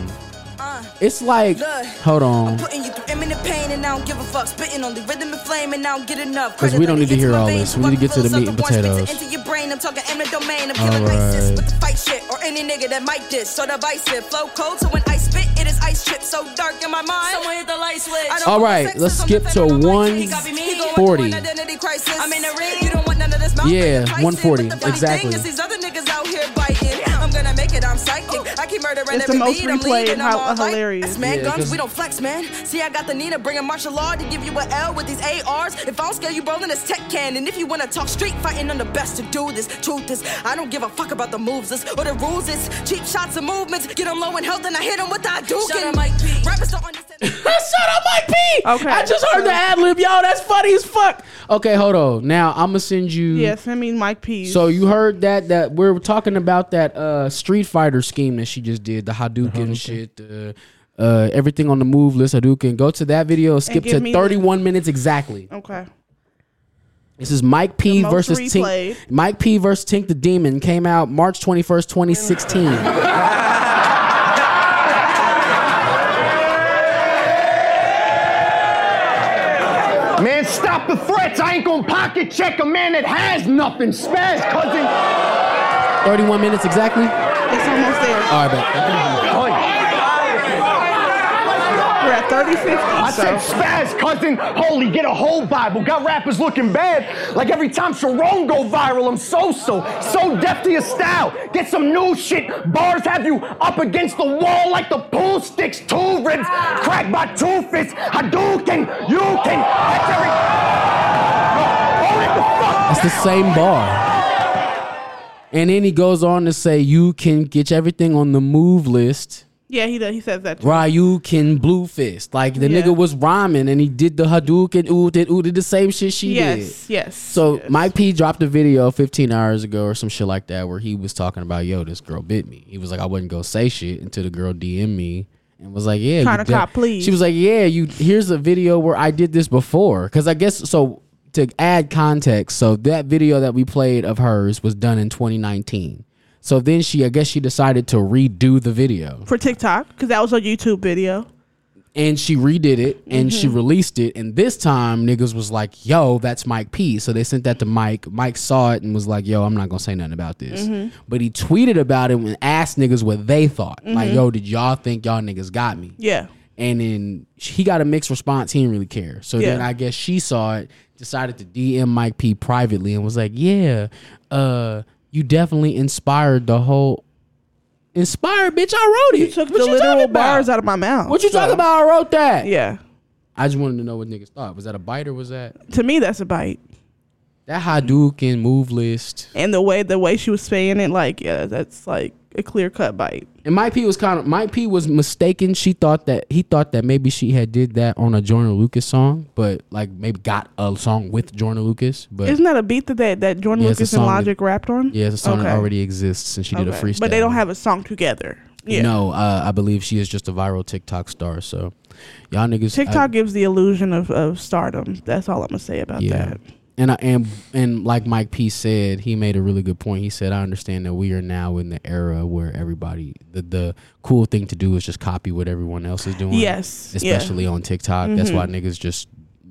[SPEAKER 2] Uh,
[SPEAKER 3] It's like,
[SPEAKER 5] Look.
[SPEAKER 3] hold on.
[SPEAKER 5] Putting you through imminent pain and I don't give a fuck. Spitting on the rhythm and flame and I don't get enough.
[SPEAKER 3] 'Cause we don't need to hear all this. We need to get to the meat and potatoes.
[SPEAKER 5] Into your brain, I'm talking eminent domain. I'm
[SPEAKER 3] All
[SPEAKER 5] killing ISIS
[SPEAKER 3] right.
[SPEAKER 5] with the fight shit or any nigga that might diss. So divisive, flow cold. So when I spit, it is ice chip. So dark in my mind. Someone hit the light switch.
[SPEAKER 3] All right, let's skip to 140.
[SPEAKER 5] I'm in the ring. You don't want none of this mouth.
[SPEAKER 3] Yeah,
[SPEAKER 5] pay the price in,
[SPEAKER 3] 140,
[SPEAKER 5] but the funny
[SPEAKER 3] exactly.
[SPEAKER 5] Thing is these other niggas out here biting. I'm gonna make it. I'm psychic. I keep murdering
[SPEAKER 2] It's the
[SPEAKER 5] every
[SPEAKER 2] most
[SPEAKER 5] beat. I'm
[SPEAKER 2] replayed,
[SPEAKER 5] leading.
[SPEAKER 2] how-
[SPEAKER 5] I'm all like,
[SPEAKER 2] hilarious.
[SPEAKER 5] "That's man
[SPEAKER 3] Yeah,
[SPEAKER 5] guns.
[SPEAKER 3] 'cause-
[SPEAKER 5] We don't flex, man. See, I got the Nina bringing martial law to give you an L with these ARs. If I don't scare you, rolling this tech can. And if you wanna talk street fighting, I'm the best to do this. Truth is, I don't give a fuck about the moves is or the rules is. Cheap shots and movements. Get 'em low in health and I hit 'em with the Hadouken. Rappers don't understand.
[SPEAKER 3] Shut up, Mike P.
[SPEAKER 2] Okay.
[SPEAKER 3] I just heard the ad lib, yo. That's funny as fuck. Okay, hold on. Now I'm gonna send you.
[SPEAKER 2] Yeah, send me Mike P.
[SPEAKER 3] Mm. So you heard that that we're talking about that uh Street Fighter scheme that she just did, the Hadouken, shit, the uh everything on the move list Hadouken. Go to that video, skip
[SPEAKER 2] give
[SPEAKER 3] to
[SPEAKER 2] me-
[SPEAKER 3] 31 minutes exactly.
[SPEAKER 2] okay.
[SPEAKER 3] This is Mike P
[SPEAKER 2] The most
[SPEAKER 3] versus Tink.
[SPEAKER 2] replayed.
[SPEAKER 3] Mike P versus Tink the Demon came out March 21st, 2016.
[SPEAKER 6] Man, stop the threats. I ain't gonna pocket check a man that has nothing. Spaz, cousin.
[SPEAKER 3] 31 minutes exactly. All
[SPEAKER 2] It's almost there.
[SPEAKER 3] right, bet.
[SPEAKER 2] We're at 3050.
[SPEAKER 6] I
[SPEAKER 2] so.
[SPEAKER 6] said spaz, cousin. Holy, get a whole Bible. Got rappers looking bad. Like every time Sharon go viral, I'm so so. So deaf to your style. Get some new shit. Bars have you up against the wall like the pool sticks. Two ribs. Crack by two fists. Hadouken. You can. That's every. Hold it the fuck.
[SPEAKER 3] That's the same bar. And then he goes on to say you can get everything on the move list.
[SPEAKER 2] yeah, he does. He says that. Too.
[SPEAKER 3] Ryukin Blue Fist. Like the
[SPEAKER 2] Yeah.
[SPEAKER 3] nigga was rhyming and he did the Hadouken ooh did ooh did the same shit she did.
[SPEAKER 2] Yes, yes.
[SPEAKER 3] So
[SPEAKER 2] yes.
[SPEAKER 3] Mike P dropped a video 15 hours ago or some shit like that where he was talking about yo this girl bit me. He was like I wouldn't go say shit until the girl DM me and was like yeah
[SPEAKER 2] Tryna
[SPEAKER 3] you
[SPEAKER 2] cop, please.
[SPEAKER 3] She was like yeah you here's a video where I did this before because I guess so to add context so that video that we played of hers was done in 2019. So then she I guess she decided to redo the video
[SPEAKER 2] for TikTok because that was a YouTube video.
[SPEAKER 3] and she redid it and
[SPEAKER 2] Mm-hmm.
[SPEAKER 3] she released it and this time niggas was like yo that's mike p so they sent that to mike mike saw it and was like yo i'm not gonna say nothing about this
[SPEAKER 2] Mm-hmm.
[SPEAKER 3] but he tweeted about it and asked niggas what they thought like yo did y'all think y'all niggas got me
[SPEAKER 2] Mm-hmm. Yeah.
[SPEAKER 3] and then he got a mixed response he didn't really care so then
[SPEAKER 2] Yeah.
[SPEAKER 3] i guess she saw it decided to dm mike p privately and was like yeah uh you definitely inspired the whole inspired bitch i wrote it
[SPEAKER 2] You took
[SPEAKER 3] What
[SPEAKER 2] the
[SPEAKER 3] you talking
[SPEAKER 2] literal
[SPEAKER 3] about?
[SPEAKER 2] bars out of my mouth.
[SPEAKER 3] What you
[SPEAKER 2] so-
[SPEAKER 3] talking about? I wrote that.
[SPEAKER 2] Yeah.
[SPEAKER 3] I just wanted to know what niggas thought. Was that a bite or was that
[SPEAKER 2] To me, that's a bite.
[SPEAKER 3] that Hadouken move list?
[SPEAKER 2] And the way the way she was saying it, like, yeah, that's like a clear cut bite.
[SPEAKER 3] And Mike P was kind of Mike P was mistaken. She thought that he thought that maybe she had did that on a Jordan Lucas song, but like maybe got a song with Jordan Lucas. But
[SPEAKER 2] Isn't that a beat that that, that Jordan
[SPEAKER 3] Yeah, it's a
[SPEAKER 2] Lucas and
[SPEAKER 3] song that-
[SPEAKER 2] Logic rapped on?
[SPEAKER 3] yeah, it's a song
[SPEAKER 2] Okay.
[SPEAKER 3] that already exists, and she did a
[SPEAKER 2] Okay.
[SPEAKER 3] freestyle.
[SPEAKER 2] But they don't have a song together. Yeah.
[SPEAKER 3] No, uh, I believe she is just a viral TikTok star. So y'all niggas uh, I-
[SPEAKER 2] TikTok gives the illusion of, of stardom. That's all I'm gonna say about that.
[SPEAKER 3] And I and and like Mike P said, he made a really good point. He said, I understand that we are now in the era where everybody the, the cool thing to do is just copy what everyone else is doing.
[SPEAKER 2] Yes, yeah. Mm-hmm.
[SPEAKER 3] Especially on TikTok. That's why niggas just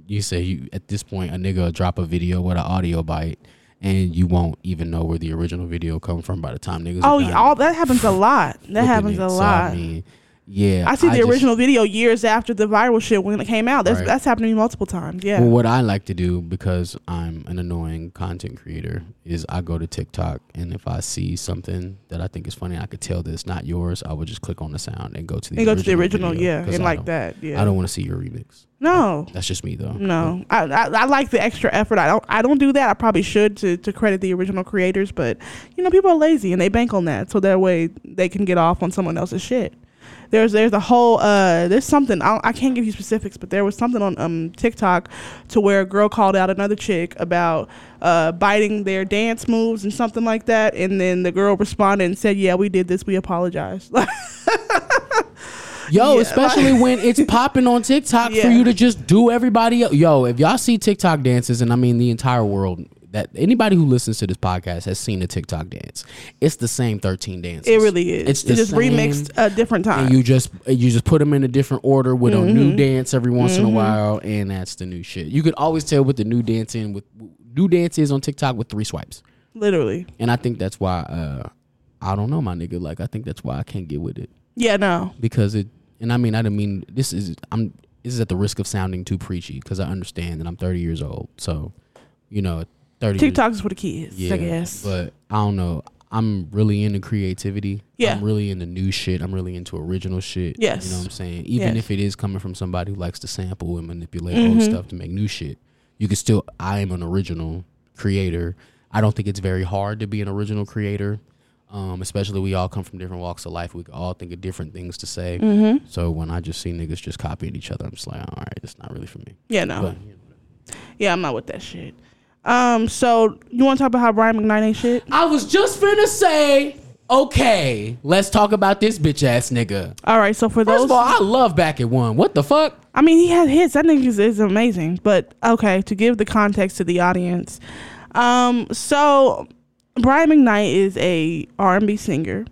[SPEAKER 3] you say you at this point a nigga will drop a video with an audio bite and you won't even know where the original video come from by the time niggas are
[SPEAKER 2] Oh,
[SPEAKER 3] done
[SPEAKER 2] yeah, all that happens a lot. That
[SPEAKER 3] flipping
[SPEAKER 2] happens
[SPEAKER 3] it.
[SPEAKER 2] a
[SPEAKER 3] So,
[SPEAKER 2] lot.
[SPEAKER 3] I mean, yeah.
[SPEAKER 2] I see the
[SPEAKER 3] just-
[SPEAKER 2] original video years after the viral shit when it came out. That's
[SPEAKER 3] Right.
[SPEAKER 2] that's happened to me multiple times. Yeah.
[SPEAKER 3] Well, what I like to do because I'm an annoying content creator is I go to TikTok and if I see something that I think is funny, I could tell that it's not yours. I would just click on the sound and go to the
[SPEAKER 2] And go
[SPEAKER 3] original
[SPEAKER 2] to the original,
[SPEAKER 3] video,
[SPEAKER 2] yeah,
[SPEAKER 3] 'cause
[SPEAKER 2] and
[SPEAKER 3] I
[SPEAKER 2] like
[SPEAKER 3] don't-
[SPEAKER 2] that, yeah.
[SPEAKER 3] I don't want to see your remix.
[SPEAKER 2] no.
[SPEAKER 3] That's just me though.
[SPEAKER 2] No, I, I I like the extra effort. I don't I don't do that. I probably should to, to credit the original creators, but you know people are lazy and they bank on that, so that way they can get off on someone else's shit. There's there's a whole uh there's something I, I can't give you specifics, but there was something on um TikTok to where a girl called out another chick about uh biting their dance moves and something like that, and then the girl responded and said, "Yeah, we did this. We apologize."
[SPEAKER 3] Yo,
[SPEAKER 2] Yeah,
[SPEAKER 3] especially when it's popping on TikTok for
[SPEAKER 2] Yeah.
[SPEAKER 3] you to just do everybody else. Yo, if y'all see TikTok dances, and I mean the entire world, that anybody who listens to this podcast has seen a TikTok dance. It's the same thirteen dances.
[SPEAKER 2] it really is.
[SPEAKER 3] It's
[SPEAKER 2] It's,
[SPEAKER 3] the
[SPEAKER 2] just
[SPEAKER 3] same,
[SPEAKER 2] remixed a different time.
[SPEAKER 3] And you just you just put them in a different order with a new dance every once in a while, and that's the new shit. You can always tell what the new dance in with new dance is on TikTok with three swipes,
[SPEAKER 2] Literally.
[SPEAKER 3] and I think that's why uh, I don't know, my nigga. Like I think that's why I can't get with it
[SPEAKER 2] Yeah. No.
[SPEAKER 3] because it and I mean I don't mean this is I'm this is at the risk of sounding too preachy because I understand that I'm 30 years old so you know thirty.
[SPEAKER 2] TikTok's for the kids,
[SPEAKER 3] Yeah,
[SPEAKER 2] I guess.
[SPEAKER 3] But I don't know. I'm really into creativity.
[SPEAKER 2] Yeah.
[SPEAKER 3] I'm really into new shit. I'm really into original shit.
[SPEAKER 2] Yes.
[SPEAKER 3] You know what I'm saying? Even
[SPEAKER 2] Yes. Mm-hmm.
[SPEAKER 3] if it is coming from somebody who likes to sample and manipulate old stuff to make new shit, you can still I am an original creator. I don't think it's very hard to be an original creator. Um, especially we all come from different walks of life. We can all think of different things to say.
[SPEAKER 2] Mm-hmm.
[SPEAKER 3] So when I just see niggas just copying each other, I'm just like, all right, it's not really for me.
[SPEAKER 2] yeah, no.
[SPEAKER 3] But you know.
[SPEAKER 2] Yeah, I'm not with that shit. Um, so you want to talk about how Brian McKnight ain't shit?
[SPEAKER 3] I was just finna say, okay, let's talk about this bitch ass nigga.
[SPEAKER 2] All right, so for
[SPEAKER 3] First
[SPEAKER 2] those,
[SPEAKER 3] of all, I love back at one. What the fuck?
[SPEAKER 2] I mean, he had hits. That nigga is, is amazing. But okay, to give the context to the audience, um, so Brian McKnight is a R&B singer,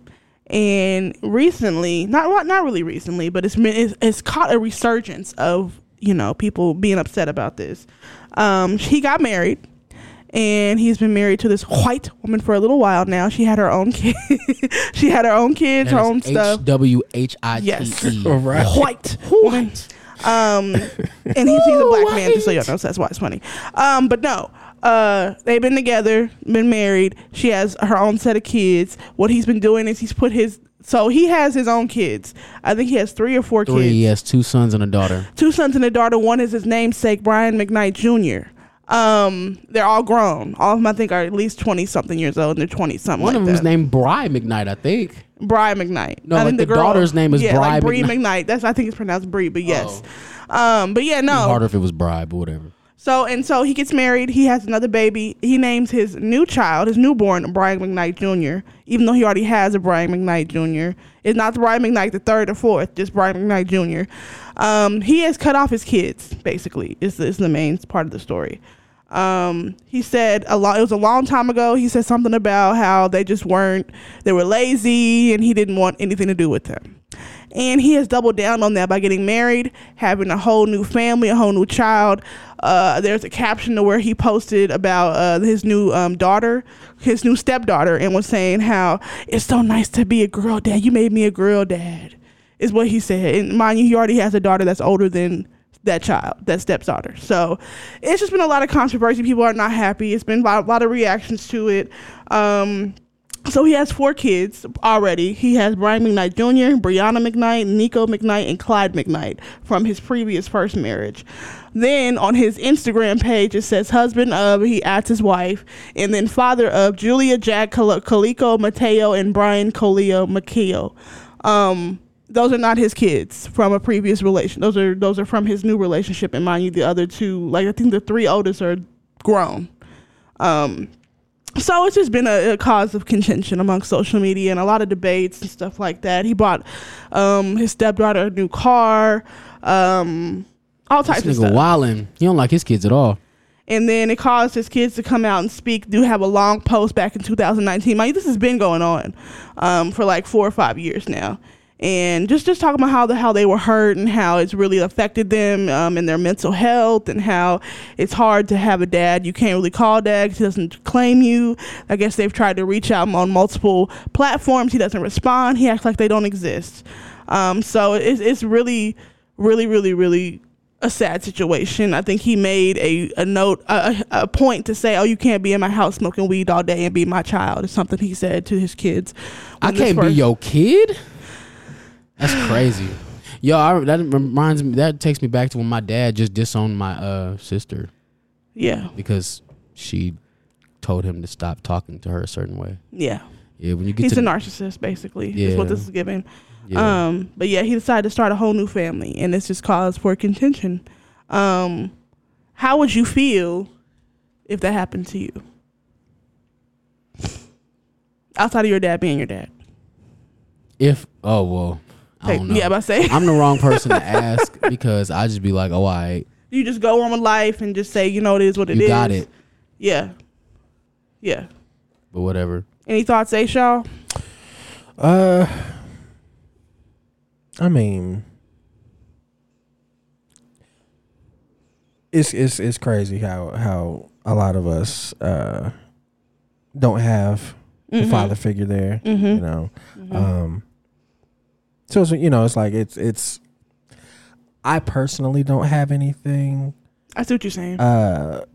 [SPEAKER 2] and recently, not well, not really recently, but it's been it's, it's caught a resurgence of you know people being upset about this. Um, he got married. and he's been married to this white woman for a little while now. She had her own kid. she had her own kids, her own stuff.
[SPEAKER 3] H W H I T
[SPEAKER 2] Yes.
[SPEAKER 3] E.
[SPEAKER 1] Right.
[SPEAKER 2] White woman. Um, and he's, he's a black man, just so y'all know. So that's why it's funny. Um, but no, uh, they've been together, been married. She has her own set of kids. What he's been doing is he's put his so he has his own kids. I think he has three or four
[SPEAKER 3] Three,
[SPEAKER 2] kids.
[SPEAKER 3] yes, two sons and a daughter.
[SPEAKER 2] two sons and a daughter. One is his namesake, Brian McKnight Jr. Um, they're all grown. All of them, I think, are at least twenty something years old, and they're twenty something.
[SPEAKER 3] One
[SPEAKER 2] like
[SPEAKER 3] of them's
[SPEAKER 2] that.
[SPEAKER 3] named Bri McKnight, I think.
[SPEAKER 2] Brian McKnight.
[SPEAKER 3] No,
[SPEAKER 2] I
[SPEAKER 3] like
[SPEAKER 2] think
[SPEAKER 3] the daughter's name is
[SPEAKER 2] yeah, like
[SPEAKER 3] Bri
[SPEAKER 2] Bree
[SPEAKER 3] McKnight. Oh.
[SPEAKER 2] McKnight. That's I think it's pronounced Bree, but yes. Um, but yeah, no.
[SPEAKER 3] Harder if it was Bri, but whatever.
[SPEAKER 2] So and so he gets married. He has another baby. He names his new child, his newborn, Brian McKnight Jr. Even though he already has a Brian McKnight Jr. It's not the Brian McKnight the third or fourth, just Brian McKnight Jr. Um, he has cut off his kids. Basically, is is the main part of the story. Um, he said a lot. It was a long time ago. He said something about how they just weren't. They were lazy, and he didn't want anything to do with them. And he has doubled down on that by getting married, having a whole new family, a whole new child. Uh, there's a caption to where he posted about uh, his new um, daughter, his new stepdaughter, and was saying how it's so nice to be a girl dad. You made me a girl dad, is what he said. And mind you, he already has a daughter that's older than that child, that stepdaughter. So it's just been a lot of controversy. People are not happy. It's been a lot, a lot of reactions to it. Um, so he has four kids already. He has Brian McKnight Jr., Brianna McKnight, Nico McKnight, and Clyde McKnight from his previous first marriage. Then on his Instagram page, it says husband of, he adds his wife, and then father of Julia Jack Cal- Calico Mateo and Brian Colio Macchio. Um, those are not his kids from a previous relation. Those are those are from his new relationship. And mind you, the other two, like I think the three oldest are grown. Um, so it's just been a, a cause of contention amongst social media and a lot of debates and stuff like that. He bought um, his stepdaughter a new car, um, all types of
[SPEAKER 3] This nigga
[SPEAKER 2] stuff.
[SPEAKER 3] wildin'. He don't like his kids at all.
[SPEAKER 2] And then it caused his kids to come out and speak. Do have a long post back in 2019. Mind you, this has been going on um, for like four or five years now. And just just talking about how the how they were hurt and how it's really affected them um, and their mental health and how it's hard to have a dad. You can't really call dad. 'cause He doesn't claim you. I guess they've tried to reach out on multiple platforms. He doesn't respond. He acts like they don't exist. Um, so it's it's really really really really a sad situation. I think he made a, a note, a, a a point to say, oh, you can't be in my house smoking weed all day and be my child, is something he said to his kids.
[SPEAKER 3] I
[SPEAKER 2] when this
[SPEAKER 3] can't be
[SPEAKER 2] first-
[SPEAKER 3] your kid. That's crazy. Yo, I, that reminds me. That takes me back to when my dad just disowned my uh, sister
[SPEAKER 2] Yeah,
[SPEAKER 3] because she told him to stop talking to her a certain way.
[SPEAKER 2] yeah.
[SPEAKER 3] Yeah, when you get
[SPEAKER 2] He's
[SPEAKER 3] to
[SPEAKER 2] a
[SPEAKER 3] the-
[SPEAKER 2] narcissist, basically, is what
[SPEAKER 3] Yeah.
[SPEAKER 2] this is giving.
[SPEAKER 3] Yeah.
[SPEAKER 2] Um, but yeah, he decided to start a whole new family, and it's just cause for contention. Um, how would you feel if that happened to you? Outside of your dad being your dad.
[SPEAKER 3] If oh well, I
[SPEAKER 2] Hey,
[SPEAKER 3] don't know.
[SPEAKER 2] yeah, about to say.
[SPEAKER 3] I'm the wrong person to ask because I just be like, oh, I
[SPEAKER 2] You just go on with life and just say, you know, it is what it is.
[SPEAKER 3] you got it,
[SPEAKER 2] Yeah. Yeah.
[SPEAKER 3] but whatever.
[SPEAKER 2] Any thoughts, Aishaw?
[SPEAKER 1] Uh, I mean, it's it's it's crazy how how a lot of us uh don't have
[SPEAKER 2] Mm-hmm.
[SPEAKER 1] the father figure there. You know, um, so it's, you know it's like it's it's. I personally don't have anything
[SPEAKER 2] I see what you're saying.
[SPEAKER 1] uh,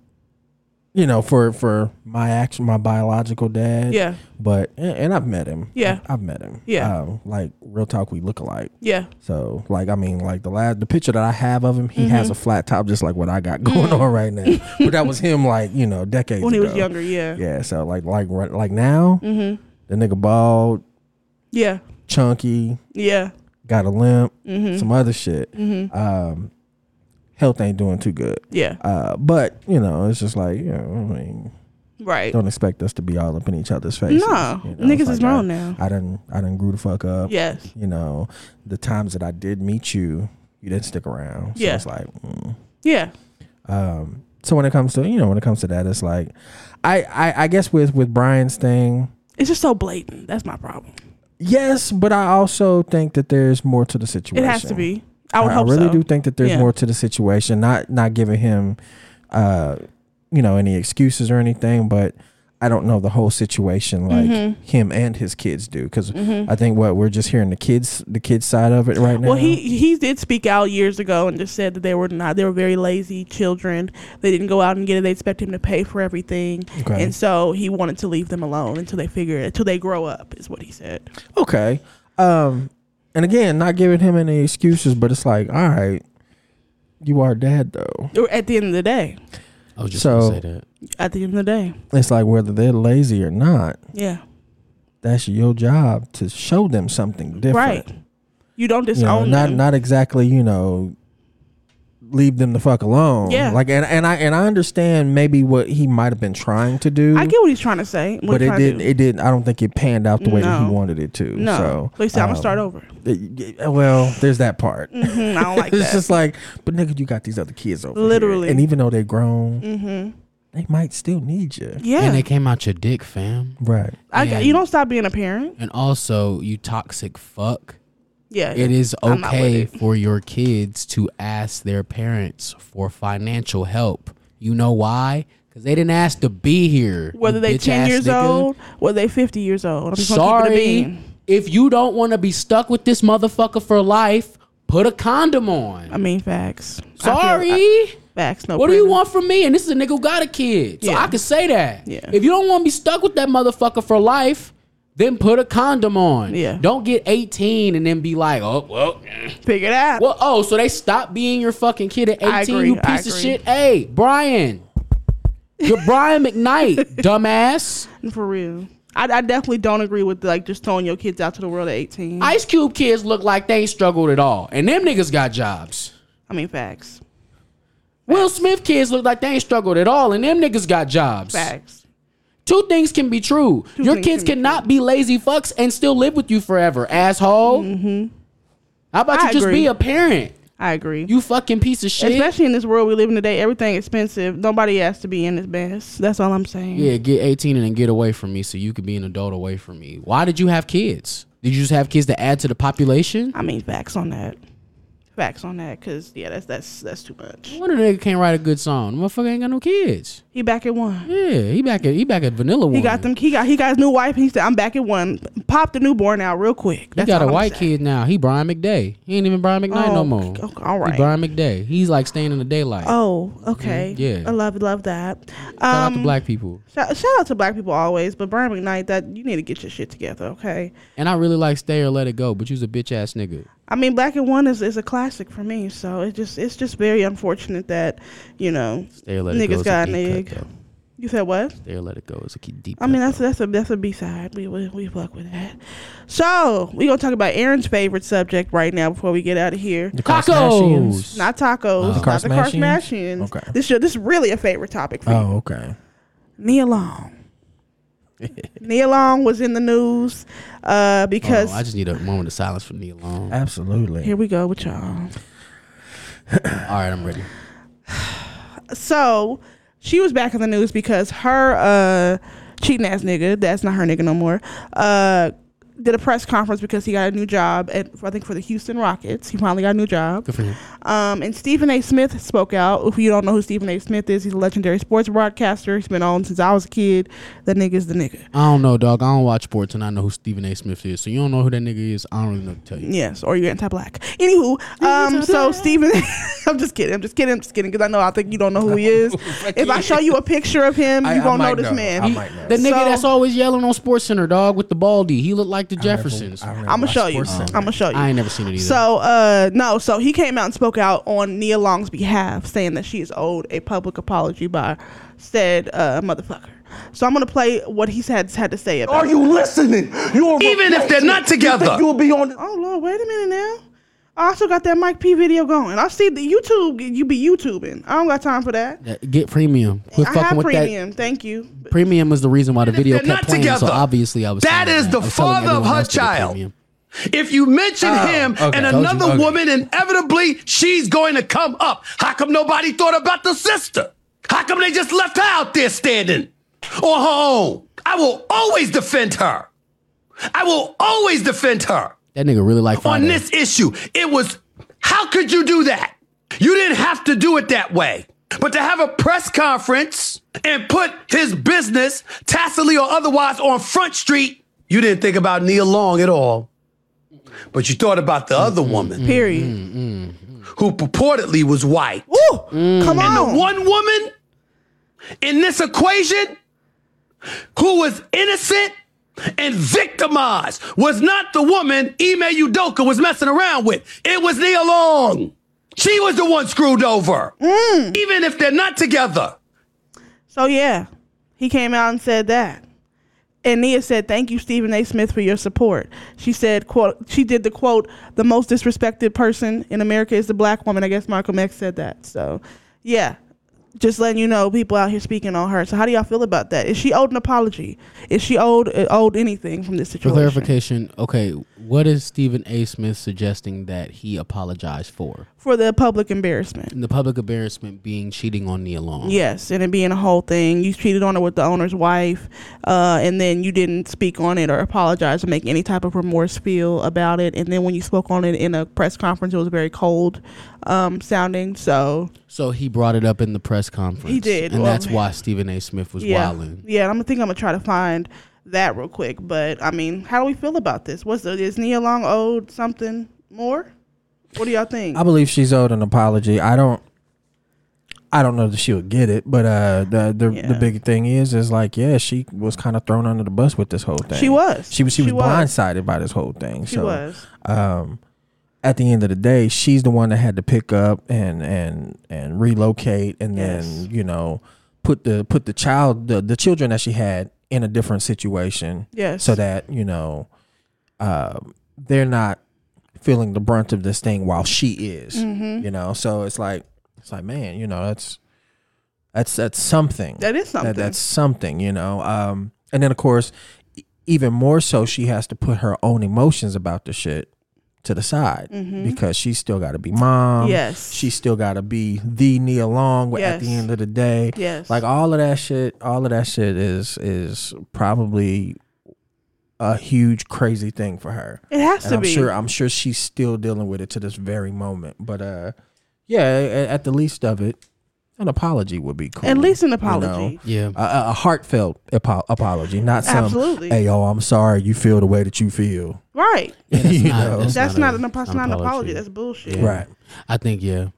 [SPEAKER 1] you know, for for my actual my biological dad.
[SPEAKER 2] Yeah.
[SPEAKER 1] But and, and I've met him.
[SPEAKER 2] Yeah.
[SPEAKER 1] I've, I've met him.
[SPEAKER 2] Yeah.
[SPEAKER 1] Um, like real talk, we look alike.
[SPEAKER 2] Yeah.
[SPEAKER 1] So like I mean like the last the picture that I have of him, he
[SPEAKER 2] Mm-hmm.
[SPEAKER 1] has a flat top just like what I got going on right now. But that was him like you know decades
[SPEAKER 2] Mm. When he
[SPEAKER 1] ago.
[SPEAKER 2] was younger, Mm-hmm. yeah. Yeah.
[SPEAKER 1] Yeah. So like like right- like now, the nigga bald,
[SPEAKER 2] Yeah.
[SPEAKER 1] chunky, got a limp,
[SPEAKER 2] Mm-hmm.
[SPEAKER 1] some other shit. Um, health ain't doing too good.
[SPEAKER 2] Yeah.
[SPEAKER 1] Uh, but you know, it's just like you know, I mean,
[SPEAKER 2] right.
[SPEAKER 1] don't expect us to be all up in each other's faces.
[SPEAKER 2] No.
[SPEAKER 1] you
[SPEAKER 2] Niggas
[SPEAKER 1] It's
[SPEAKER 2] is grown
[SPEAKER 1] I,
[SPEAKER 2] now.
[SPEAKER 1] I done I done grew the fuck up.
[SPEAKER 2] Yes.
[SPEAKER 1] You know, the times that I did meet you, you didn't stick around. So
[SPEAKER 2] Yeah.
[SPEAKER 1] it's like, mm.
[SPEAKER 2] Yeah.
[SPEAKER 1] um, so when it comes to you know when it comes to that, it's like, I I, I guess with with Brian's thing.
[SPEAKER 2] It's just so blatant. That's my problem.
[SPEAKER 1] Yes, but I also think that there's more to the situation.
[SPEAKER 2] It has to be. I would hope
[SPEAKER 1] really
[SPEAKER 2] so.
[SPEAKER 1] do think that there's
[SPEAKER 2] Yeah.
[SPEAKER 1] more to the situation. Not not giving him, uh, you know, any excuses or anything, but I don't know the whole situation like
[SPEAKER 2] Mm-hmm.
[SPEAKER 1] him and his kids do because I think what we're just hearing the kids the kids side of it right now.
[SPEAKER 2] Well, he he did speak out years ago and just said that they were not they were very lazy children. They didn't go out and get it. They expect him to pay for everything,
[SPEAKER 1] Okay.
[SPEAKER 2] and so he wanted to leave them alone until they figure it until they grow up is what he said.
[SPEAKER 1] okay, um, and again, not giving him any excuses, but it's like, all right, you are dad though.
[SPEAKER 2] Or at the end of the day,
[SPEAKER 3] I was just
[SPEAKER 1] So-
[SPEAKER 3] gonna say that.
[SPEAKER 2] at the end of the day,
[SPEAKER 1] It's like whether they're lazy or not,
[SPEAKER 2] yeah,
[SPEAKER 1] that's your job to show them something different.
[SPEAKER 2] right. You don't
[SPEAKER 1] you know,
[SPEAKER 2] disown
[SPEAKER 1] not
[SPEAKER 2] them.
[SPEAKER 1] not exactly you know leave them the fuck alone
[SPEAKER 2] Yeah.
[SPEAKER 1] like and, and i and i understand maybe what he might have been trying to do
[SPEAKER 2] I get what he's trying to say. What
[SPEAKER 1] but
[SPEAKER 2] he's
[SPEAKER 1] it
[SPEAKER 2] trying to
[SPEAKER 1] didn't
[SPEAKER 2] do.
[SPEAKER 1] it didn't i don't think it panned out the way that
[SPEAKER 2] No.
[SPEAKER 1] he wanted it to
[SPEAKER 2] no,
[SPEAKER 1] so
[SPEAKER 2] so he said, "I'm gonna
[SPEAKER 1] um,
[SPEAKER 2] start over."
[SPEAKER 1] it- it- well there's that part
[SPEAKER 2] Mm, I don't like
[SPEAKER 1] it's
[SPEAKER 2] that.
[SPEAKER 1] just like but nigga you got these other kids over here.
[SPEAKER 2] Literally. Mm-hmm.
[SPEAKER 1] and even though they're grown they might still need you
[SPEAKER 2] yeah,
[SPEAKER 3] And they came out your dick, fam.
[SPEAKER 1] right
[SPEAKER 2] I, get-
[SPEAKER 3] and-
[SPEAKER 2] you don't stop being a parent.
[SPEAKER 3] And also, you toxic fuck.
[SPEAKER 2] Yeah,
[SPEAKER 3] It is
[SPEAKER 2] I'm not with
[SPEAKER 3] okay
[SPEAKER 2] it.
[SPEAKER 3] for your kids to ask their parents for financial help. You know why? Because they didn't ask to be here. you
[SPEAKER 2] Whether they
[SPEAKER 3] bitch
[SPEAKER 2] ten
[SPEAKER 3] ass
[SPEAKER 2] years
[SPEAKER 3] nigga.
[SPEAKER 2] old, whether they fifty years old. I'm just gonna keep it a
[SPEAKER 3] Sorry.
[SPEAKER 2] bean.
[SPEAKER 3] If you don't want to be stuck with this motherfucker for life, put a condom on.
[SPEAKER 2] I mean, facts. I feel-
[SPEAKER 3] Sorry.
[SPEAKER 2] I- facts. No.
[SPEAKER 3] what do you
[SPEAKER 2] prison.
[SPEAKER 3] want from me? And this is a nigga who got a kid. So
[SPEAKER 2] Yeah.
[SPEAKER 3] I can say that.
[SPEAKER 2] Yeah.
[SPEAKER 3] If you don't want to be stuck with that motherfucker for life, then put a condom on.
[SPEAKER 2] Yeah.
[SPEAKER 3] Don't get 18 and then be like, oh, well, eh.
[SPEAKER 2] Figure it out.
[SPEAKER 3] well, oh, so they stop being your fucking kid at 18,
[SPEAKER 2] I agree,
[SPEAKER 3] you
[SPEAKER 2] I
[SPEAKER 3] piece of
[SPEAKER 2] agree.
[SPEAKER 3] shit. Hey, Brian. You're Brian McKnight, dumbass.
[SPEAKER 2] For real. I, I definitely don't agree with like just throwing your kids out to the world at 18. I,
[SPEAKER 3] Ice Cube kids look like they ain't struggled at all. And them niggas got jobs.
[SPEAKER 2] mean, facts.
[SPEAKER 3] Will Smith kids look like they ain't struggled at all, and them niggas got jobs.
[SPEAKER 2] Facts.
[SPEAKER 3] Two things can be true. Your
[SPEAKER 2] things
[SPEAKER 3] kids
[SPEAKER 2] can be
[SPEAKER 3] cannot be lazy fucks and still live with you forever, asshole. How about
[SPEAKER 2] Mm-hmm. I
[SPEAKER 3] you just
[SPEAKER 2] agree.
[SPEAKER 3] be a parent?
[SPEAKER 2] I agree.
[SPEAKER 3] You fucking piece of shit.
[SPEAKER 2] Especially in this world we live in today, everything expensive. Nobody has to be in this mess. That's all I'm saying.
[SPEAKER 3] yeah, get 18 and then get away from me so you could be an adult away from me. Why did you have kids? Did you just have kids to add to the population?
[SPEAKER 2] I mean, facts on that. Facts on that, cause yeah, that's that's that's too much.
[SPEAKER 3] Wonder the nigga can't write a good song. The motherfucker ain't got no kids.
[SPEAKER 2] He back at one.
[SPEAKER 3] Yeah, he back at he back at Vanilla One.
[SPEAKER 2] He got them. He got he got his new wife. And he said, "I'm back at one." Pop the newborn out real quick.
[SPEAKER 3] He
[SPEAKER 2] That's
[SPEAKER 3] got a
[SPEAKER 2] all I'm
[SPEAKER 3] white
[SPEAKER 2] saying.
[SPEAKER 3] kid now. He Brian McDay. He ain't even Brian McKnight
[SPEAKER 2] Oh,
[SPEAKER 3] no more.
[SPEAKER 2] okay, okay, all right.
[SPEAKER 3] He Brian McDay. He's like staying in the daylight. Oh,
[SPEAKER 2] Oh, okay.
[SPEAKER 3] yeah.
[SPEAKER 2] I love love that.
[SPEAKER 3] Shout
[SPEAKER 2] Um,
[SPEAKER 3] out to black people.
[SPEAKER 2] Shout, shout out to black people always, but Brian McKnight, that you need to get your shit together, okay?
[SPEAKER 3] And I really like Stay or Let It Go, but you's a bitch ass nigga.
[SPEAKER 2] I mean, Black and One is, is a classic for me, so it just it's just very unfortunate that you know
[SPEAKER 3] Stay or Let It Go.
[SPEAKER 2] niggas
[SPEAKER 3] is
[SPEAKER 2] got an
[SPEAKER 3] a deep
[SPEAKER 2] egg.
[SPEAKER 3] cut, though.
[SPEAKER 2] You said what?
[SPEAKER 3] Stay or Let It Go is a key deep.
[SPEAKER 2] I mean, that's that's a that's a B side. We, we we fuck with that. So we gonna talk about Aaron's favorite subject right now before we get out of here.
[SPEAKER 1] the
[SPEAKER 3] tacos.
[SPEAKER 2] Not tacos,
[SPEAKER 1] The
[SPEAKER 2] not the car
[SPEAKER 1] Kardashians?
[SPEAKER 2] smashings.
[SPEAKER 1] Okay.
[SPEAKER 2] This should, this is really a favorite topic for you.
[SPEAKER 1] oh okay
[SPEAKER 2] Nia Long. Nia Long was in the news uh,
[SPEAKER 3] Hold on,
[SPEAKER 2] because
[SPEAKER 3] Oh, I just need a moment of silence for Neil Long. All
[SPEAKER 1] absolutely
[SPEAKER 2] here we go with y'all.
[SPEAKER 3] right, I'm ready.
[SPEAKER 2] So she was back in the news because her uh, cheating ass nigga, that's not her nigga no more, uh, did a press conference because he got a new job at I think for the Houston Rockets. He finally got a new job.
[SPEAKER 3] Good for him.
[SPEAKER 2] Um, and Stephen A. Smith spoke out. If you don't know who Stephen A. Smith is, he's a legendary sports broadcaster. He's been on since I was a kid. That nigga's the nigga.
[SPEAKER 3] I don't know, dog. I don't watch sports, and I know who Stephen A. Smith is. So you don't know who that nigga is. I don't really know what to tell you.
[SPEAKER 2] Yes, or you're anti-black. Anywho, um, so Stephen, I'm just kidding. I'm just kidding. I'm just kidding because I know I think you don't know who he is. if I show you a picture of him,
[SPEAKER 1] I-
[SPEAKER 2] you
[SPEAKER 1] I
[SPEAKER 2] gonna
[SPEAKER 1] might
[SPEAKER 2] know this
[SPEAKER 1] know. I
[SPEAKER 2] man.
[SPEAKER 1] might know.
[SPEAKER 3] The nigga
[SPEAKER 2] So-
[SPEAKER 3] that's always yelling on Sports Center, dog, with the baldy. He looked like the Jeffersons.
[SPEAKER 1] I
[SPEAKER 3] I,
[SPEAKER 1] don't even
[SPEAKER 2] I'm gonna
[SPEAKER 1] watch
[SPEAKER 2] show you. Mm-hmm.
[SPEAKER 1] Sports
[SPEAKER 2] I'm
[SPEAKER 1] Center.
[SPEAKER 2] gonna show you.
[SPEAKER 3] ain't never seen it either.
[SPEAKER 2] So, uh, no, so he came out and spoke out on Nia Long's behalf, saying that she is owed a public apology by said uh, motherfucker. So I'm gonna play what he had had to say about.
[SPEAKER 6] Are
[SPEAKER 2] it.
[SPEAKER 6] you listening? You're
[SPEAKER 7] Even if they're not together.
[SPEAKER 6] you think you'll be on.
[SPEAKER 2] Oh Lord, wait a minute now. I also got that Mike P video going. I see the YouTube. You be YouTubing. I don't got time for that.
[SPEAKER 3] That- get premium. Quit
[SPEAKER 2] I
[SPEAKER 3] fucking
[SPEAKER 2] have
[SPEAKER 3] with
[SPEAKER 2] premium. Thank you.
[SPEAKER 3] that. Premium was the reason why the video
[SPEAKER 7] they're
[SPEAKER 3] kept
[SPEAKER 7] not
[SPEAKER 3] playing. So
[SPEAKER 7] together,
[SPEAKER 3] obviously, I was.
[SPEAKER 7] that
[SPEAKER 3] saying
[SPEAKER 7] is the
[SPEAKER 3] I was telling
[SPEAKER 7] father of
[SPEAKER 3] everyone
[SPEAKER 7] her
[SPEAKER 3] else to get
[SPEAKER 7] child.
[SPEAKER 3] premium.
[SPEAKER 7] If you mention him
[SPEAKER 1] okay. Told
[SPEAKER 7] and
[SPEAKER 1] you,
[SPEAKER 7] another
[SPEAKER 1] okay.
[SPEAKER 7] woman, inevitably she's going to come up. How come nobody thought about the sister? How come they just left her out there standing on her own? I will always defend her. I will always defend her
[SPEAKER 3] That nigga really like
[SPEAKER 7] on
[SPEAKER 3] Friday.
[SPEAKER 7] this issue. It was, how could you do that? You didn't have to do it that way. But to have a press conference and put his business, tacitly or otherwise, on Front Street, you didn't think about Neil Long at all. But you thought about the other woman
[SPEAKER 2] Period.
[SPEAKER 3] Mm-hmm.
[SPEAKER 7] who purportedly was white.
[SPEAKER 2] Ooh,
[SPEAKER 3] Mm-hmm.
[SPEAKER 2] come on.
[SPEAKER 7] One woman in this equation who was innocent and victimized was not the woman Ime Udoka was messing around with. It was Nia Long. She was the one screwed over. Even if they're not together.
[SPEAKER 2] So yeah, he came out and said that. And Nia said, "Thank you, Stephen A. Smith, for your support." She said, "Quote." She did the quote: "The most disrespected person in America is the black woman." I guess Malcolm X said that. So, yeah, just letting you know, people out here speaking on her. So, how do y'all feel about that? Is she owed an apology? Is she owed uh, owed anything from this
[SPEAKER 3] For
[SPEAKER 2] situation?
[SPEAKER 3] clarification, okay, what is Stephen A. Smith suggesting that he apologize for?
[SPEAKER 2] for the public embarrassment.
[SPEAKER 3] The public embarrassment being cheating on Nia Long.
[SPEAKER 2] Yes, and it being a whole thing. You cheated on it with the owner's wife, uh, and then you didn't speak on it or apologize or make any type of remorse feel about it. And then when you spoke on it in a press conference, it was very cold um, sounding. So
[SPEAKER 3] So he brought it up in the press conference.
[SPEAKER 2] He did.
[SPEAKER 7] Oh,
[SPEAKER 3] and
[SPEAKER 2] Well,
[SPEAKER 3] that's why Stephen A. Smith was
[SPEAKER 2] yeah,
[SPEAKER 3] wilding.
[SPEAKER 2] yeah. I'm gonna think I'm gonna try to find that real quick. But I mean, how do we feel about this? What's the, is Nia Long owed something more? What do y'all think?
[SPEAKER 1] I believe she's owed an apology. I don't. I don't know that she'll get it, but uh, the the, the
[SPEAKER 2] Yeah.
[SPEAKER 1] big thing is is like yeah, she was kind of thrown under the bus with this whole thing.
[SPEAKER 2] She was.
[SPEAKER 1] She was. She,
[SPEAKER 2] She
[SPEAKER 1] was
[SPEAKER 2] was.
[SPEAKER 1] blindsided by this whole thing.
[SPEAKER 2] she
[SPEAKER 1] so,
[SPEAKER 2] was.
[SPEAKER 1] um, at the end of the day, she's the one that had to pick up and and and relocate, and
[SPEAKER 2] Yes.
[SPEAKER 1] then you know put the put the child the, the children that she had in a different situation.
[SPEAKER 2] Yes.
[SPEAKER 1] So that you know, um, they're not feeling the brunt of this thing while she is.
[SPEAKER 2] Mm-hmm.
[SPEAKER 1] You know, so it's like it's like man, you know that's that's that's something.
[SPEAKER 2] That is something.
[SPEAKER 1] that's something. You know, um, and then of course. e- Even more so, she has to put her own emotions about the shit to the side because she's still got to be mom.
[SPEAKER 2] Mm-hmm. Yes.
[SPEAKER 1] She's still got to be the Nia Long where at the
[SPEAKER 2] Yes.
[SPEAKER 1] end of the day.
[SPEAKER 2] Yes.
[SPEAKER 1] Like all of that shit, all of that shit is is probably a huge crazy thing for her.
[SPEAKER 2] It has
[SPEAKER 1] and
[SPEAKER 2] to
[SPEAKER 1] I'm
[SPEAKER 2] be.
[SPEAKER 1] sure I'm sure she's still dealing with it to this very moment. But uh yeah, a- at the least of it, an apology would be cool.
[SPEAKER 2] At least an
[SPEAKER 1] you know?
[SPEAKER 2] apology.
[SPEAKER 3] Yeah.
[SPEAKER 1] A, a- a heartfelt apo- apology, not some.
[SPEAKER 2] Absolutely.
[SPEAKER 1] Hey, yo, I'm sorry. You feel the way that you feel,
[SPEAKER 2] Right.
[SPEAKER 1] you
[SPEAKER 3] not-
[SPEAKER 1] know?
[SPEAKER 3] that's
[SPEAKER 2] That's
[SPEAKER 3] not
[SPEAKER 2] not,
[SPEAKER 3] a-
[SPEAKER 2] an, apo-
[SPEAKER 3] an
[SPEAKER 2] not an
[SPEAKER 3] apology.
[SPEAKER 2] apology. That's bullshit.
[SPEAKER 1] right.
[SPEAKER 3] I think yeah,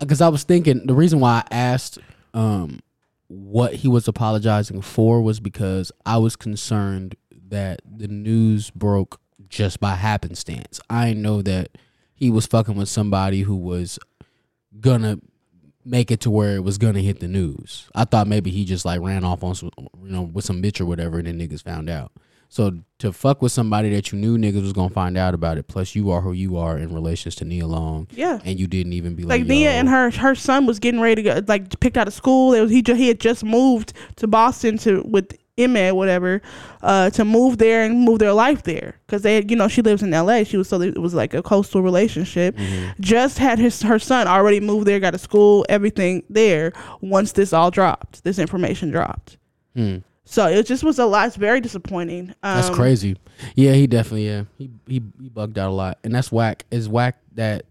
[SPEAKER 3] because I, was thinking the reason why I asked um, what he was apologizing for was because I was concerned that the news broke just by happenstance. I didn't know that he was fucking with somebody who was gonna make it to where it was gonna hit the news. I thought maybe he just like ran off on some, you know, with some bitch or whatever, and then niggas found out. So to fuck with somebody that you knew niggas was gonna find out about it. Plus, you are who you are in relations to Nia Long.
[SPEAKER 2] Yeah.
[SPEAKER 3] and you didn't even be like,
[SPEAKER 2] like Nia
[SPEAKER 3] yo,
[SPEAKER 2] and her her son was getting ready to go, like picked out of school. It was, he ju- he had just moved to Boston to with Emma whatever uh, to move there and move their life there because they had, you know she lives in L.A. She was so it was like a coastal relationship.
[SPEAKER 3] Mm-hmm.
[SPEAKER 2] Just had his her son already moved there, got to school, everything there. Once this all dropped, this information dropped. So it just was a lot. It's very disappointing. Um,
[SPEAKER 3] Hmm. That's crazy. Yeah, he definitely yeah. He, he he bugged out a lot, and that's whack. It's whack that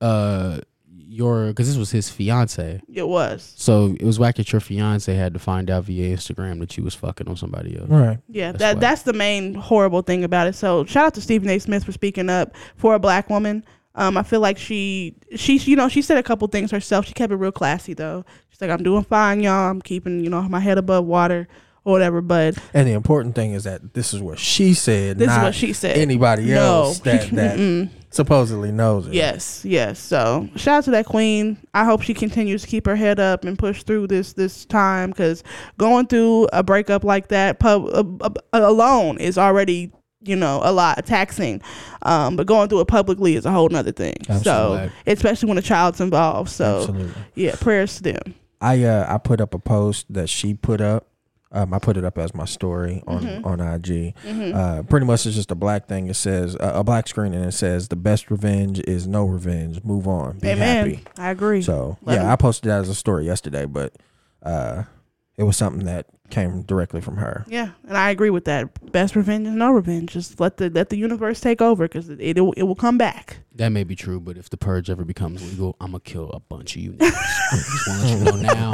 [SPEAKER 3] uh your because this was his fiance,
[SPEAKER 2] It was.
[SPEAKER 3] so it was whack that your fiance had to find out via Instagram that you was fucking on somebody else.
[SPEAKER 1] Right.
[SPEAKER 2] Yeah,
[SPEAKER 3] That's
[SPEAKER 2] that
[SPEAKER 3] whack.
[SPEAKER 2] that's the main horrible thing about it. So shout out to Stephen A. Smith for speaking up for a black woman. Um, I feel like she she you know she said a couple things herself. She kept it real classy though. She's like, I'm doing fine, y'all. I'm keeping you know my head above water or whatever. But
[SPEAKER 1] And the important thing is that this is what she said.
[SPEAKER 2] This is
[SPEAKER 1] not
[SPEAKER 2] what she said.
[SPEAKER 1] Anybody
[SPEAKER 2] No.
[SPEAKER 1] else that, that supposedly knows it.
[SPEAKER 2] yes, yes. So shout out to that queen. I hope she continues to keep her head up and push through this this time because going through a breakup like that pub uh, uh, alone is already you know a lot taxing um but going through it publicly is a whole nother thing
[SPEAKER 3] Absolutely.
[SPEAKER 2] so especially when a child's involved so
[SPEAKER 1] Absolutely.
[SPEAKER 2] yeah prayers to them
[SPEAKER 1] I uh I put up a post that she put up. Um, I put it up as my story on
[SPEAKER 2] Mm-hmm.
[SPEAKER 1] on IG. Uh, pretty much, it's just a black thing. It says uh, a black screen, and it says the best revenge is no revenge. Move on, be
[SPEAKER 2] amen
[SPEAKER 1] happy.
[SPEAKER 2] i agree
[SPEAKER 1] So
[SPEAKER 2] Love
[SPEAKER 1] yeah,
[SPEAKER 2] it.
[SPEAKER 1] I posted that as a story yesterday, but uh, it was something that came directly from her.
[SPEAKER 2] yeah and i agree with that best revenge is no revenge just let the let the universe take over because it, it, it will come back
[SPEAKER 3] That may be true, but if the purge ever becomes legal, I'm gonna kill a bunch of you niggas. Just wanna let you know now,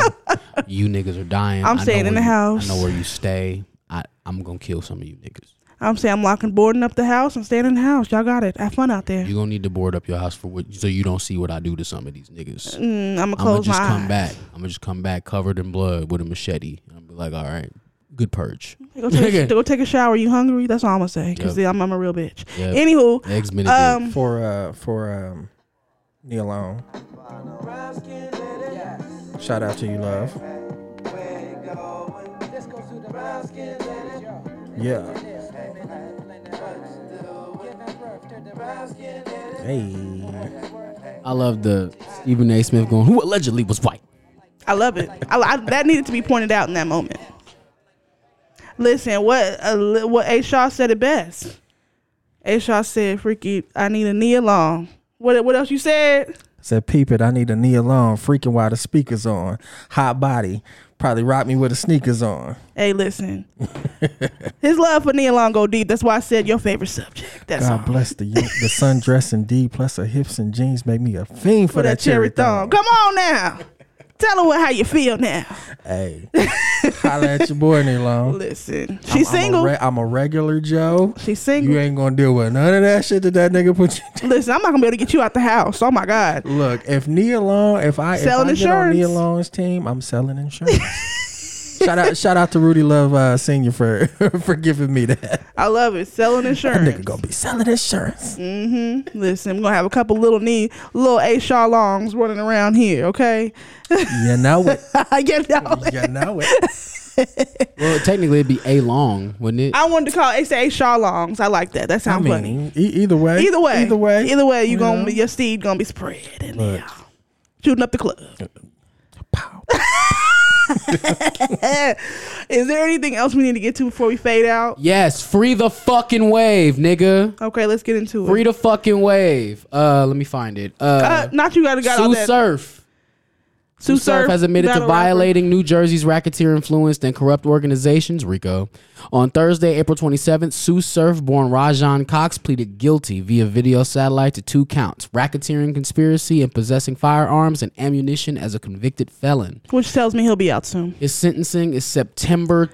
[SPEAKER 3] you niggas are dying.
[SPEAKER 2] I'm
[SPEAKER 3] I know
[SPEAKER 2] staying in
[SPEAKER 3] where
[SPEAKER 2] the
[SPEAKER 3] you-
[SPEAKER 2] house.
[SPEAKER 3] I know where you stay. I I'm gonna kill some of you niggas.
[SPEAKER 2] i'm saying i'm locking boarding up the house i'm staying in the house y'all got it have fun out there
[SPEAKER 3] You gonna need to board up your house for what, so you don't see what I do to some of these
[SPEAKER 2] mm,
[SPEAKER 3] niggas.
[SPEAKER 2] i'm gonna
[SPEAKER 3] I'm gonna
[SPEAKER 2] close
[SPEAKER 3] just
[SPEAKER 2] my
[SPEAKER 3] come
[SPEAKER 2] eyes.
[SPEAKER 3] back. I'm gonna just come back covered in blood with a machete. And I'm be like, all right, good purge.
[SPEAKER 2] Go take, a,
[SPEAKER 3] Nigga.
[SPEAKER 2] go take a shower. You hungry? That's all I'm gonna say. Cause
[SPEAKER 3] Yep.
[SPEAKER 2] I'm, I'm a real bitch.
[SPEAKER 3] Yep.
[SPEAKER 2] Anywho,
[SPEAKER 3] Eggs minute.
[SPEAKER 2] um,
[SPEAKER 1] For uh for um, Neil Long. Shout out to you, love. Yeah. Hey.
[SPEAKER 3] I love the Stephen A. Smith going, who allegedly was white.
[SPEAKER 2] I love it. I, I- that needed to be pointed out in that moment. Listen, what uh, li- what A Shaw said it best. A Shaw said, "Freaky, I need a knee along." What what else you said?
[SPEAKER 1] Said, peep it, I need a knee alone, freaking while the speaker's on. Hot body. Probably rock me with the sneakers on.
[SPEAKER 2] Hey, listen. His love for knee along go deep. That's why I said your favorite subject. That's all.
[SPEAKER 1] God bless the yo- the sundress indeed, plus her hips and jeans make me a fiend for,
[SPEAKER 2] for that cherry thumb. Come on now. Tell her what, how you feel now.
[SPEAKER 1] Hey. Holla at your boy, Neil Long.
[SPEAKER 2] Listen, she's
[SPEAKER 1] I'm-
[SPEAKER 2] single.
[SPEAKER 1] I'm a, re- I'm a regular Joe.
[SPEAKER 2] she's single.
[SPEAKER 1] You ain't gonna deal with none of that shit that that nigga put you.
[SPEAKER 2] Listen, I'm not gonna be able to get you out the house. Oh my God.
[SPEAKER 1] Look, if Nia Long, if I
[SPEAKER 2] Selling
[SPEAKER 1] if I get on
[SPEAKER 2] insurance.
[SPEAKER 1] Nia Long's team, I'm selling insurance. shout out, shout out to Rudy Love uh, Senior for for giving me that.
[SPEAKER 2] I love it. Selling
[SPEAKER 1] That
[SPEAKER 2] insurance.
[SPEAKER 1] nigga gonna be selling insurance.
[SPEAKER 2] Mm. Listen, we're gonna have a couple little knee, little A Shaw longs running around here, okay?
[SPEAKER 1] You know it.
[SPEAKER 2] I get it.
[SPEAKER 1] You know it.
[SPEAKER 3] Well, technically it'd be A long, wouldn't it?
[SPEAKER 2] I wanted to call it say A Shaw longs. I like that. That
[SPEAKER 1] I
[SPEAKER 2] sounds funny.
[SPEAKER 1] mean, e- either way,
[SPEAKER 2] Either way,
[SPEAKER 1] either way,
[SPEAKER 2] either way, you gonna
[SPEAKER 1] know?
[SPEAKER 2] be your seed gonna be spread in there.
[SPEAKER 1] Look.
[SPEAKER 2] shooting up the club.
[SPEAKER 3] Uh,
[SPEAKER 1] Pow.
[SPEAKER 2] Is there anything else we need to get to before we fade out?
[SPEAKER 3] yes, free the fucking wave, nigga.
[SPEAKER 2] Okay, let's get into
[SPEAKER 3] Free
[SPEAKER 2] it.
[SPEAKER 3] the fucking wave. Uh, let me find it. Uh,
[SPEAKER 2] Uh, not you gotta got all
[SPEAKER 3] Sue
[SPEAKER 2] that.
[SPEAKER 3] Surf.
[SPEAKER 2] Sue
[SPEAKER 3] Surf has admitted to
[SPEAKER 2] battle rapper.
[SPEAKER 3] violating New Jersey's racketeer influenced and corrupt organizations, RICO. On Thursday, April 27th, Sue Surf, born Rajan Cox, pleaded guilty via video satellite to two counts racketeering conspiracy and possessing firearms and ammunition as a convicted felon.
[SPEAKER 2] which tells me he'll be out soon.
[SPEAKER 3] His sentencing is September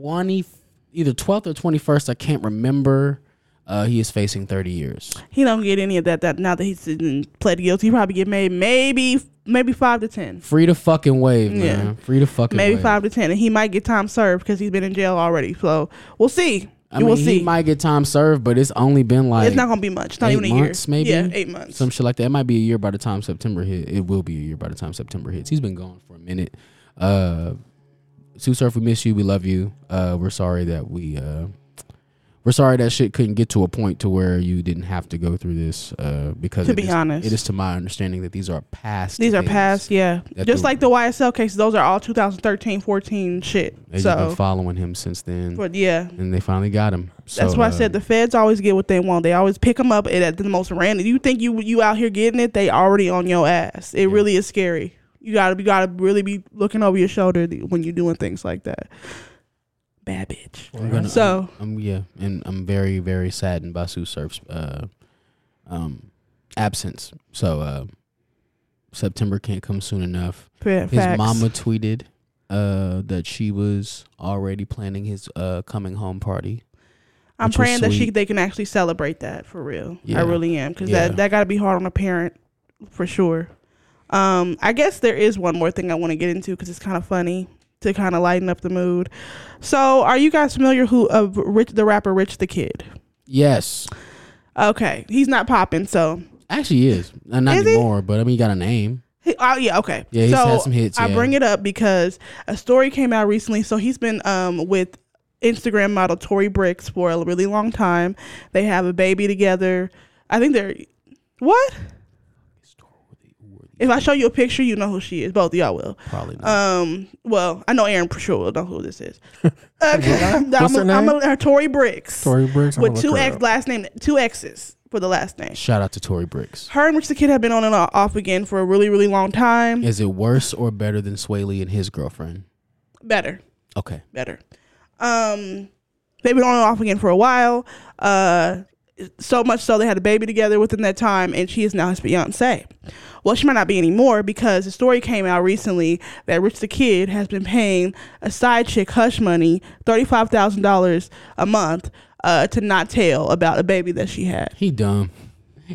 [SPEAKER 3] 20, either 12th or 21st, I can't remember. Uh, he is facing 30 years.
[SPEAKER 2] He don't get any of that. That now that he's in- pled guilty, he probably get made maybe maybe five to ten.
[SPEAKER 3] Free to fucking wave, man.
[SPEAKER 2] Yeah.
[SPEAKER 3] Free to fucking
[SPEAKER 2] maybe
[SPEAKER 3] wave.
[SPEAKER 2] five to ten, and he might get time served because he's been in jail already. So we'll see.
[SPEAKER 3] I
[SPEAKER 2] you
[SPEAKER 3] mean,
[SPEAKER 2] will
[SPEAKER 3] he
[SPEAKER 2] see.
[SPEAKER 3] might get time served, but it's only been like
[SPEAKER 2] it's not gonna be much. It's not
[SPEAKER 3] eight
[SPEAKER 2] even a
[SPEAKER 3] months,
[SPEAKER 2] year.
[SPEAKER 3] maybe.
[SPEAKER 2] Yeah, eight months.
[SPEAKER 3] Some shit like that. It might be a year by the time September hit. It will be a year by the time September hits. He's been gone for a minute. Uh, Sue Surf, we miss you. We love you. Uh, we're sorry that we. Uh, we're sorry that shit couldn't get to a point to where you didn't have to go through this. Uh, because
[SPEAKER 2] To
[SPEAKER 3] it
[SPEAKER 2] be
[SPEAKER 3] is-
[SPEAKER 2] honest.
[SPEAKER 3] it is to my understanding that these are past.
[SPEAKER 2] These are
[SPEAKER 3] things.
[SPEAKER 2] past. Yeah,
[SPEAKER 3] That
[SPEAKER 2] just
[SPEAKER 3] the-
[SPEAKER 2] like the YSL cases. Those are all 2013, 14 shit.
[SPEAKER 3] They've been
[SPEAKER 2] So,
[SPEAKER 3] following him since then,
[SPEAKER 2] but yeah.
[SPEAKER 3] and they finally got him.
[SPEAKER 2] That's
[SPEAKER 3] So,
[SPEAKER 2] why I
[SPEAKER 3] uh,
[SPEAKER 2] said the feds always get what they want. They always pick them up at- at the most random. You think you you out here getting it? They already on your ass. It really is scary. You gotta you gotta really be looking over your shoulder th- when you're doing things like that.
[SPEAKER 1] Exactly. right.
[SPEAKER 2] So
[SPEAKER 3] I'm Um, yeah, and I'm very very saddened by Sue Surf's uh, um, absence. So uh, September can't come soon enough.
[SPEAKER 2] fa-
[SPEAKER 3] His
[SPEAKER 2] facts.
[SPEAKER 3] mama tweeted uh, that she was already planning his uh, coming home party.
[SPEAKER 2] I'm
[SPEAKER 3] which is
[SPEAKER 2] praying that she
[SPEAKER 3] sweet.
[SPEAKER 2] they can actually celebrate that for real.
[SPEAKER 3] Yeah.
[SPEAKER 2] I really am because
[SPEAKER 3] Yeah.
[SPEAKER 2] that that got to be hard on a parent for sure. Um, I guess there is one more thing I want to get into because it's kind of funny to kind of lighten up the mood. So, are you guys familiar who of Rich the rapper Rich the Kid?
[SPEAKER 3] Yes,
[SPEAKER 2] Okay, he's not popping, so
[SPEAKER 3] actually he is Uh, not
[SPEAKER 2] Is he?
[SPEAKER 3] anymore, but I mean he got a name.
[SPEAKER 2] He- Oh yeah, okay.
[SPEAKER 3] Yeah, he's had some hits,
[SPEAKER 2] I
[SPEAKER 3] yeah.
[SPEAKER 2] bring it up because a story came out recently. So he's been um with Instagram model Tori Bricks for a really long time. They have a baby together. I think they're what? If I show you a picture, you know who she is. Both of y'all will.
[SPEAKER 3] Probably not.
[SPEAKER 2] Um, well, I know Aaron for sure will know who this is. Okay. I'm,
[SPEAKER 1] What's her
[SPEAKER 2] a- I'm
[SPEAKER 1] name?
[SPEAKER 2] a- her Tori Bricks.
[SPEAKER 1] Tory Bricks. I'm
[SPEAKER 2] with
[SPEAKER 1] gonna
[SPEAKER 2] two
[SPEAKER 1] look her
[SPEAKER 2] X
[SPEAKER 1] up.
[SPEAKER 2] last name, two X's for the last name.
[SPEAKER 3] Shout out to Tory Bricks.
[SPEAKER 2] Her and Rich the Kid have been on and off again for a really, really long time.
[SPEAKER 3] Is it worse or better than Sway Lee and his girlfriend?
[SPEAKER 2] Better.
[SPEAKER 3] Okay.
[SPEAKER 2] better. Um, they've been on and off again for a while. Uh, so much so they had a baby together within that time, and she is now his fiance. Well, she might not be anymore because the story came out recently that Rich the Kid has been paying a side chick hush money, thirty five thousand dollars a month, uh, to not tell about a baby that she had.
[SPEAKER 3] He dumb.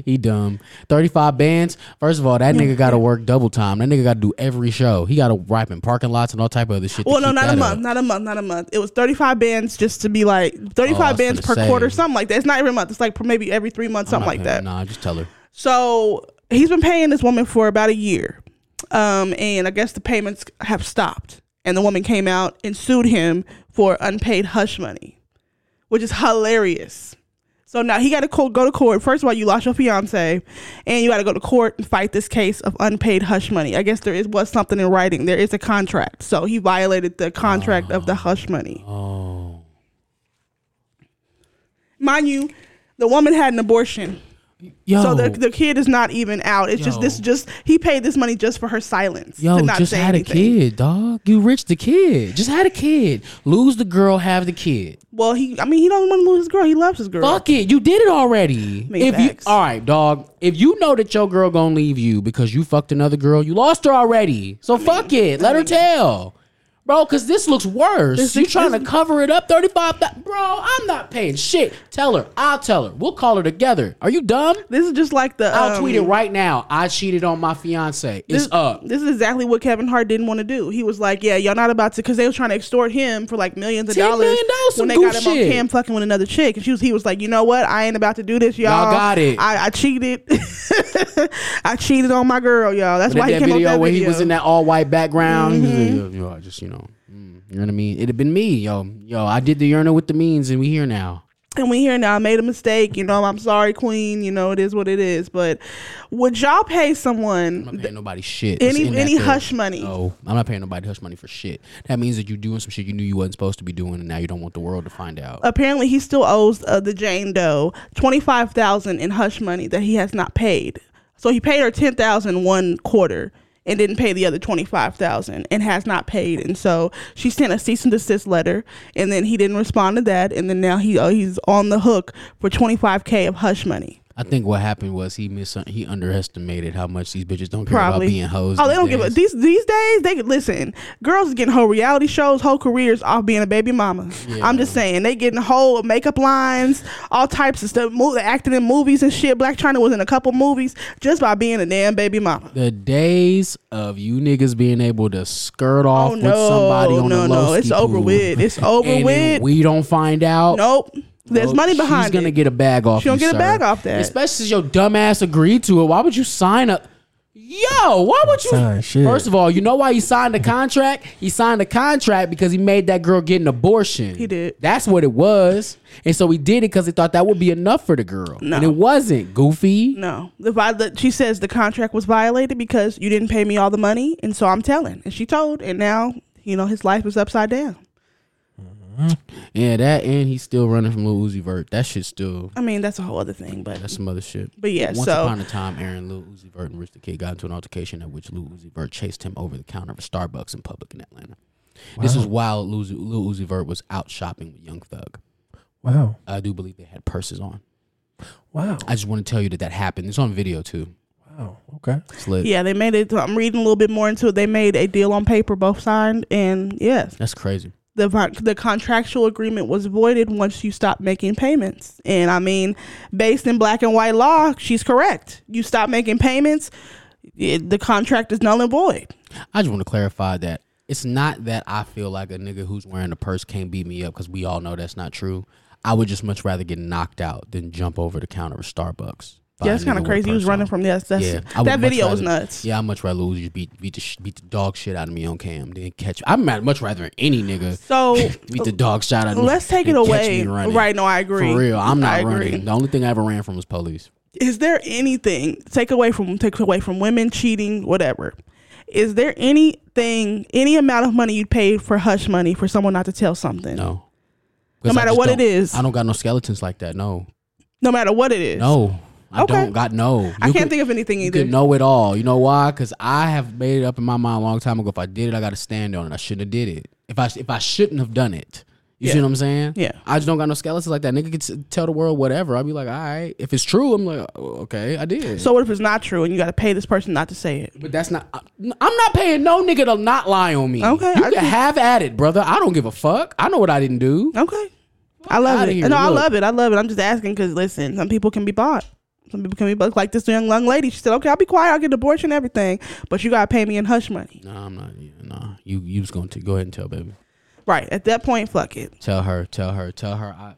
[SPEAKER 3] He dumb. 35 bands. First of all, that nigga got to work double time. That nigga got to do every show. He got to rap in parking lots and all type of other shit. to
[SPEAKER 2] Well, no,
[SPEAKER 3] keep
[SPEAKER 2] not a
[SPEAKER 3] that
[SPEAKER 2] month,
[SPEAKER 3] up. Oh,
[SPEAKER 2] not a month, not a month. It was 35 bands just to be like 35
[SPEAKER 3] was
[SPEAKER 2] bands
[SPEAKER 3] finna
[SPEAKER 2] per
[SPEAKER 3] say.
[SPEAKER 2] quarter, something like that. It's not every month. It's like per- maybe every three months,
[SPEAKER 3] I'm
[SPEAKER 2] something
[SPEAKER 3] not
[SPEAKER 2] like
[SPEAKER 3] paying-
[SPEAKER 2] that.
[SPEAKER 3] Nah, just tell her.
[SPEAKER 2] So he's been paying this woman for about a year. Um, and I guess the payments have stopped. And the woman came out and sued him for unpaid hush money, which is hilarious. So now he got to co- go to court. First of all, you lost your fiance, and you got to go to court and fight this case of unpaid hush money. I guess there is was something in writing. There is a contract, so he violated the contract of the hush money.
[SPEAKER 3] Oh.
[SPEAKER 2] Mind you, the woman had an abortion.
[SPEAKER 3] Yo.
[SPEAKER 2] So the, the kid is not even out. It's just
[SPEAKER 3] Yo.
[SPEAKER 2] this. Just he paid this money just for her silence.
[SPEAKER 3] Yo,
[SPEAKER 2] to not
[SPEAKER 3] just
[SPEAKER 2] say
[SPEAKER 3] had
[SPEAKER 2] anything.
[SPEAKER 3] a kid, dog. You rich the kid. Just had a kid. Lose the girl, have the kid.
[SPEAKER 2] Well, he. I mean, he don't want to lose his girl. He loves his girl.
[SPEAKER 3] Fuck it, you did it already.
[SPEAKER 2] Me
[SPEAKER 3] if you
[SPEAKER 2] facts.
[SPEAKER 3] all right, dog. If you know that your girl gonna leave you because you fucked another girl, you lost her already. So fuck it, let her tell, bro. Because this looks worse.
[SPEAKER 2] This
[SPEAKER 3] you
[SPEAKER 2] is-
[SPEAKER 3] trying to
[SPEAKER 2] this-
[SPEAKER 3] cover it up? Thirty five, bro. I'm not paying shit. Tell her. I'll tell her. We'll call her together. Are you dumb?
[SPEAKER 2] This is just like the.
[SPEAKER 3] I'll
[SPEAKER 2] um,
[SPEAKER 3] tweet it right now. I cheated on my fiance. It's
[SPEAKER 2] This,
[SPEAKER 3] up.
[SPEAKER 2] this is exactly what Kevin Hart didn't want to do. He was like, "Yeah, y'all not about to," because they was trying to extort him for like millions of
[SPEAKER 3] $10
[SPEAKER 2] dollars
[SPEAKER 3] million dollars, some
[SPEAKER 2] when they
[SPEAKER 3] goof
[SPEAKER 2] got him
[SPEAKER 3] shit.
[SPEAKER 2] on cam fucking with another chick. And she was, he was like, "You know what? I ain't about to do this, y'all.
[SPEAKER 3] Y'all got it.
[SPEAKER 2] I, I cheated. I cheated on my girl, y'all. That's
[SPEAKER 3] But
[SPEAKER 2] why he
[SPEAKER 3] that
[SPEAKER 2] came
[SPEAKER 3] video
[SPEAKER 2] up with that
[SPEAKER 3] where
[SPEAKER 2] video. Mm-hmm.
[SPEAKER 3] he was in that all white background, he was like, yo, yo, I just you know, mm, you know what I mean. It'd have been me, yo, yo. I did the urinal with the means, and we here now.
[SPEAKER 2] and we here now. I made a mistake. You know, I'm sorry, Queen. You know, it is what it is. But would y'all pay someone?
[SPEAKER 3] I'm not paying nobody shit.
[SPEAKER 2] Any-
[SPEAKER 3] It's in that
[SPEAKER 2] any
[SPEAKER 3] thing.
[SPEAKER 2] hush money.
[SPEAKER 3] No, I'm not paying nobody hush money for shit. That means that you're doing some shit you knew you wasn't supposed to be doing, and now you don't want the world to find out.
[SPEAKER 2] Apparently, he still owes uh, the Jane Doe twenty five thousand in hush money that he has not paid. So he paid her ten thousand one quarter and didn't pay the other twenty five thousand and has not paid. And so she sent a cease and desist letter, and then he didn't respond to that. And then now he uh, he's on the hook for twenty five k of hush money.
[SPEAKER 3] I think what happened was he mis- he underestimated how much these bitches don't care
[SPEAKER 2] Probably
[SPEAKER 3] about being hoes.
[SPEAKER 2] Oh, they
[SPEAKER 3] these
[SPEAKER 2] don't give a
[SPEAKER 3] days.
[SPEAKER 2] these these days. They could listen. Girls is getting whole reality shows, whole careers off being a baby mama. I'm just saying they getting whole makeup lines, all types of stuff. Mo- acting in movies and shit. Black China was in a couple movies just by being a damn baby mama.
[SPEAKER 3] The days of you niggas being able to skirt off
[SPEAKER 2] Oh
[SPEAKER 3] with somebody
[SPEAKER 2] no,
[SPEAKER 3] on
[SPEAKER 2] no,
[SPEAKER 3] the
[SPEAKER 2] no!
[SPEAKER 3] low
[SPEAKER 2] It's over with. It's over
[SPEAKER 3] and
[SPEAKER 2] with.
[SPEAKER 3] if we don't find out.
[SPEAKER 2] nope. There's
[SPEAKER 3] bro,
[SPEAKER 2] money behind
[SPEAKER 3] She's gonna
[SPEAKER 2] it.
[SPEAKER 3] get a bag off.
[SPEAKER 2] She gonna
[SPEAKER 3] you,
[SPEAKER 2] get a
[SPEAKER 3] sir.
[SPEAKER 2] bag off that.
[SPEAKER 3] especially since your dumb ass agreed to it. Why would you sign up? Yo, why would you?
[SPEAKER 1] Sign shit.
[SPEAKER 3] First of all, you know why he signed the contract? He signed the contract because he made that girl get an abortion. He
[SPEAKER 2] did.
[SPEAKER 3] That's what it was, and so he did it because he thought that would be enough for the girl,
[SPEAKER 2] No.
[SPEAKER 3] and it wasn't. Goofy.
[SPEAKER 2] no, the, vi- the she says the contract was violated because you didn't pay me all the money, and so I'm telling. And she told, and now you know his life is upside down.
[SPEAKER 3] Yeah, that, and he's still running from Lil Uzi Vert. That shit's still.
[SPEAKER 2] I mean, that's a whole other thing, but
[SPEAKER 3] That's some other shit.
[SPEAKER 2] But yeah,
[SPEAKER 3] once
[SPEAKER 2] so-
[SPEAKER 3] upon a time, Aaron Lil Uzi Vert and Rich the Kid got into an altercation at which Lil Uzi Vert chased him over the counter of a Starbucks in public in Atlanta. This was while Lil Uzi, Lil Uzi Vert was out shopping with Young Thug.
[SPEAKER 1] Wow.
[SPEAKER 3] I do believe they had purses on.
[SPEAKER 1] Wow.
[SPEAKER 3] I just want to tell you that that happened. It's on video too.
[SPEAKER 1] Wow. Okay.
[SPEAKER 3] It's lit.
[SPEAKER 2] Yeah, they made it. I'm reading a little bit more into it. They made a deal on paper, both signed, and yes,
[SPEAKER 3] That's crazy.
[SPEAKER 2] the vi- the contractual agreement was voided once you stopped making payments. And I mean, based in black and white law, she's correct. You stop making payments, it, the contract is null and void.
[SPEAKER 3] I just want to clarify that it's not that I feel like a nigga who's wearing a purse can't beat me up because we all know that's not true. I would just much rather get knocked out than jump over the counter of Starbucks. by
[SPEAKER 2] yeah,
[SPEAKER 3] a
[SPEAKER 2] that's kind of
[SPEAKER 3] nigga with a
[SPEAKER 2] crazy. He was
[SPEAKER 3] purse
[SPEAKER 2] running
[SPEAKER 3] on.
[SPEAKER 2] from yes, that's
[SPEAKER 3] yeah, I would
[SPEAKER 2] that
[SPEAKER 3] much
[SPEAKER 2] video was
[SPEAKER 3] rather-
[SPEAKER 2] nuts.
[SPEAKER 3] Yeah, I much rather lose you beat beat the sh- beat the dog shit out of me on cam than catch. I'm much rather any nigga
[SPEAKER 2] So
[SPEAKER 3] beat the dog shit out of me.
[SPEAKER 2] let's take it
[SPEAKER 3] than catch
[SPEAKER 2] away.
[SPEAKER 3] me running.
[SPEAKER 2] Right? No, I agree.
[SPEAKER 3] For real, I'm not
[SPEAKER 2] I agree.
[SPEAKER 3] running. The only thing I ever ran from was police.
[SPEAKER 2] is there anything take away from take away from women cheating whatever is there anything any amount of money you'd pay for hush money for someone not to tell something
[SPEAKER 3] No.
[SPEAKER 2] No
[SPEAKER 3] 'Cause I
[SPEAKER 2] matter
[SPEAKER 3] just
[SPEAKER 2] what it
[SPEAKER 3] don't-
[SPEAKER 2] is.
[SPEAKER 3] I don't got no skeletons like that. No.
[SPEAKER 2] no matter what it is
[SPEAKER 3] No. I
[SPEAKER 2] Okay.
[SPEAKER 3] don't got no.
[SPEAKER 2] i
[SPEAKER 3] You
[SPEAKER 2] can't
[SPEAKER 3] could-
[SPEAKER 2] think of anything
[SPEAKER 3] You
[SPEAKER 2] either
[SPEAKER 3] could know it all. You know why? Because I have made it up in my mind a long time ago. If I did it, I got to stand on it. I shouldn't have did it. If I if I shouldn't have done it, you see
[SPEAKER 2] Yeah.
[SPEAKER 3] what I'm saying?
[SPEAKER 2] Yeah.
[SPEAKER 3] I just don't got no skeletons like that. Nigga could s- tell the world whatever. I'd be like, all right. If it's true, I'm like, oh, okay, I did.
[SPEAKER 2] so what if it's not true and you got to pay this person not to say it
[SPEAKER 3] but that's not. I- I'm not paying no nigga to not lie on me.
[SPEAKER 2] Okay,
[SPEAKER 3] you
[SPEAKER 2] I
[SPEAKER 3] can
[SPEAKER 2] just-
[SPEAKER 3] have at it, brother. I don't give a fuck. I know what I didn't do.
[SPEAKER 2] okay i love
[SPEAKER 3] outta
[SPEAKER 2] it
[SPEAKER 3] here,
[SPEAKER 2] no i
[SPEAKER 3] look.
[SPEAKER 2] love it i love it i'm just asking because listen some people can be bought some people can be bought. like this young young lady she said okay i'll be quiet i'll get an abortion and everything but you got to pay me in hush money
[SPEAKER 3] No, I'm not. Yeah, nah, you you was gonna t- go ahead and tell baby.
[SPEAKER 2] right at that point fuck it
[SPEAKER 3] Tell her. Tell her. Tell her. I.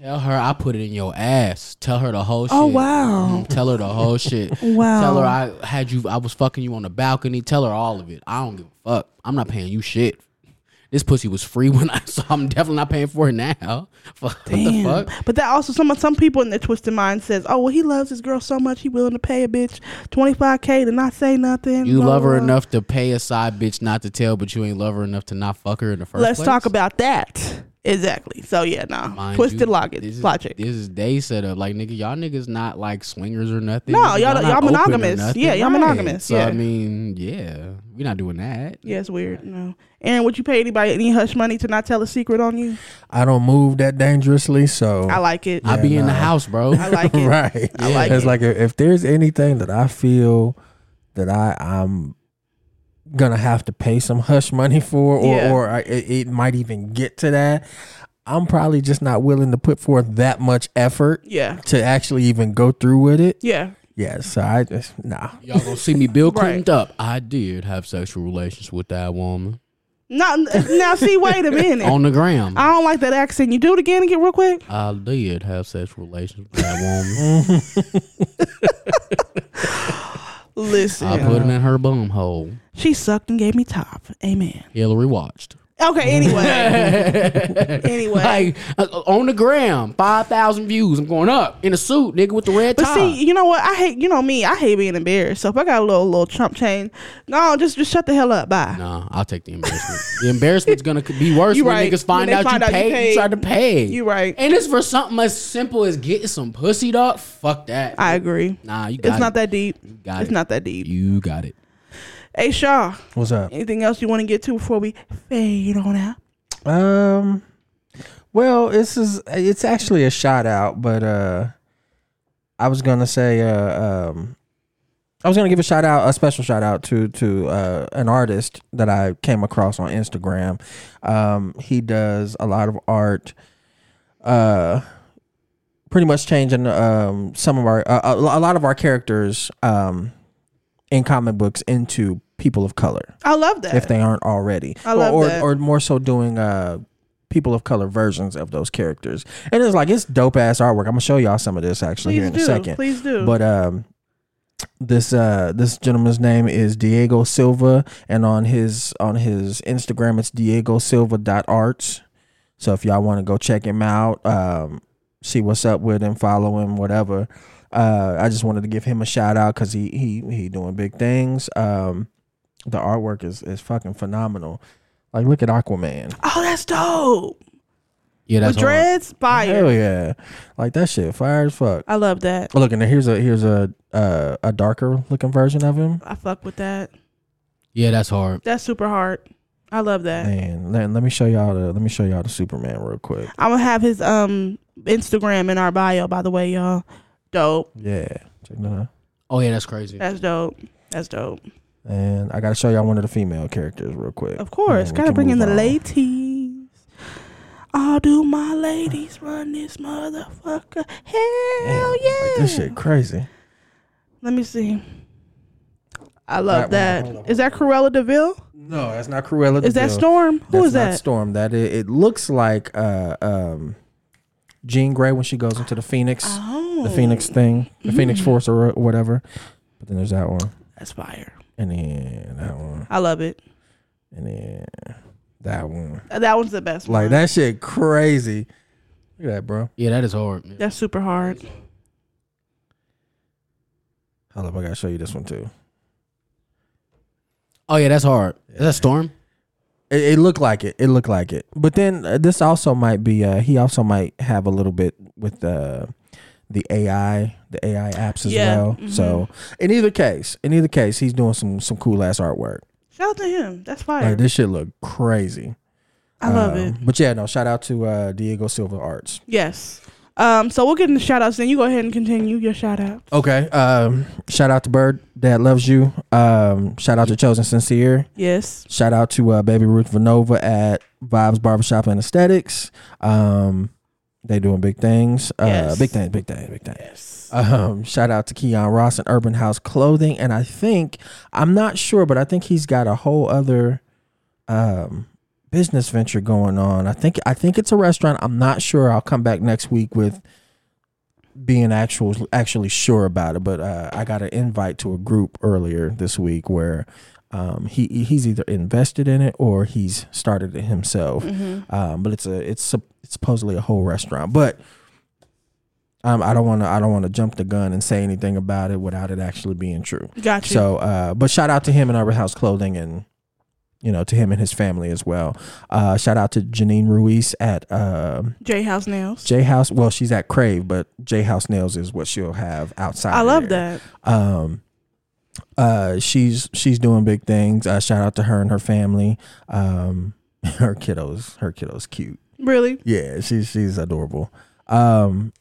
[SPEAKER 3] Tell her I put it in your ass. Tell her the whole shit.
[SPEAKER 2] oh wow
[SPEAKER 3] Mhm. Tell her the whole shit.
[SPEAKER 2] Wow.
[SPEAKER 3] Tell her I had you. I was fucking you on the balcony. Tell her all of it. I don't give a fuck. I'm not paying you shit. This pussy was free when I, so I'm definitely not paying for it now. Fuck, What the fuck?
[SPEAKER 2] But that also some some people in their twisted mind says, "Oh, well, he loves his girl so much, he willing to pay a bitch twenty five k to not say nothing."
[SPEAKER 3] You
[SPEAKER 2] blah,
[SPEAKER 3] love her
[SPEAKER 2] blah, blah."
[SPEAKER 3] enough to pay a side bitch not to tell, but you ain't love her enough to not fuck her in the first
[SPEAKER 2] Let's
[SPEAKER 3] place.
[SPEAKER 2] talk about that. Exactly. So yeah, no
[SPEAKER 3] Mind
[SPEAKER 2] twisted
[SPEAKER 3] you,
[SPEAKER 2] logic.
[SPEAKER 3] This is,
[SPEAKER 2] logic.
[SPEAKER 3] This is day set up. Like nigga, y'all niggas not like swingers or nothing.
[SPEAKER 2] No,
[SPEAKER 3] Nigga,
[SPEAKER 2] y'all-
[SPEAKER 3] not
[SPEAKER 2] y'all
[SPEAKER 3] open or
[SPEAKER 2] monogamous.
[SPEAKER 3] nothing.
[SPEAKER 2] Yeah, y'all monogamous.
[SPEAKER 3] So
[SPEAKER 2] Yeah.
[SPEAKER 3] I mean, yeah, we not doing that.
[SPEAKER 2] yeah, it's weird. No, Aaron, would you pay anybody any hush money to not tell a secret on you?
[SPEAKER 1] I don't move that dangerously, so
[SPEAKER 2] I like it.
[SPEAKER 3] I
[SPEAKER 2] I,
[SPEAKER 3] be in the
[SPEAKER 1] nah.
[SPEAKER 3] house, bro.
[SPEAKER 2] like it.
[SPEAKER 1] right.
[SPEAKER 2] I like
[SPEAKER 1] it's
[SPEAKER 2] it.
[SPEAKER 1] like if, if there's anything that I feel that I I'm gonna have to pay some hush money for, or
[SPEAKER 2] Yeah.
[SPEAKER 1] or I, it, it might even get to that. I'm probably just not willing to put forth that much effort
[SPEAKER 2] Yeah.
[SPEAKER 1] to actually even go through with it.
[SPEAKER 2] Yeah.
[SPEAKER 1] Yeah, so I just nah.
[SPEAKER 3] Y'all gonna see me Bill
[SPEAKER 2] Right.
[SPEAKER 3] Clintoned up. I did have sexual relations with that woman
[SPEAKER 2] Now, now, see, wait a minute.
[SPEAKER 3] on the gram.
[SPEAKER 2] I don't like that accent. You do it again and get real quick.
[SPEAKER 3] I did have sexual relations with that woman.
[SPEAKER 2] Listen,
[SPEAKER 3] I put it in her bum hole.
[SPEAKER 2] she sucked and gave me top. Amen.
[SPEAKER 3] Hillary watched.
[SPEAKER 2] Okay. Anyway. anyway.
[SPEAKER 3] Like uh, on the gram, five thousand views. I'm going up in a suit, nigga, with the red
[SPEAKER 2] But
[SPEAKER 3] top.
[SPEAKER 2] see, you know what? I hate you know me. I hate being embarrassed. So if I got a little little Trump chain, no, just just shut the hell up. Bye.
[SPEAKER 3] Nah, I'll take the embarrassment. the embarrassment's gonna be worse
[SPEAKER 2] You
[SPEAKER 3] when
[SPEAKER 2] right.
[SPEAKER 3] niggas find
[SPEAKER 2] When they
[SPEAKER 3] out,
[SPEAKER 2] find
[SPEAKER 3] you,
[SPEAKER 2] out you
[SPEAKER 3] paid,
[SPEAKER 2] paid.
[SPEAKER 3] you tried to pay.
[SPEAKER 2] You right.
[SPEAKER 3] And it's for something as simple as getting some pussy, dog. Fuck that.
[SPEAKER 2] I agree.
[SPEAKER 3] nah, you got
[SPEAKER 2] It's not
[SPEAKER 3] it.
[SPEAKER 2] that deep.
[SPEAKER 3] got
[SPEAKER 2] it's
[SPEAKER 3] it.
[SPEAKER 2] not that deep.
[SPEAKER 3] You got it.
[SPEAKER 2] Hey Shaw,
[SPEAKER 1] What's up?
[SPEAKER 2] anything else you want to get to before we fade on out?
[SPEAKER 1] Um. Well, this is it's actually a shout out, but uh, I was gonna say uh, um, I was gonna give a shout out, a special shout out to to uh, an artist that I came across on Instagram. Um, he does a lot of art. Uh, pretty much changing um some of our uh, a a lot of our characters um in comic books into people of color
[SPEAKER 2] I love that.
[SPEAKER 1] if they aren't already.
[SPEAKER 2] I love
[SPEAKER 1] or, or,
[SPEAKER 2] that.
[SPEAKER 1] or more so doing uh people of color versions of those characters. And it's like it's dope ass artwork. I'm gonna show y'all some of this actually
[SPEAKER 2] Please
[SPEAKER 1] here in
[SPEAKER 2] do.
[SPEAKER 1] a second.
[SPEAKER 2] Please do.
[SPEAKER 1] But um this uh this gentleman's name is Diego Silva and on his on his Instagram it's Diego Silva.arts. So if y'all want to go check him out, um see what's up with him, follow him, whatever. Uh, I just wanted to give him a shout out because he he he doing big things. Um, the artwork is is fucking phenomenal. Like look at Aquaman.
[SPEAKER 2] oh, that's dope.
[SPEAKER 3] Yeah, that's
[SPEAKER 2] With
[SPEAKER 3] all.
[SPEAKER 2] dreads, fire.
[SPEAKER 1] Hell yeah, like that shit fire as fuck.
[SPEAKER 2] I love that.
[SPEAKER 1] Oh, Look and here's a here's a uh, a darker looking version of him.
[SPEAKER 2] I fuck with that.
[SPEAKER 3] Yeah, that's hard.
[SPEAKER 2] That's super hard. I love that.
[SPEAKER 1] And let, let me show y'all the let me show y'all the Superman real quick.
[SPEAKER 2] I'm gonna have his um Instagram in our bio, by the way, y'all. Dope.
[SPEAKER 1] Yeah, check that out.
[SPEAKER 3] Oh yeah, that's crazy.
[SPEAKER 2] That's dope. That's dope.
[SPEAKER 1] And I gotta show y'all one of the female characters real quick.
[SPEAKER 2] Of course,
[SPEAKER 1] And we
[SPEAKER 2] gotta
[SPEAKER 1] can
[SPEAKER 2] bring in the
[SPEAKER 1] move on.
[SPEAKER 2] ladies. All do my ladies run this motherfucker? Hell
[SPEAKER 1] Damn, like,
[SPEAKER 2] yeah!
[SPEAKER 1] this shit crazy.
[SPEAKER 2] Let me see. I
[SPEAKER 1] Alright,
[SPEAKER 2] love
[SPEAKER 1] well,
[SPEAKER 2] that.
[SPEAKER 1] hold on,
[SPEAKER 2] Is that Cruella Deville?
[SPEAKER 1] No, that's not Cruella.
[SPEAKER 2] Is that Storm? Who
[SPEAKER 1] That's
[SPEAKER 2] is
[SPEAKER 1] not
[SPEAKER 2] that?
[SPEAKER 1] Storm. That it, it looks like uh, um, Jean Grey when she goes into the Phoenix,
[SPEAKER 2] Oh, Mm.
[SPEAKER 1] the Phoenix thing, the Phoenix Force or whatever. But then there's that one,
[SPEAKER 2] That's fire.
[SPEAKER 1] and then that one,
[SPEAKER 2] I love it. Uh,
[SPEAKER 1] and then that one.
[SPEAKER 2] That one's the best.
[SPEAKER 1] Like
[SPEAKER 2] one.
[SPEAKER 1] that shit crazy. Look at that, bro.
[SPEAKER 3] Yeah, that is hard.
[SPEAKER 2] That's super hard.
[SPEAKER 1] Hold up, I gotta show you this one too.
[SPEAKER 3] Oh yeah, that's hard. Is that Storm?
[SPEAKER 1] It, it looked like it. It looked like it. But then uh, this also might be. Uh, he also might have a little bit with uh, the AI, the AI apps as
[SPEAKER 2] Yeah, Mm-hmm.
[SPEAKER 1] well. So in either case, in either case, he's doing some some cool ass artwork.
[SPEAKER 2] Shout out to him. That's fire.
[SPEAKER 1] Like this shit look crazy.
[SPEAKER 2] I love
[SPEAKER 1] Um,
[SPEAKER 2] it.
[SPEAKER 1] But yeah, no. Shout out to uh, Diego Silva Arts.
[SPEAKER 2] Yes. Um, so we'll get into shout outs then you go ahead and continue your shout out.
[SPEAKER 1] Okay. Um, shout out to Bird. Dad loves you. Um, shout out to Chosen Sincere.
[SPEAKER 2] Yes.
[SPEAKER 1] Shout out to uh, Baby Ruth Vanova at Vibes Barbershop and Aesthetics. Um, they doing big things. Uh,
[SPEAKER 2] Yes.
[SPEAKER 1] Big things, big things, big things. Um, shout out to Keon Ross and Urban House Clothing. And I think, I'm not sure, but I think he's got a whole other um, business venture going on. I think I think it's a restaurant. I'm not sure. I'll come back next week with being actual actually sure about it. But uh, I got an invite to a group earlier this week where um, he he's either invested in it or he's started it himself. Um, but it's a it's, sup- it's supposedly a whole restaurant, but. Um, I don't want to. I don't want to jump the gun and say anything about it without it actually being true.
[SPEAKER 2] Gotcha.
[SPEAKER 1] So, uh, but shout out to him and Urban House Clothing and, you know, to him and his family as well. Uh, shout out to Janine Ruiz at um
[SPEAKER 2] J House Nails.
[SPEAKER 1] J House. Well, she's at Crave, but J House Nails is what she'll have outside.
[SPEAKER 2] I
[SPEAKER 1] of
[SPEAKER 2] love
[SPEAKER 1] there.
[SPEAKER 2] that.
[SPEAKER 1] Um, uh, she's she's doing big things. Uh, shout out to her and her family. Um, her kiddos, her kiddos, cute.
[SPEAKER 2] Really?
[SPEAKER 1] Yeah, she's she's adorable. Um,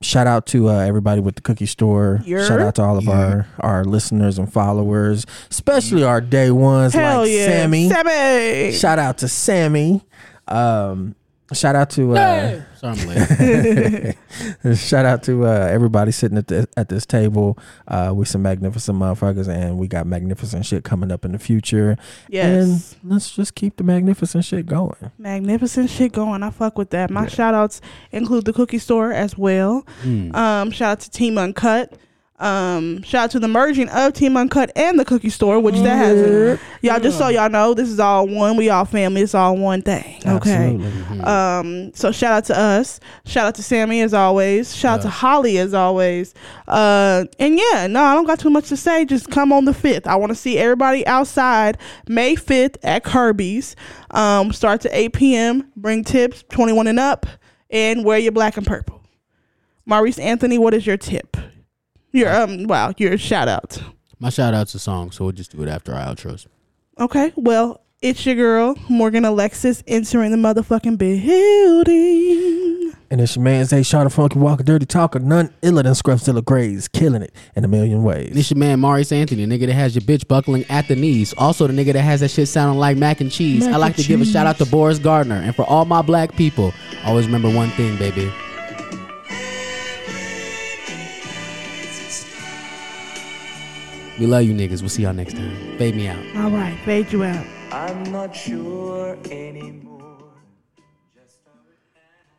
[SPEAKER 1] shout out to uh, everybody with the cookie store.
[SPEAKER 2] Yeah.
[SPEAKER 1] Shout out to all of our our listeners and followers, especially our day ones
[SPEAKER 2] Hell
[SPEAKER 1] like
[SPEAKER 2] yeah.
[SPEAKER 1] Sammy.
[SPEAKER 2] Sammy.
[SPEAKER 1] Shout out to Sammy. Um, shout out to uh,
[SPEAKER 3] Sorry, I'm late.
[SPEAKER 1] shout out to uh, everybody sitting at the, at this table. Uh, we some magnificent motherfuckers, and we got magnificent shit coming up in the future.
[SPEAKER 2] Yes.
[SPEAKER 1] and let's just keep the magnificent shit going.
[SPEAKER 2] Magnificent shit going. I fuck with that. My shout outs include the cookie store as well.
[SPEAKER 1] Hmm.
[SPEAKER 2] Um, shout out to Team Uncut. Um, shout out to the merging of Team Uncut and the cookie store, which that has y'all just so y'all know, this is all one. We all family, it's all one thing. Okay. Um, so shout out to us. Shout out to Sammy as always. Shout out to Holly as always. Uh, and yeah, no, I don't got too much to say. Just come on the fifth. I want to see everybody outside May fifth at Kirby's. Um, starts at eight p.m. Bring tips, twenty one and up, and wear your black and purple. Maurice Anthony, what is your tip? Your um, wow, your shout out.
[SPEAKER 3] My shout out's a song, so we'll just do it after our outros.
[SPEAKER 2] Okay, well. It's your girl, Morgan Alexis, entering the motherfucking building.
[SPEAKER 1] And it's your man Zay Shaw, the funky walker, dirty talker, none iller than Scruffzilla Grays, killing it in a million
[SPEAKER 3] And
[SPEAKER 1] ways.
[SPEAKER 3] it's your man Maurice Anthony, the nigga that has your bitch buckling at the knees. Also the nigga that has that shit sounding like mac and cheese. I like to give a shout out to Boris Gardner. And for all my black people, always remember one thing, baby. We love you niggas. We'll see y'all next time. Fade me out.
[SPEAKER 2] All right, fade you out.
[SPEAKER 8] I'm not sure anymore.